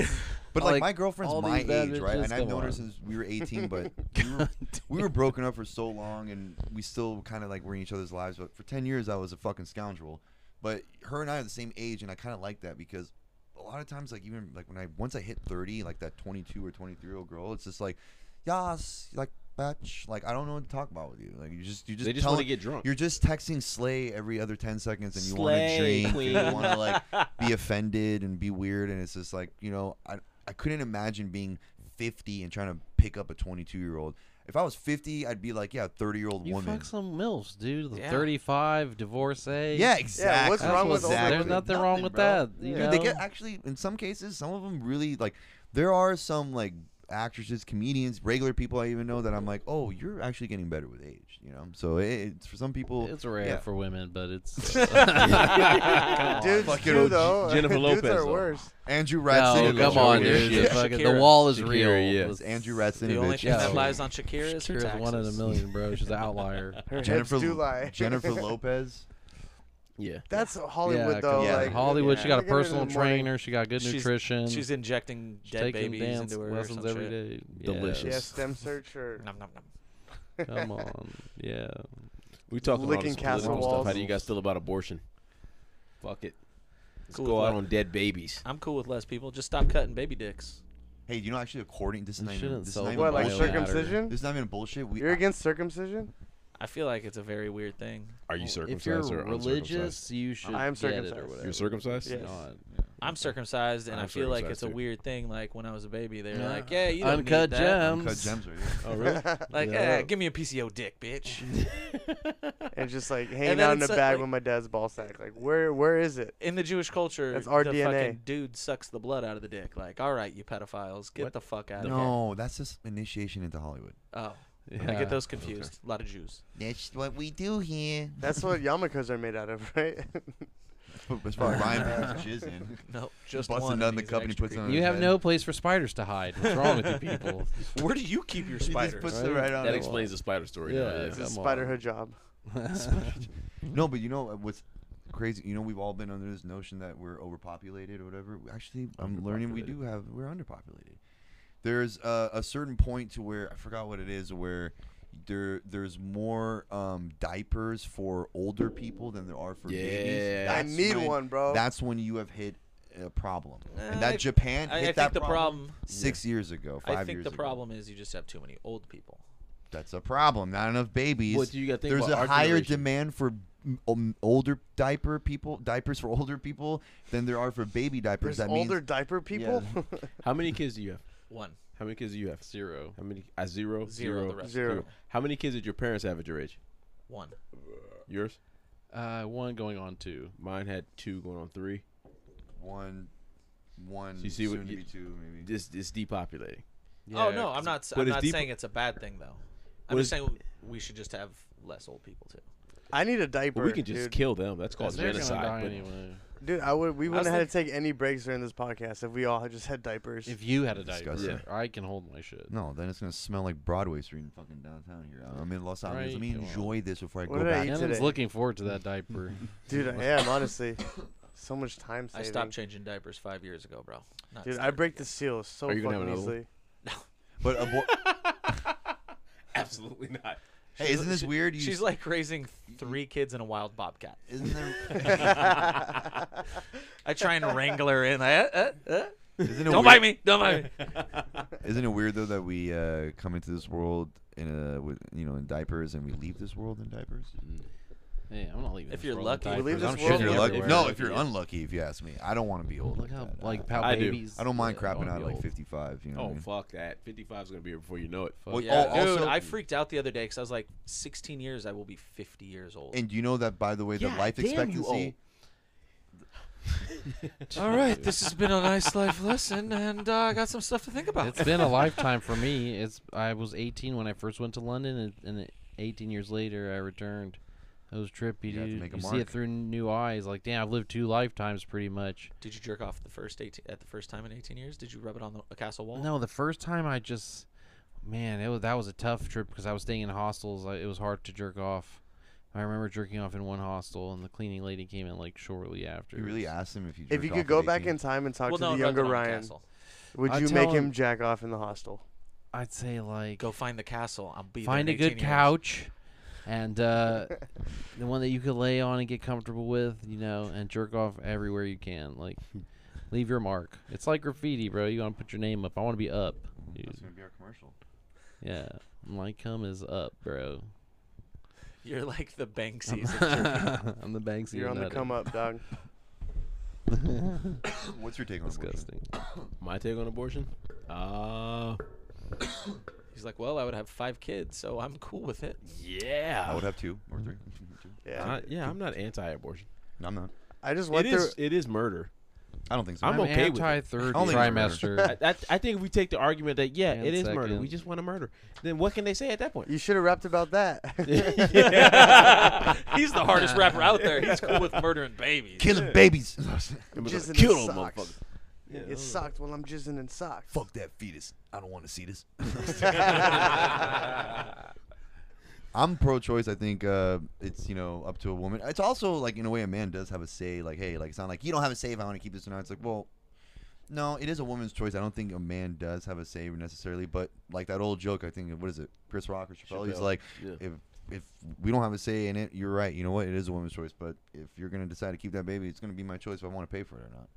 models. But like, Like, my girlfriend's all my these bad age, right? bitches And I've go known her on. since we were 18, but (laughs) we were, we were broken up for so long, and we still kind of like were in each other's lives. But for 10 years, I was a fucking scoundrel. But her and I are the same age, and I kind of like that because a lot of times, like even like when I once I hit 30, like that 22 or 23 year old girl, it's just like, yas, like bitch, like I don't know what to talk about with you. Like you just you just They just telling- want to get drunk. You're just texting Slay every other 10 seconds and you want to Slay, drink. and queen. You want to like (laughs) be offended and be weird. And it's just like, you know, I, I couldn't imagine being 50 and trying to pick up a 22 year old. If I was 50, I'd be like, yeah, 30 year old You woman. fuck some milfs, dude. The Yeah. thirty-five divorcee. Yeah, exactly. what's That's wrong what's- with older exactly. There's nothing wrong with bro. that. You Dude, they know? get actually in some cases, some of them really like. There are some like actresses, comedians, regular people I even know that I'm like, oh, you're actually getting better with age, you know. So it, it's for some people, It's rare yeah. for women, but it's (laughs) (laughs) "Ah, (laughs) dudes Fucking too OG. though. Jennifer dudes Lopez, are though. worse. Andrew no, Ratzinovich. come Shakira, on, over dude. here. (laughs) The, Shakira. fucking, the Shakira, wall is yeah. real. It's It's- Andrew The Ratzinovich. only thing Yeah. that lies on Shakira is her Shakira's taxes. one in a million, bro. She's an outlier. Her hips Jennifer do lie. (laughs) Jennifer Lopez. Yeah. That's Hollywood though. yeah, come on. yeah. Like Hollywood. She yeah. got Look a at her in the personal morning. trainer. She got good She's- nutrition. She's injecting She's dead taking babies dance into her or lessons some every shit. day. Delicious. yeah, stem search or Nom, nom, nom. Yeah, (laughs) come on, yeah. We talking about all Licking this political castle stuff. How walls. do you guys feel about abortion? Fuck it. Let's Cool go with out that. on dead babies. I'm cool with less people. Just stop cutting baby dicks. Hey, you know actually according this is You not even shouldn't this is sell not even them what? Like Bio bullshit. matter. circumcision? This is not even bullshit. We You're against circumcision? I feel like it's a very weird thing. Are you If you're circumcised or uncircumcised? religious, you should I'm get it or circumcised. whatever. You're circumcised? Yes. God. I'm circumcised, and i I'm feel like circumcised, it's a too. weird thing. Like when I was a baby, they were Yeah. like, "Yeah, you don't Uncut need that." gems. cut gems right (laughs) here. Oh really? (laughs) Like, Yeah. eh, give me a piece of your dick, bitch. (laughs) and just like hanging then out in a it's, uh, bag like- with my dad's ball sack. Like where where is it? In the Jewish culture, That's our the DNA. fucking dude sucks the blood out of the dick. Like, all right, you pedophiles, get the fuck out of here. No, that's just initiation into Hollywood. Oh, I Yeah. get those confused. A lot of Jews. That's what we do here. (laughs) (laughs) That's what yarmulkes are made out of, right? (laughs) That's (laughs) why Ryan puts his jizz in. No, just Busts a one. nut in and the he's cup and he extra puts it (laughs) creepy. on You his have head. no place for spiders to hide. What's wrong with you (laughs) people? (laughs) Where do you keep your He just spiders? puts it right on That his- explains the spider story. Yeah. now, it's a Come spider on. hijab. No, but you know uh, what's crazy? You know we've all been under this notion that we're overpopulated or whatever. Actually, I'm learning we do have we're underpopulated. There's a, a certain point to where I forgot what it is where there there's more um, diapers for older people than there are for babies. Yeah. I That's need when- one, bro. That's when you have hit a problem, and Uh, I- that Japan I, I hit think that the problem. six years ago, five I think years the ago. problem is you just have too many old people. That's a problem. Not enough babies. What do you gotta think There's about a our higher generation? demand for m- um, older diaper people diapers for (laughs) older people than there are for baby diapers. There's that older means diaper people. How many kids do you have? One. How many kids do you have? Zero. How many? Uh, zero. Zero, the rest. Zero. How many kids did your parents have at your age? One. Yours? Uh, one going on two. Mine had two going on three. one, one. So you see what soon to you- be two, maybe. This it's depopulating. oh no, I'm not. s- but I'm it's not deep- saying it's a bad thing though. What I'm just is- saying we should just have less old people too. (laughs) I need a diaper. But we can just dude. kill them. That's called They're gonna die genocide. But anyway. Dude, I would. We was wouldn't have had to take any breaks during this podcast if we all had just had diapers. If you had a diaper, Disgusting. I can hold my shit. No, then it's gonna smell like Broadway Street in fucking downtown here. I'm in Los Angeles. Let me Right, come on. enjoy this before I What go did I back. eat? Shannon's today. looking forward to (laughs) that diaper. Dude, I am honestly. So much time I saving. stopped changing diapers five years ago, bro. Not Dude, I starting break again. the seal so Are you gonna have fucking another one? easily. But abo- (laughs) absolutely not. hey, isn't this weird? You, She's like raising Mm-hmm. three kids and a wild bobcat. isn't there? (laughs) (laughs) I try and wrangle her in. I, uh, uh, Isn't it don't weird? bite me. Don't bite me. Isn't it weird though that we uh, come into this world in a with, you know in diapers and we leave this world in diapers? hey, I'm not leaving. If this you're world lucky. with We leave diapers. this I'm world shitting if you're everywhere. lucky- no, if you're unlucky, if you ask me, I don't want to be old Look like how that. like I, how I do. babies. I don't mind yeah, I crapping wanna out be at like old. 55. You know what I Oh Mm-hmm. mean? fuck that! Fifty five is gonna be here before you know it. oh, Well, (laughs) Well, Yeah, al- dude, also- Oh, I freaked out the other day because I was like, 16 years, I will be 50 years old. (laughs) And you know that by the way, the God life damn, you expectancy. All right, this has been a nice life lesson, and uh, I got some stuff to think about. (laughs) It's been a lifetime for me. It's I was 18 when I first went to London, and, and it- 18 years later I returned. It was trippy, You have to dude. make a you see it mark. through new eyes. Like, damn, I've lived two lifetimes pretty much. Did you jerk off the first 18 at the first time in 18 years? Did you rub it on the, a castle wall? No, the first time I just, man, it was that was a tough trip because I was staying in hostels. I, it was hard to jerk off. I remember jerking off in one hostel, and the cleaning lady came in like shortly after. You really so- asked him if you. If you jerked could off go at back 18. in time and talk Well, no, to the rub it younger on a Ryan, Castle. would I'd you tell make him him- jack off in the hostel? I'd say like Go find the castle. I'll be there find a in good 18 years. couch, and uh, the one that you could lay on and get comfortable with, you know, and jerk off everywhere you can. Like, leave your mark. It's like graffiti, bro. You want to put your name up. I want to be up. That's Dude. gonna be our commercial. Yeah, my cum is up, bro. You're like the Banksy. (laughs) of jerking off. I'm the Banksy. You're on the nutting. come up, dog. What's your take on abortion? Disgusting. My take on abortion? Uh, He's like, well, I would have five kids, so I'm cool with it. yeah. I would have two or three. Two. Yeah, I- yeah, I'm not anti-abortion. No, I'm not. I just It went through. is, it is murder. I don't think so. I'm I'm okay with it. anti third I don't think it's a murder. trimester. I, I, I think if we take the argument that yeah, And it is murder. second. We just want to murder. Then what can they say at that point? You should have rapped about that. (laughs) (laughs) He's the hardest rapper out (laughs) there. He's cool with murdering babies. Killing (laughs) babies. (laughs) Jizzing in kill them, socks. motherfuckers. Get socked while I'm jizzing in socks. Fuck (laughs) that fetus. I don't want to see this. I'm pro-choice. I think uh, it's you know up to a woman. It's also like in a way a man does have a say. Like hey, like it's not like you don't have a say if I want to keep this or not. It's like well, no, it is a woman's choice. I don't think a man does have a say necessarily. But like that old joke, I think what is it? Chris Rock or Chappelle? He's Chappelle, like yeah. if if we don't have a say in it, you're right. You know what? It is a woman's choice. But if you're gonna decide to keep that baby, it's gonna be my choice if I want to pay for it or not.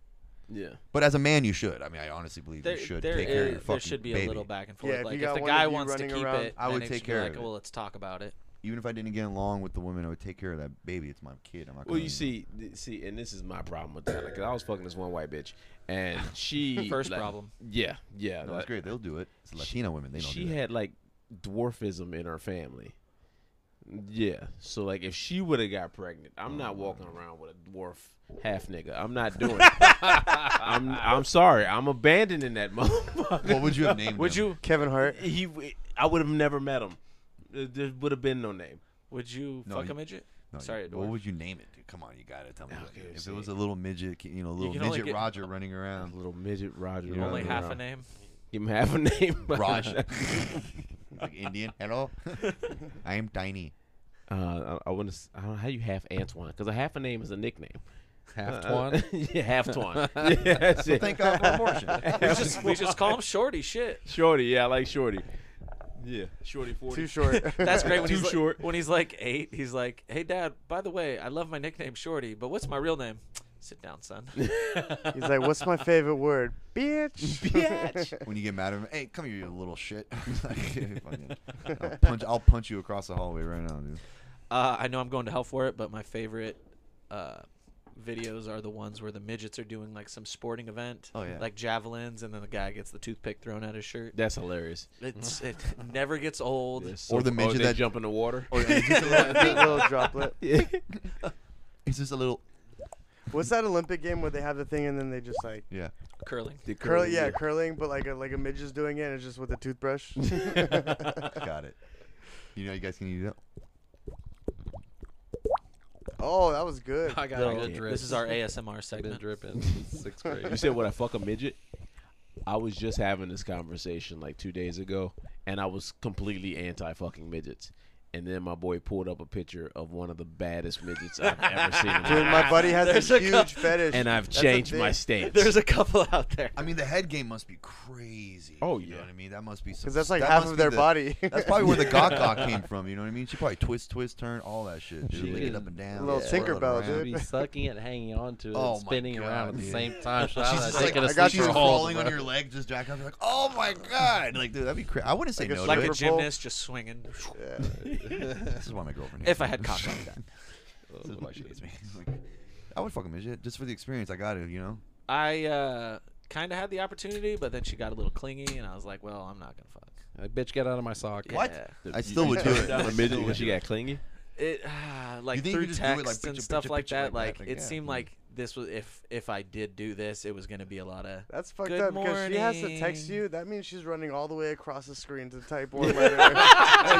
Yeah. But as a man, you should. I mean, I honestly believe There, you should there take care of is- your there fucking should be baby. a little back and forth. if like you if got the one of guy you wants to running keep around- it, I then would it take should be care like, of it. Well, let's talk about it. Even if I didn't get along with the woman, I would take care of that baby. It's my kid. I'm not. Well, gonna- you see, th- see, and this is my problem with that. Like, I was fucking this one white bitch, and (laughs) she First like- problem. Yeah, yeah. No, it's like, great. They'll do it. It's Latina women. They don't she do that. had like dwarfism in her family. Yeah. So like, if she would have got pregnant, I'm not Mm. walking around with a dwarf half nigga. I'm not doing. it. (laughs) I'm I'm sorry. I'm abandoning that (laughs) motherfucker. What would you have named? Would him? you? (laughs) Kevin Hart. (laughs) He, w- I would have never met him. There- There would have been no name. Would you No, fuck you- a midget? No, Sorry, a you- What dwarf. would you name it? Dude? Come on, you gotta tell me. what- Okay, if see. it was a little midget, ki- you know, little can only midget get- Roger (laughs) running around. Little midget Roger. Yeah. Only running half a around. (laughs) name. Give him half a name. (laughs) Roger. (laughs) like Indian. Hello. (laughs) I am tiny. Uh, I, I want to. I don't know how you half Antoine because a half a name is a nickname. Half Uh, twan. (laughs) yeah, half Twan. yeah, that's it. (laughs) Thank God for abortion. We just, we just call him Shorty. (laughs) Shit. Shorty. Yeah, I like Shorty. Yeah, Shorty forty. Too short. That's great. When Too he's like- short. when he's like eight, he's like, "Hey, Dad. By the way, I love my nickname Shorty, but what's my real name?" Sit down, (laughs) son. (laughs) He's like, what's my favorite word? (laughs) Bitch. (laughs) Bitch. (laughs) when you get mad at him, hey, come (laughs) here, you little shit. Fucking- I'll punch. I'll punch you across the hallway right now, dude. Uh, I know I'm going to hell for it, but my favorite uh, videos are the ones where the midgets are doing like some sporting event, Oh, yeah. like javelins, and then the guy gets the toothpick thrown at his shirt. That's hilarious. (laughs) It's, it never gets old. Yes. Or the midget they that- jump in the water. Or it's just a little, (laughs) little droplet. (laughs) it's just a little What's that Olympic game where they have the thing and then they just like yeah. Curling. The curl? Yeah, curling, but like a, like a midget's doing it. and It's just with a toothbrush. Got it. You know you guys can eat it. (laughs) oh, that was good. I got No, a good okay. drip. This is our ASMR (laughs) been segment. dripping since sixth grade. You said would I fuck a midget? I was just having this conversation like two days ago, and I was completely anti fucking midgets. And then my boy pulled up a picture of one of the baddest midgets I've ever seen. In Dude, my life. my buddy has There's this a huge cou- fetish. And I've That's a changed my big- stance. (laughs) There's a couple out there. I mean the head game must be crazy. Oh, You know yeah. what I mean? That must be Because that's like half of their body. That's (laughs) probably where the gawk gawk came from, you know what I mean? She probably twist, twist, turn, all that shit. Dude. She Lick it is up and down. a little twirl it Tinkerbell, around. dude. be sucking it, hanging on to it, Oh and my spinning around God, at the dude. same time. She's She's just like, taking I a got she's sleeper you. hold, crawling on bro. your leg, just jack up. You're like, oh my god! Like, dude, that'd be crazy. I wouldn't say Like a no. like a to it. Liverpool. gymnast just swinging. this is why my girlfriend. hates If I me. had (laughs) cock like that. this is why she hates me. (laughs) Like, I would fuck a midget just for the experience. I got it, you know. I uh, kind of had the opportunity, but then she got a little clingy, and I was like, well, I'm not going to fuck. Like, bitch, get out of my sock. What? Yeah. I still would do it. a midget when she got (laughs) clingy. it (sighs) ah, like think you through just do it, like, text and picture, stuff picture, like picture that. like Like that, like, it yeah. seemed like this was if if I did do this, it was gonna be a lot of. That's fucked Good up because she has to text morning. you. That means she's running all the way across the screen to type (laughs) one letter (laughs) and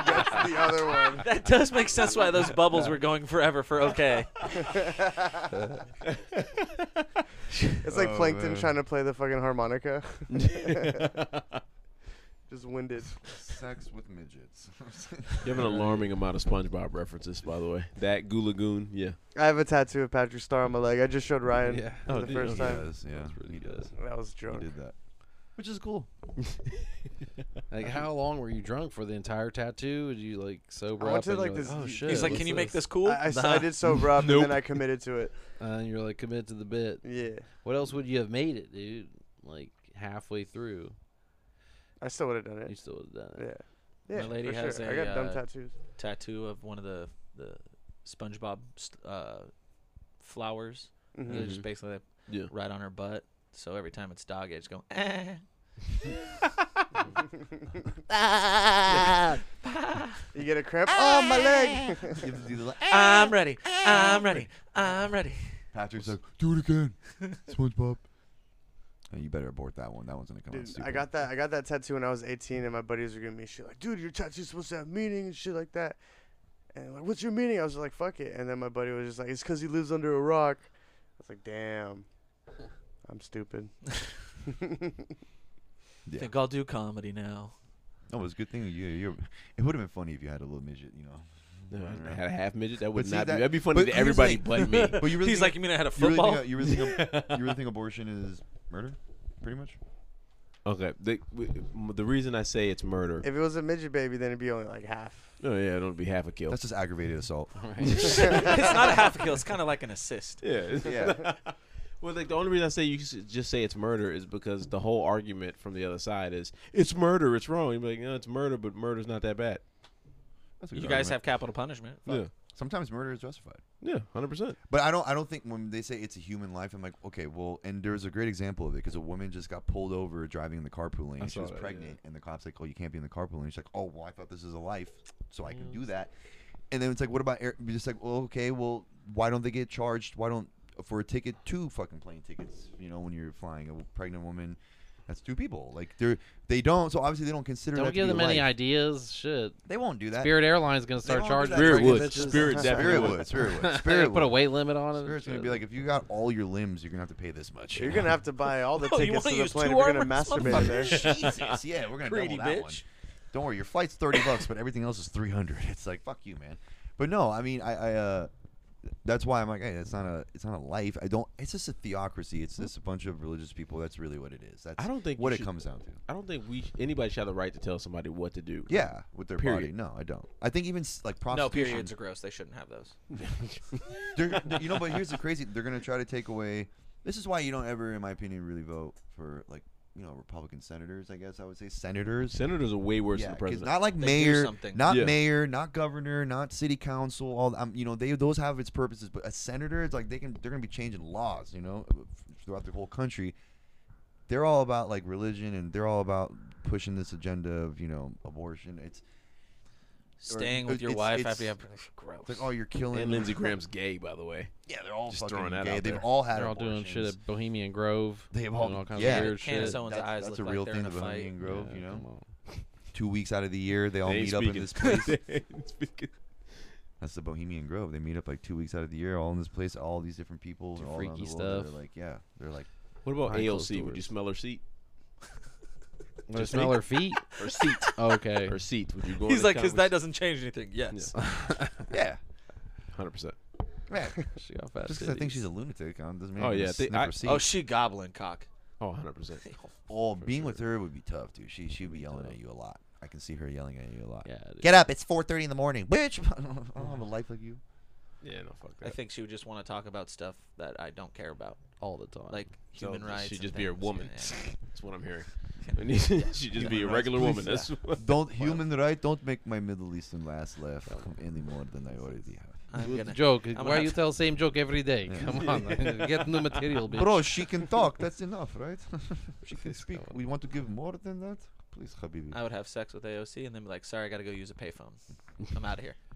gets the other one. That does make sense why those bubbles were going forever for okay. (laughs) (laughs) It's like Oh, Plankton man. trying to play the fucking harmonica. (laughs) Just winded. Sex with midgets. (laughs) You have an alarming amount of SpongeBob references, by the way. That Gula Goon, yeah. I have a tattoo of Patrick Star on my leg. I just showed Ryan Yeah. for Oh, the dude, first okay. time. does, yeah. He does. That was He drunk. did that, which is cool. Like, how long were you drunk for the entire tattoo? Did you like sober I went up? to, and like, you're this- oh he's shit. He's like, what's can you make this cool? I, I, s- I did sober up and then I committed to it. And you're like committed to the bit. Yeah, What else would you have made it, dude? Like halfway through, I still would have done you it. still would have done Yeah, it. yeah. lady for has sure. I a, got dumb uh, tattoos. (laughs) tattoo of one of the the SpongeBob st- uh, flowers. Mhm. They're Mm-hmm. just basically like Yeah. right on her butt. So every time it's dog, it's going. Eh. You get a cramp? Ah! Oh, my leg! (laughs) I'm ready. I'm ready. I'm ready. Patrick's like, do (laughs) it again, SpongeBob. And you better abort that one. That one's gonna come out Dude, stupid. I got that. I got that tattoo when I was 18, and my buddies were giving me shit like, "Dude, your tattoo's supposed to have meaning and shit like that." And like, "What's your meaning?" I was like, "Fuck it." And then my buddy was just like, "It's because he lives under a rock." I was like, "Damn, I'm stupid." Yeah. think I'll do comedy now. No, it was a good thing. You, you, it would have been funny if you had a little midget, you know. No, I had a half midget. That would see, not that- be. That'd be Mm. but funny to here's the everybody thing. (laughs) but me. But you really He's think- like, you mean I had a you really, football? think, you, really think, (laughs) ab- you really think abortion is murder, pretty much? Okay. The, w- the reason I say it's murder. if it was a midget baby, then it'd be only like half. Oh yeah, it'll be half a kill. That's just aggravated assault. it's not a half a kill. It's kind of like an assist. yeah. (laughs) Yeah. (laughs) Well, like the only reason I say you should just say it's murder is because the whole argument from the other side is it's murder, it's wrong. You're like, no, it's murder, but murder's not that bad. That's a You good guys have argument. capital punishment. Yeah, Sometimes murder is justified. yeah, hundred percent. But I don't. I don't think when they say it's a human life, I'm like, okay, well. And there's a great example of it because a woman just got pulled over driving in the carpool lane. She saw was that, yeah. pregnant, and the cops like, oh, you can't be in the carpool lane. She's like, oh, well, I thought this is a life, so I can do Mm. that. And then it's like, what about air? You're just like, well, okay, well, why don't they get charged? Why don't for a ticket two fucking plane tickets? You know, when you're flying a pregnant woman, that's two people. Like they're they don't. So obviously they don't consider. that Don't to give be them a any life. ideas. Shit. They won't do that. Spirit Airlines gonna start won't do charging. that. Spirit pregnant would. bitches. Spirit definitely Spirit would. would. (laughs) Spirit would. They're Spirit gonna put a would. weight limit on it. and Spirit's gonna be shit. like, if you got all your limbs, you're gonna have to pay this much. You're gonna have to buy all the Oh, you tickets wanna to the use plane two if you're gonna armors, masturbate in there. Jesus, yeah, we're gonna Greedy double that one. bitch. Don't worry, your flight's thirty bucks, but everything else is three hundred. (laughs) It's like fuck you, man. But no, I mean, I, I uh, that's why I'm like, hey, that's not a, it's not a life. I don't. It's just a theocracy. It's just a bunch of religious people. That's really what it is. That's I don't think you what it should- comes down to. I don't think we anybody should have the right to tell somebody what to do. Yeah, with their body. Period. No, I don't. I think even s- like No, prostitution. periods are gross. They shouldn't have those. They're, they're- you know, but here's the crazy. They're gonna try to take away. This is why you don't ever, in my opinion, really vote for like you know Republican senators. I guess I would say senators. Senators are way worse Yeah, than the 'cause president. Not like They do mayor, something. not Yeah. mayor, not governor, not city council. All um, you know, they those have its purposes. But a senator, it's like they can they're gonna be changing laws, you know, throughout the whole country. They're all about like religion, and they're all about pushing this agenda of you know abortion. It's, Staying it- with your it's- wife it's- after you have (laughs) gross. it's like oh, you're killing. and Lindsey Graham's gay, by the (laughs) way. yeah, they're all Just fucking throwing that gay. out They've there. all had. They're all doing shit abortions. at Bohemian Grove. They have doing all- all kinds yeah. of weird Can of shit. someone's That's, eyes that's look a like real they're thing in a of fight. Bohemian Grove. Yeah, you know, come on. two weeks out of the year they all They ain't meet up in speaking. this place. (laughs) They ain't speaking. That's the Bohemian Grove. They meet up like two weeks out of the year, all in this place, all these different people, Do all around the freaky world. They're stuff. like, yeah, they're (laughs) like, What about Behind closed AOC? Would you doors. smell her seat? Wanna smell her feet? Her seat. Okay. (laughs) Her seat. Would you go? He's like, because that doesn't change anything. Yes. yeah, Hundred percent. man. she got fat Just because I think titties. she's a lunatic, um, doesn't mean. Oh, I'm gonna yeah, they- sniff her I- seat. Oh, she goblin cock. Oh, 100 (laughs) percent. Oh, being with her would be tough, dude. She she'd be yelling at you a lot. I can see her yelling at you a lot. Yeah, dude. Get up! It's 4:30 in the morning, bitch. (laughs) I don't have a life like you. Yeah, no, fuck that. I think she would just want to talk about stuff that I don't care about, all the time. like So human rights. She'd and just be a things, woman. yeah. (laughs) That's what I'm (laughs) hearing. she'd just be a regular woman. That's what. Don't human right. Don't make my Middle Eastern last laugh any more than I already have. I'm gonna. joke. gonna Why have you to- tell same joke every day? Yeah. Come (laughs) on, get new material, bitch. Bro, she can talk. That's enough, (laughs) right? she can speak. on. We want to give more than that? Please, Habibi. I would have sex with AOC and then be like, "Sorry, I gotta go use a payphone. I'm out of here." (laughs)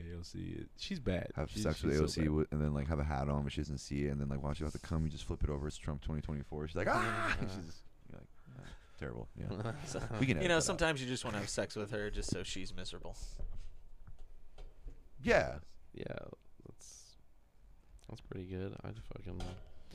AOC, is- she's bad. have She's- sex with she's so AOC bad. wi- and then like have a hat on, but she doesn't see it, and then like while she's about to come, you just flip it over. It's Trump 2024. She's like, ah, she's just you're like, "Ah, terrible. Yeah, So, we (laughs) can. you edit that know, out. sometimes you just want to have sex with her just so she's miserable. Yeah, Yeah, that's that's pretty good. I'd fucking.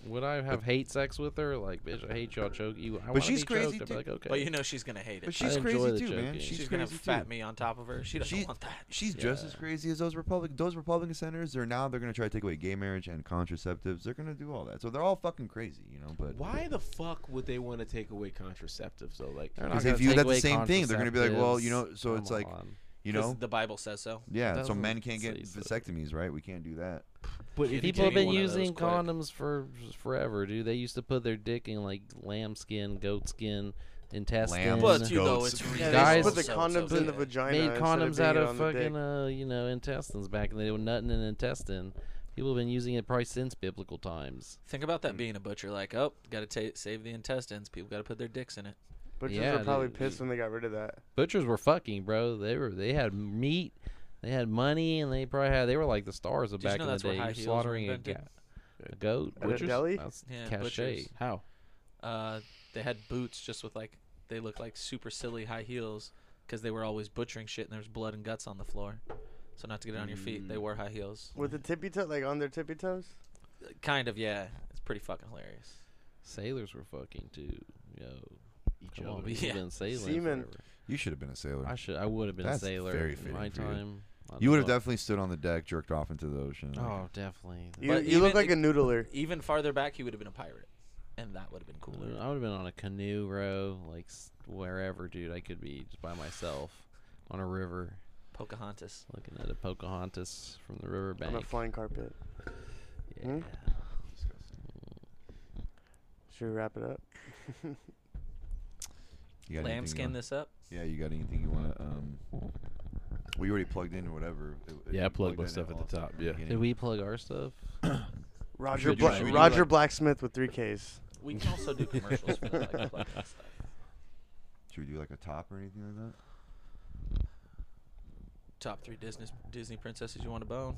Would I have hate sex with her? Like, bitch, I hate you. I'll choke you. I wanna she's be crazy choked. I'd be too. like, okay. But you know she's gonna hate it. but she's enjoy crazy the too, man. joking. She's, she's gonna crazy have fat too. me on top of her. She doesn't She's- want that. She's just as Yeah. crazy as those Republic those Republican senators. They're now they're gonna try to take away gay marriage and contraceptives. They're gonna do all that. So they're all fucking crazy, you know. But Why the fuck would they want to take away contraceptives though? Like, They're Because not they gonna view take that the away same thing. They're gonna be like, well, you know, so contraceptives. it's like, Come on. you 'Cause know, the Bible says so. yeah. So doesn't men can't get say so. vasectomies, right? We can't do that. but if you People have take been one of those using quick- condoms for forever, dude. They used to put their dick in like lambskin, goatskin, intestine. But you know goats. it's Yeah, they Guys- used to put the so- condoms so- in the yeah. vagina. made instead of condoms being out it of on the dick. fucking uh, you know intestines back, and they were nutting an intestine. People have been using it probably since biblical times. Think about that being a butcher. Like, oh, gotta ta save the intestines. People gotta put their dicks in it. Butchers Yeah, were probably dude. pissed when they got rid of that. Butchers were fucking, bro. They were they had meat, they had money, and they probably had they were like the stars of Did you back know in the that's where day. high You're heels were slaughtering a, invented? ga- a goat, At a butchers? deli? That's Yeah, cachet. butchers. How? Uh, they had boots just with like they looked like super silly high heels because they were always butchering shit and there was blood and guts on the floor. So not to get it on your feet, Mm. they wore high heels. With the tippy toe, like on their tippy toes. Kind of, yeah. It's pretty fucking hilarious. Sailors were fucking too. Yo, Each come on, other. we've Yeah. been sailing. Seamen. forever. You should have been a sailor. I should. I would have been That's a sailor very in my fitting for you. time. I You would have don't know. definitely stood on the deck, jerked off into the ocean. like, Oh, definitely. You, But you look even- like a noodler. Even farther back, he would have been a pirate, and that would have been I would cooler. have been on a canoe row, like s- wherever, dude. I could be just by myself on a river, Pocahontas. looking at a Pocahontas from the riverbank. On a flying carpet. yeah. Hmm? Should we wrap it up? you got anything you Lambskin wanna- this up. Yeah, you got anything you want to? Um, we already plugged in or whatever. It- it- Yeah, I you plugged my in stuff at all the top, from the yeah. beginning. Did we plug (laughs) our stuff? Roger should do- Bla- should we do, Roger like- Blacksmith with three Ks. We can also do commercials for the like, plug and stuff. Should we do like a top or anything like that? Top three Disney Disney princesses you want to (laughs) bone.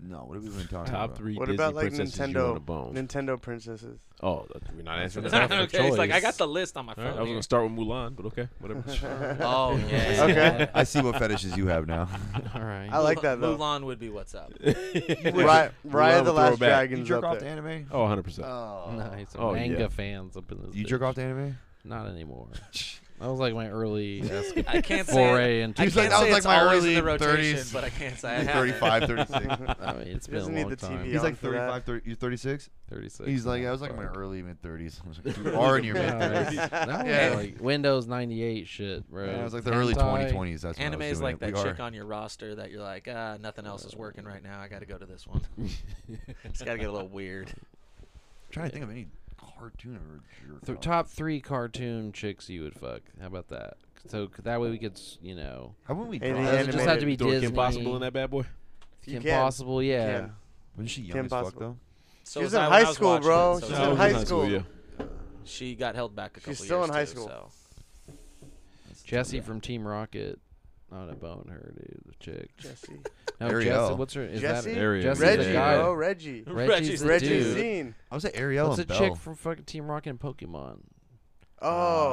No. What have we been talking about? (laughs) Top three What Disney about like princesses you want Nintendo? to bone. Nintendo (laughs) princesses. oh, that- we're not (laughs) answering that. okay, it's like I got the list on my All phone. right, I was here. gonna start with Mulan, but okay, (laughs) whatever. (laughs) Oh yeah. (laughs) Okay. I see what fetishes you have now. (laughs) All right. I (laughs) like that though. Mulan would be what's up. Raya, Raya Love a the Last throwback. Dragon You is jerk up off to (laughs) there. anime? Oh, 100 Uh, percent. Oh. Nice. Oh, yeah. manga fans up in this. You jerk bitch. off to anime? (laughs) Not anymore. That was like my early esca- (laughs) I can't say. foray into. I He's like, can't that say was it's like my always early in the rotation, 30s. but I can't say I have. 35, 36. I mean, it's He been a doesn't need long the time. TV (laughs) He's like for that. 35, 30, you're 36? 36. He's like, now, I was like in my fuck. early mid 30s. I was (laughs) like, you are in your mid 30s. Nice. That was Yeah. like Windows 98 shit, bro. Yeah, it was like the early 2020s. Hentai. That's when I was Anime is doing like it. that We chick are. on your roster that you're like, ah, nothing else is working (laughs) right now. I got to go to this one. it's got to get a little weird. trying to think of any cartoon or jerk Th- off. top three cartoon chicks you would fuck. How about that? So c- that way we could, s- you know, How wouldn't we Hey, draw? the doesn't just have to be Doing Disney. Kim Possible in that bad boy. You Kim can. Possible, yeah. Can. Wasn't she young Kim as fuck Possible. though? So She was was in I when high I was school, watching bro. it, so She's it's in like- high school. yeah. She got held back a couple She's still years in high too, school. so. Jesse from Team Rocket. Not a bone her, dude. The chick. Jesse. No, Jesse. Ariel. What's her? Is Jesse? that Ariel. Jesse's the Reggie, guy. bro. Reggie. (laughs) Reggie's the Reggie dude. Zine. I would say Ariel What's a and chick Belle. from fucking Team Rocket and Pokemon? Oh,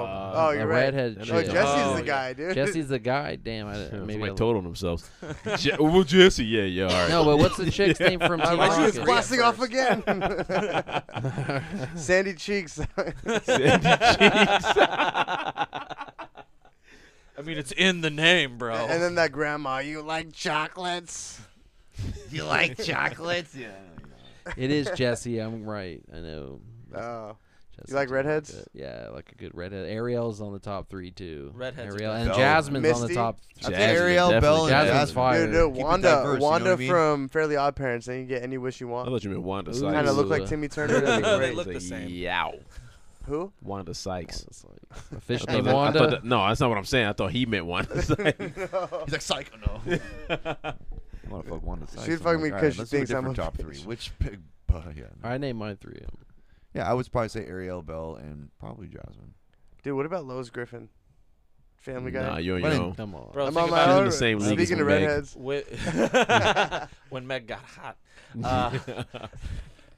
Uh, oh, A you're right. redhead That Oh, chick. is- Jesse's Oh, the yeah. guy, dude. (laughs) Jesse's the guy. Damn, I, maybe. Somebody I- told on themselves. (laughs) (laughs) Je- well, Jesse, yeah, yeah, all right. (laughs) no, but what's the chick's name (laughs) from Team why'd you Reggie was agree Rocket? at blasting off first? again. (laughs) Sandy cheeks. I mean, it's in the name, bro. And then that grandma, you like chocolates? you like chocolates? yeah. it is Jesse. I'm right. I know. Oh, Jesse You like Team redheads? Rocket. Yeah, I like a good redhead. Ariel's on the top three too. Redheads are Ariel good. and Belle. Jasmine's on the Misty? top. I think Jasmine, Ariel, definitely Belle, and Jasmine's Jasmine. fire. dude, dude Keep it Wanda, diverse, you know Wanda what I mean? from Fairly Odd Parents, and you get any wish you I want. thought you meant Wanda Ooh. Sykes. Kind of look Ooh. like Timmy Turner. That'd be No, they great. look the It's a same. Yow. Who? Wanda Sykes. (laughs) It's like a (laughs) fish I thought named that- I thought Wanda. that- no, that's not what I'm saying. I thought he meant (laughs) Wanda Sykes. He's like psycho. No. you want to fuck Wanda Sykes? She'd I'm fuck like, me 'cause all right, she let's do a thinks I'm different a top three. Which big? But yeah. no. I named my three of 'em. Yeah, I would probably say Ariel, Belle, and probably Jasmine. Dude, what about Lois Griffin? Family Guy. nah, you're on Why your didn't- own. Come on. Oh, Bro, I'm think on about my it. own. She's in the same league as Speaking of Meg. redheads, Wi- (laughs) when Meg got hot, (laughs) uh,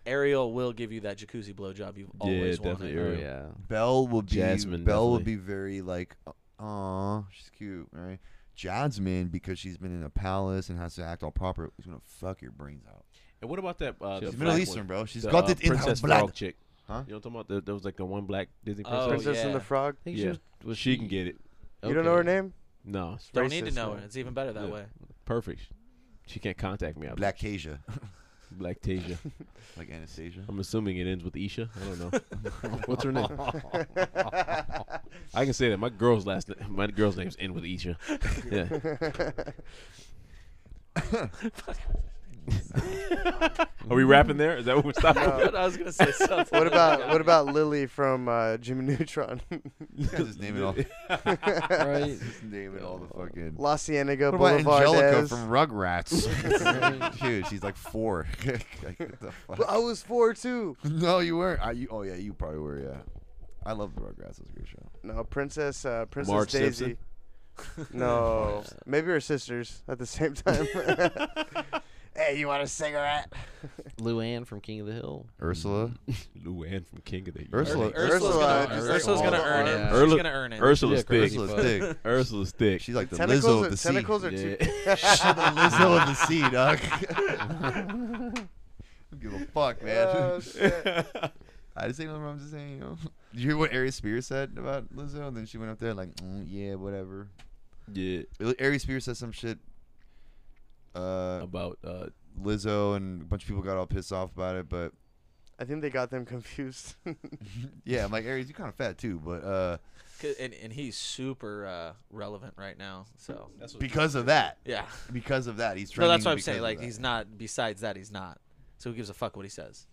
Ariel will give you that jacuzzi blowjob you've always definitely wanted. Oh, Ariel. yeah. Belle will be Jasmine, Belle will definitely. be very like, oh, she's cute, right? Jasmine because she's been in a palace and has to act all proper. She's gonna fuck your brains out. And what about that? Uh, She's the She's Middle black Eastern, one? bro. She's The, got uh, it in Princess her blood. Frog chick. Huh? You know what I'm talking about? There, there was like the one black Disney Oh, princess. Princess and the yeah. Frog. I think Yeah. she was, was She can get it. You don't know okay. her name? No, it's Don't need to Racist, know man. it. It's even better that Yeah. (laughs) way. perfect. She can't contact me. out there. Black Asia, Black Tasia. like (laughs) Anastasia. I'm assuming it ends with Isha. I don't (laughs) know. (laughs) What's her name? (laughs) (laughs) I can say that my girl's last name, my girl's names end with Isha. Yeah. (laughs) Are we rapping there? Is that what we're stopping? No. I was gonna say something. (laughs) what about what (laughs) about Lily from uh, Jimmy Neutron? You guys just name it all. Right. (laughs) Just name it all (laughs) the fucking. (laughs) La Cienega What about Boulevard. Angelica Des. from (laughs) Rugrats? (laughs) Dude, she's like four. (laughs) Like, what the fuck? But I was four too. No, you weren't. I, you, oh yeah, you probably were. Yeah, I love the Rugrats. It was a great show. No, Princess uh, Princess Marge Daisy. No, maybe her sisters at the same (laughs) time. (laughs) hey, you want a cigarette? Luann from King of the Hill. Ursula. (laughs) Luann from King of the Ursula. Ursula's gonna, Ursula. Ursula's gonna Ursula. earn it. Yeah. She's Ursula- gonna earn it. Ursula's Yeah, thick. Ursula. Ursula's thick. Ursula's thick. (laughs) She's like the Tentacles Lizzo are- of the sea. tentacles are yeah. (laughs) too- She's (laughs) (laughs) the Lizzo of the sea, dog. (laughs) Give a fuck, man. (laughs) (laughs) Oh, shit. I just ain't nothing wrong. I'm just saying, you know. (laughs) Did you hear what Ari Spears said about Lizzo? And then she went up there like, mm, yeah, whatever. yeah. Ari Spears said some shit. Oh. Uh, About uh, Lizzo and a bunch of people got all pissed off about it, but I think they got them confused. (laughs) yeah, I'm like Aries, you kind of fat too, but uh, (laughs) 'Cause- And, and he's super uh, relevant right now. So because of that, yeah. because of that, he's No, trending. that's what I'm because saying. of Like that. he's not. Besides that, he's not. So who gives a fuck what he says?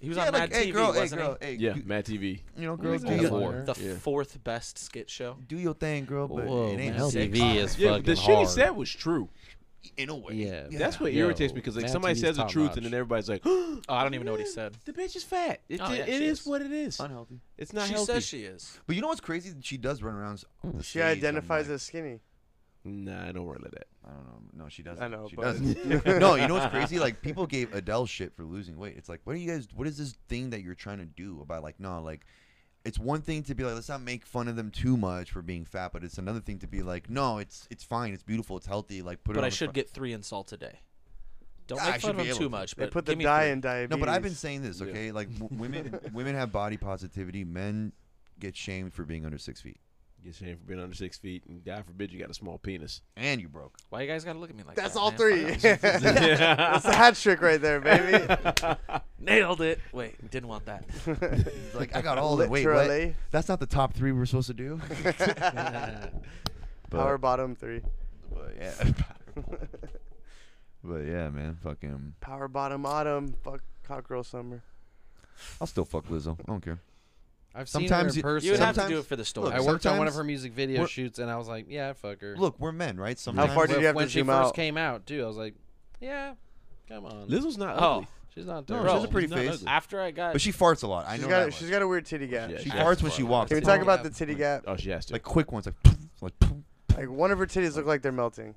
He was yeah, on like, Mad hey, TV, girl, hey, wasn't girl, hey, yeah, you- Mad TV. you know, girl, Like, do yeah. your, Four. he? The Yeah. fourth best skit show. do your thing, girl, but Whoa, it ain't man, healthy. LTV is Yeah, fucking the shit he hard. said was true. (laughs) in a way. Yeah. That's what Yo, irritates me because like Mad somebody TV's says the top truth notch. and then everybody's (gasps) like, Oh, I don't even know what he said. The bitch is fat. It, Oh, yeah, it she is, is. what it is. unhealthy. It's not she healthy. says she is. But you know what's crazy? She does run around. on the she stage, I'm identifies like, as skinny. Nah, I don't worry about that. I don't know. No, she doesn't. I know, She but- doesn't. (laughs) no, you know what's crazy? Like people gave Adele shit for losing weight. It's like, what are you guys? What is this thing that you're trying to do about? Like, no, like. It's one thing to be like, let's not make fun of them too much for being fat, but it's another thing to be like, no, it's it's fine, it's beautiful, it's healthy. Like, put it. But on I the should front. get three insults a day. Don't Yeah, I make should fun of be him able too to. much. They But put the give me dye three. in diabetes. No, but I've been saying this, Yeah. okay? Like w- (laughs) women, women have body positivity. Men get shamed for being under six feet, Get shamed for being under six feet, and God forbid you got a small penis. and you broke. Why you guys gotta look at me like That's that? all man? three. Fuck (laughs) (laughs) off. (laughs) That's the hat trick right (laughs) there, baby. Nailed it. Wait, didn't want that. It's Like I got all the weight. What? (laughs) Literally. (laughs) That's not the top three we're supposed to do. but, Power bottom three. (laughs) but yeah. but yeah, man, fucking. Power bottom autumn. Fuck cockroach summer. I'll still fuck Lizzo. I don't care. I've Sometimes seen you- her in person. You would have to do Sometimes- it for the story. look, I worked on one of sometimes- her music video we're- shoots, and I was like, yeah, fuck her. Look, we're men, right? How Sometimes far did When- you have when to she zoom first out? came out, too, I was like, yeah, come on. Lizzo's not Oh. ugly. She's not No, dirty. Bro, she's a pretty not face. ugly. After I got, But she farts a lot. I know She's got, a, that she's much. got a weird titty gap. Yeah, She she farts has to when she fart. walks. Can we It's talk all- about the titty gap? Oh, she has to. like quick ones? Like, like Like one of her titties look like they're (laughs) melting,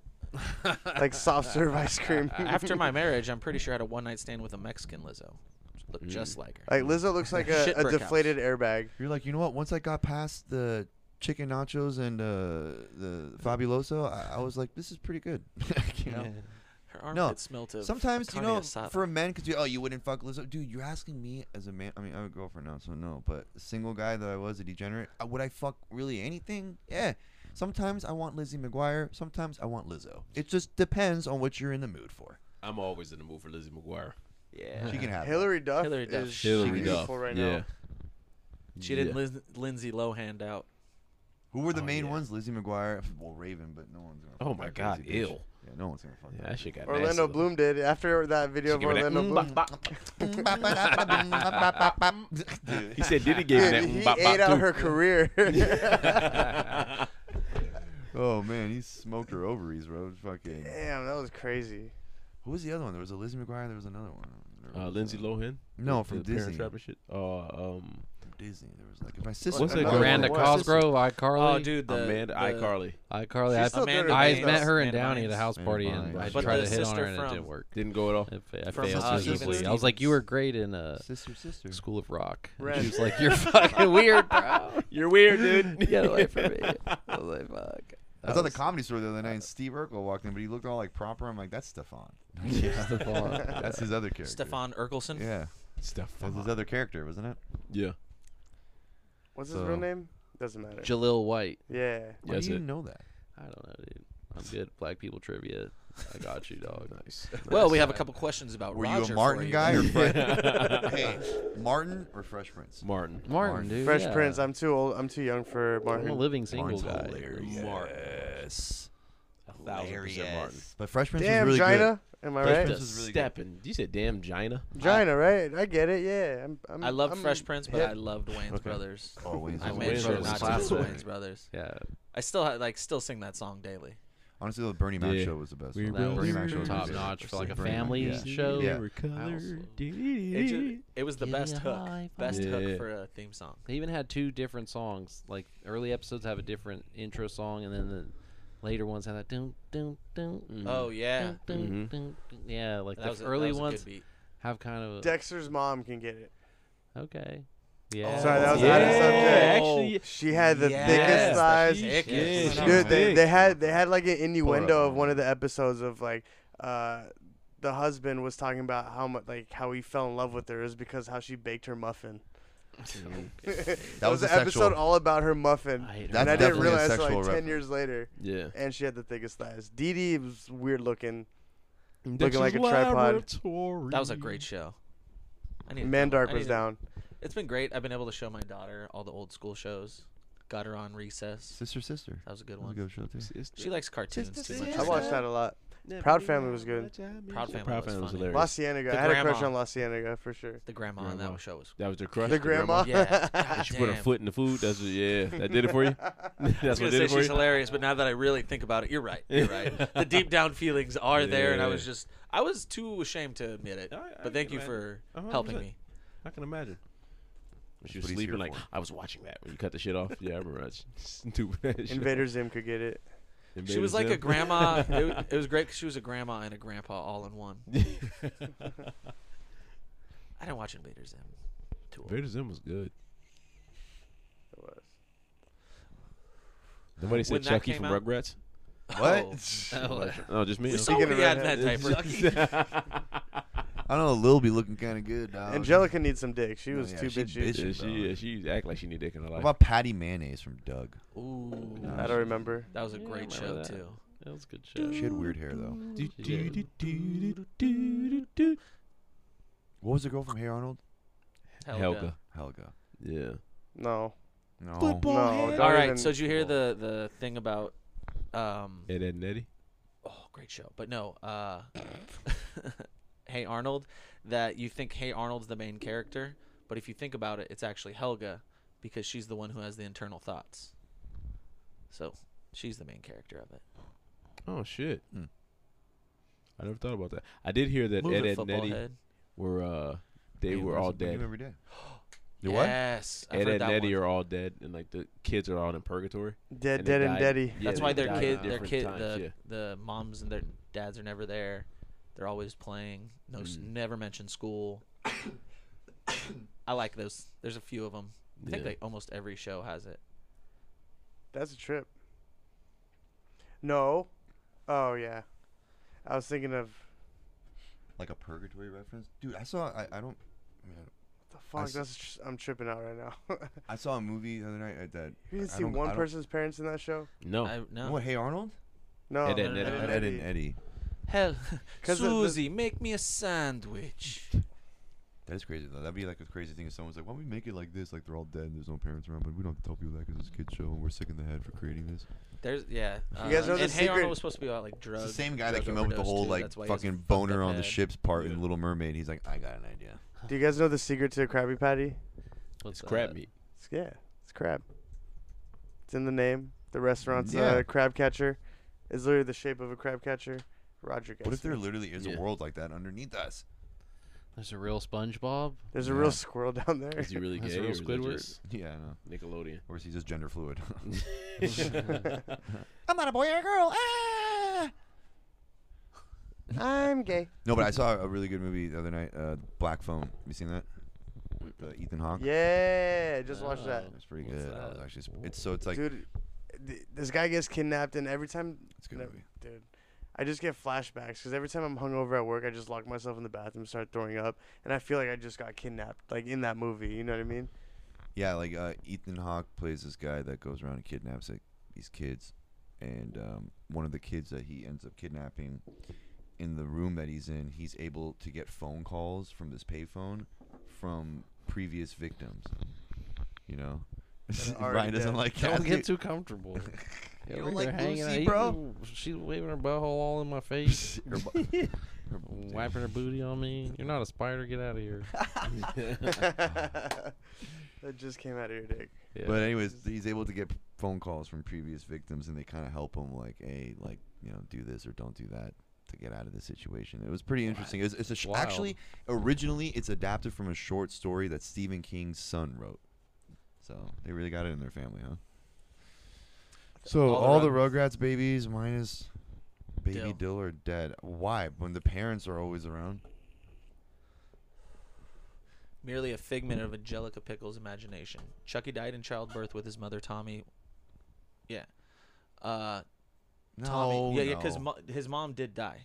like soft serve ice cream. uh, (laughs) after my marriage, I'm pretty sure I had a one night stand with a Mexican Lizzo, Mm. looked just like her. (laughs) like Lizzo looks like a, Shit a brick house. deflated airbag. You're like, you know what? Once I got past the chicken nachos and uh, the fabuloso, I, I was like, this is pretty good. (laughs) you know? Her armpits No, smelled of Sometimes you carne know, asada. for men, because oh, you wouldn't fuck Lizzo, dude. You're asking me as a man. I mean, I have a girlfriend now, so no. But a single guy that I was, a degenerate, uh, would I fuck really anything? Yeah. Sometimes I want Lizzie McGuire. Sometimes I want Lizzo. It just depends on what you're in the mood for. I'm always in the mood for Lizzie McGuire. yeah, She can have. Hillary. Hillary Duff Hillary Duff. is Hillary beautiful Duff. right yeah. now. she didn't Lin- Lindsay Lohan out. Who were the Oh, main yeah. ones? Lizzie McGuire. Well, Raven, but no one's gonna. Oh fuck my that God, crazy bitch. ew. Yeah, no one's gonna fuck Yeah, that. that shit got nasty, Orlando though. Bloom did after that She video of give it that Orlando mm, Bloom. bop, bop. He (laughs) he said Diddy gave him that Dude, (laughs) (laughs) he mm, bop, ate bop, out too. her career. (laughs) (laughs) "Oh man, he smoked her ovaries, bro. Fucking." Damn, that was crazy. Who was the other one? There was a Lizzie McGuire. There was another one. There Uh, was, Lindsay uh, Lohan. No, The from Parent Disney. Trap and shit. Oh, um, From Disney. There was like my sister. What's that another girl? Miranda What? one. Cosgrove, Oh, iCarly. dude, the Amanda the, iCarly. iCarly. She's I, still doing Amanda her I thing, Bynes. met her in Amanda Downey at Bynes. a house Amanda party, Bynes. and I But tried the to hit on sister her, and it from- didn't work. Didn't go at all. I, fa- I From, failed uh, miserably. I Stevens. was like, "You were great in uh, Sister, sister. School of Rock." And Red. she was like, "You're fucking weird, bro. You're weird, dude. (laughs) Get away from me." I was like, "Fuck." I was at the That comedy store the other night, and Steve Urkel walked in, but he looked all like proper. I'm like, that's Stefan. was Stefan. That's his other character. Stefan Erkelson. Yeah, Stuff. that's his other character, wasn't it? Yeah. What's his So- real name? Doesn't matter. Jalil White. yeah. Why That's do you it. know that? I don't know, dude. I'm good. at Black people trivia. I got you, dog. Nice. Well, we have a couple questions about Were Roger. you for a Martin guy or (laughs) Fresh? hey, Martin or Fresh Prince? Martin. Martin, Martin. dude. Fresh yeah. Prince. I'm too old. I'm too young for I'm a Martin. living single Martin's guy. hilarious. Yes. A thousand percent Martin. But Fresh Prince Damn, was really Gina. Am I Fresh right? Prince Just is really good. stepping. You said damn Gina. Gina, right? I get it. Yeah. I'm, I'm, Mm, I love I'm Fresh Prince, but hip. I loved Wayne's Brothers. good. Always. I Wayne's made sure Brothers not is to listen to classic. Wayne's Brothers. Yeah. I still ha- like still sing that song daily. Honestly, the Bernie Mac Yeah. show was the best. We one. That Well, was we were top just- notch for like a Bernie Mac, family yeah. show. Yeah. It, ju- it was the Give me best a hook, high best Yeah. hook for a theme song. They even had two different songs. Like early episodes have a different intro song, and then the later ones have that dun dun dun. mm. Mm. Oh yeah, dun, dun, dun, dun. Yeah, like that was the a- that early was a good ones beat. have kind of a, Dexter's mom can get it. okay. Yeah. Sorry, that was yeah. out of subject. Oh. (laughs) Actually, She had the Yes. thickest thighs. Yeah, Yeah, she she Dude, they, thick. they had they had like an innuendo Bruh. of one of the episodes of like uh the husband was talking about how much like how he fell in love with her is because how she baked her muffin. (laughs) that, was was, an a sexual- episode all about her muffin. I hate her. and That's I didn't definitely a realize till, like sexual ten reference. years later. Yeah. And she had the thickest thighs. Dee Dee was weird looking. Dexter's like a tripod. Laboratory. That was a great show. I need to- Mandark I was need to- down. It's been great. I've been able to show my daughter all the old school shows. Got her on recess. Sister, sister. That was a good That was a one. good show too. She likes cartoons Sister, too much. I sister. watched that a lot. Proud Family was good. Proud Family Proud was Family was funny. hilarious. La Cienega. The I had a crush grandma. on La Cienega (laughs) for sure. The grandma, on Grandma. that (laughs) show was. That was the crush. The grandma. Yeah. She put her goddamn. foot in the food. That's what, yeah. That did it for (laughs) you. That's what I did was gonna it say for she's you. hilarious, but now that I really think about it, you're right. (laughs) You're right. the deep down feelings are there, and I was Yeah. just, I was too ashamed to admit it. I- I but thank can you imagine. for A hundred helping percent. me. I can imagine. When she was what he's sleeping, here like for. I was watching that when you cut the shit off. Yeah, I remember that. (laughs) shit. Stupid. ass shit. Invader Zim could get it. She Invader was like a Zim. grandma. it, w- it was great because she was a grandma and a grandpa all (laughs) in one. I didn't watch Invader Zim. Too (laughs) old. Invader Zim was good. It was. Nobody When said that Chucky came from out- Rugrats. Oh. No, just me. We Okay. saw Speaking what of he had in that redheads, diaper. (laughs) I don't know. Lil be looking kind of good. Dog. Angelica needs some dick. She No, was Oh, yeah, too she bitchy. bitchy. Yeah, she, yeah, she act like she need dick in her What life. about Patty Mayonnaise from Doug? Ooh, I don't remember. that was a Yeah, I great remember show that. too. (laughs) That was a good show. She had weird hair though. Do, She do, did. do, do, do, do, do, do. What was the girl from Hey Arnold? Helga. Helga. Helga. Yeah. No. No. No. Don't All right, even- so did you hear the the thing about? Um, Ed, Ed, and Eddie. oh, great show, but no. (laughs) Uh, hey Arnold, that you think Hey Arnold's the main character, But if you think about it, it's actually Helga because she's the one who has the internal thoughts. So she's the main character of it. Oh shit! Hmm. I never thought about that. I did hear that Move Ed, it, Ed and football Eddie head. were uh, they Hey, were where's all the Bring 'Em dead. Every day. The what? yes, Ed, I've heard Ed and that Eddie one. are all dead, and like the kids are all in purgatory. Dead, And they dead, and died- deaddy. yeah, That's they why their died at kid, their different kid, times, the yeah. the moms and their dads are never there. They're always playing. No, s Mm. never mention school. I like those. There's a few of them. I think Yeah. like almost every show has it. That's a trip. No. Oh yeah. I was thinking of Like a purgatory reference, dude. I saw. I, I don't. I mean, I don't- the fuck. s- That's tr- I'm tripping out right now. (laughs) I saw a movie the other night uh, that. you didn't I see don't- I one don't- person's parents in that show? No, I no. Oh. What? Hey Arnold. No. Ed, Ed, no, Ed, no, no, Ed, no, Ed Eddie. and Eddie. Hell, 'Cause the- the- Susie, make me a sandwich. That is crazy though. That'd be like a crazy thing if someone's like, "Why don't we make it like this? Like they're all dead and there's no parents around, but we don't have to tell people that because it's a kid show and we're sick in the head for creating this." There's yeah. You guys uh, know the and Hey Arnold secret- was supposed to be about like drugs. It's the same guy that drug came up with the overdose, whole too. like That's why he has fucking fucked up boner on the head. ships part in Little Mermaid. He's like, "I got an idea." Do you guys know the secret to Krabby Patty? What's it's crab that? meat. It's, yeah, it's crab. It's in the name. The restaurant's Yeah. uh, crab catcher. It's literally the shape of a crab catcher. Roger guessed What if there it. literally is Yeah. a world like that underneath us? There's a real SpongeBob. There's a Yeah. real squirrel (laughs) down there. Is he really (laughs) That's gay? real or is that Squidward. just Yeah, I know. Nickelodeon. Or is he just gender fluid? (laughs) I'm not a boy or a girl. Ah! I'm gay. No, but I saw a really good movie the other night. Uh, Black Phone. Have you seen that? With uh, Ethan Hawke. Yeah, just watch that. Oh. That's pretty What's good. I was that? actually. Sp- it's so it's Uh, like Dude, th- this guy gets kidnapped, and every time, it's a good no. movie. dude, I just get flashbacks because every time I'm hungover at work, I just lock myself in the bathroom, and start throwing up, and I feel like I just got kidnapped, like in that movie. You know what (laughs) I mean? (laughs) Yeah, like uh, Ethan Hawke plays this guy that goes around and kidnaps like, these kids, and um, one of the kids that he ends up kidnapping in the room that he's in, he's able to get phone calls from this payphone from previous victims. You know, That (laughs) are Ryan already doesn't dead. like that. Don't get dude. too comfortable. You Yeah, don't we're like there hanging Lucy, out. He- bro? She's waving her butthole all in my face, Her bu- her- wiping her booty on me. You're not a spider. Get out of here. that just came out of your dick. Yeah. But anyways, he's able to get phone calls from previous victims, and they kind of help him, like, hey, like you know, do this or don't do that to get out of the situation. It was pretty interesting. It's, it's a sh- Wild. actually originally it's adapted from a short story that Stephen King's son wrote. So they really got it in their family, huh? So all, All the the Rugrats babies minus baby Dill. Dill. are dead. Why? When the parents are always around. Merely a figment of Angelica Pickle's imagination. Chucky died in childbirth with his mother Tommy. Yeah. Uh, No, Tommy. Yeah, yeah, no. because mo- his mom did die.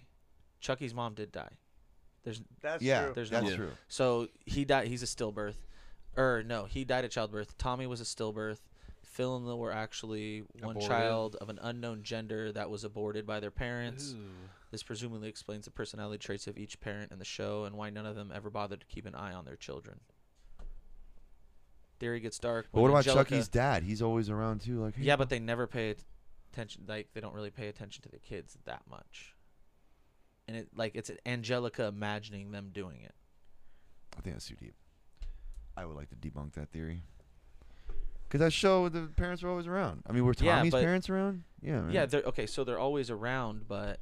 Chucky's mom did die. There's That's yeah, true. There's that's no- true. so he died. He's a stillbirth, or no, he died at childbirth. Tommy was a stillbirth. Phil and Lil were actually one Aborted. child of an unknown gender that was aborted by their parents. Ooh. This presumably explains the personality traits of each parent in the show and why none of them ever bothered to keep an eye on their children. Theory gets dark. But when what about Angelica- Chucky's dad? He's always around too. Like, hey, Yeah, but they never pay at- attention. Like they don't really pay attention to the kids that much. And it like it's Angelica imagining them doing it. I think that's too deep. I would like to debunk that theory. Cause that show, the parents were always around. I mean, were Yeah, Tommy's but- parents around? Yeah. Man. Yeah, they're okay. So they're always around, but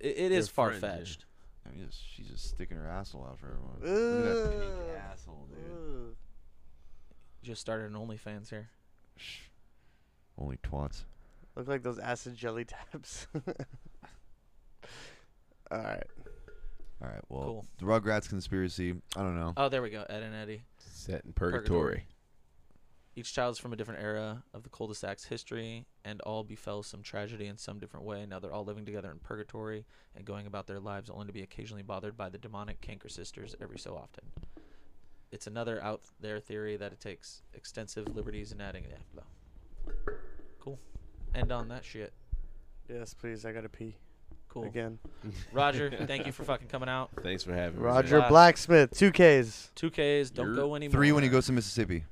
it, it They're is far friends, yeah. fetched. I mean, just, she's just sticking her asshole out for everyone. Look at that Ugh. pink asshole, dude. Ooh. Just started an OnlyFans here. Shh. Only twats. Look like those acid jelly (laughs) tabs. All right. All right. Well, Cool. the Rugrats conspiracy. I don't know. Oh, there we go. Ed and Eddie. Set in Purgatory. purgatory. Each child's from a different era of the cul-de-sac's history, and all befell some tragedy in some different way. Now they're all living together in purgatory and going about their lives, only to be occasionally bothered by the demonic canker sisters every so often. It's another out there theory that it takes extensive liberties in adding. Yeah, blah. Cool. End on that shit. Yes, please. I gotta pee Cool. again. (laughs) Roger, thank you for fucking coming out. Thanks for having Roger me. Blast. Blacksmith, two Ks. Two Ks. Don't You're go anymore. Three when he goes to Mississippi.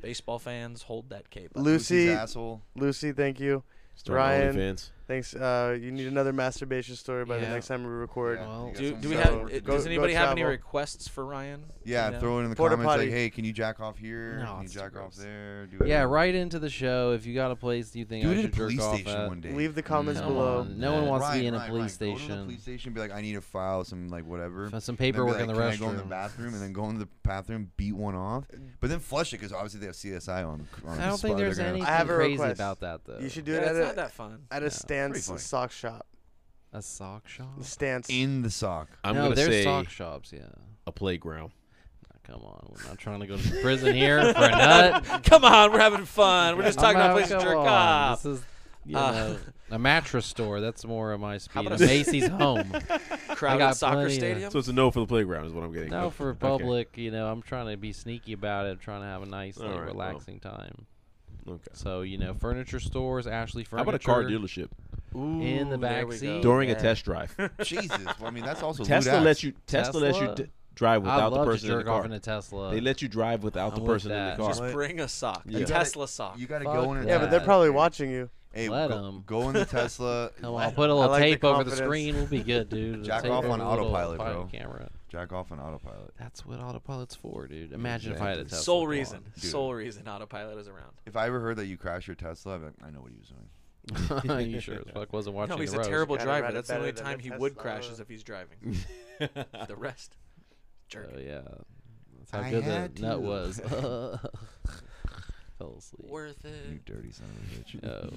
Baseball fans, hold that K. button. Lucy, Lucy's asshole. Lucy, thank you. Starting Ryan. OnlyFans. Thanks. Uh, you need another masturbation story by Yeah. the next time we record. Yeah. Well, You got Do, some do we So, have? stuff uh, to go- does go anybody have any travel. requests for Ryan? Yeah, You know? throw it in the Porta comments potty. like, hey, can you jack off here? No, can you it's too jack off gross. there? Do Yeah, whatever. right into the show. If you got a place you think Do I it at a should jerk police off station at. one day. Leave the comments Come below. on, No one wants to be in a Ryan, police Ryan, Go to the station. police station, be like, I need to file some like whatever. F- Some and then be paperwork like, in the can restroom. I go in the bathroom and then go in the bathroom, beat one off, but then flush it because obviously they have CSI on. on I don't the think spot. there's They're gonna- anything I have a crazy request. about that though. You should do Yeah, it it's not at a, that fun. at a stance funny. sock shop. a sock shop. Stance. in the sock. I'm no, gonna there's say sock shops. Yeah. a playground. Come on, we're not trying to go to prison here (laughs) for a (laughs) nut. Come on, we're having fun. We're just I'm talking out, about places to come jerk on. off. This is, you Uh, know, a mattress store. That's more (laughs) of my speed. about A a- Macy's home. Crowded got soccer plenty of- stadium. So it's a no for the playground is what I'm getting. No, Okay. for Okay. public, you know, I'm trying to be sneaky about it. I'm trying to have a nice, All like, right, well. relaxing time. Okay. So you know, furniture stores, Ashley Furniture. How about a car dealership in the Ooh, there back we seat. go. during a Yeah. test (laughs) drive? Jesus, well, I mean that's also Tesla lewd lets ass. you Tesla, lets you Tesla? d- drive I without the love to person in the jerk off car. in a Tesla. they let you drive without the I'm with person in the that. car. Just bring a sock, Yeah. a You gotta- Tesla sock. You gotta Fuck go in. that. a Yeah, but they're that. probably watching you. Hey, Let go, 'em. go in the Tesla. (laughs) Come on, I'll put a little like the tape over the confidence. screen. We'll (laughs) be good, dude. Jack Tape off over on the little autopilot, pilot bro. Camera. (laughs) Jack off on autopilot. That's what autopilot's for, dude. Imagine if I had a Exactly. Tesla. Sole Come on. reason, dude. sole reason, autopilot is around. If I ever heard that you crashed your Tesla, I'd be like, I know what he was doing. (laughs) you sure as (laughs) fuck wasn't watching No, he's the a road. terrible Gotta driver. ride it That's the only better time than a he would Tesla. crash is if he's (laughs) driving. the rest, So, jerk. Oh, yeah, that's how I good had the nut to. was. (laughs) (laughs) Fell asleep. Worth You it. dirty son of a bitch. No.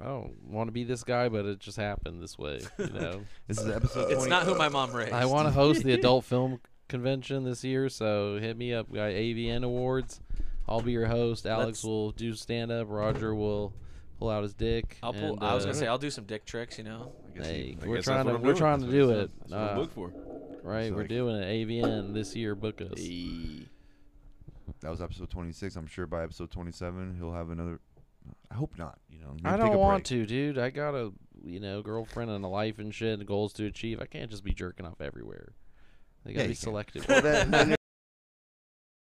I don't want to be this guy, but it just happened this way. You (laughs) know, This is episode. It's 20. not who my mom raised. I want to host the (laughs) adult film convention this year, so hit me up, guy. AVN Awards. I'll be your host. Alex Let's- will do stand up. Roger will pull out his dick. I'll pull, and, I was gonna uh, say I'll do some dick tricks, you know. I guess he- Hey, I we're guess that's trying what to I'm we're doing. trying to do it. That's what I'm Uh, booked for. right, we're like- doing it. AVN this year. Book us. That was episode 26. I'm sure by episode 27 he'll have another. I hope not. You know, I don't want to, dude. I got a you know girlfriend and a life and shit and goals to achieve. I can't just be jerking off everywhere. They gotta Yeah, be you (laughs) can. selective. Well, then, then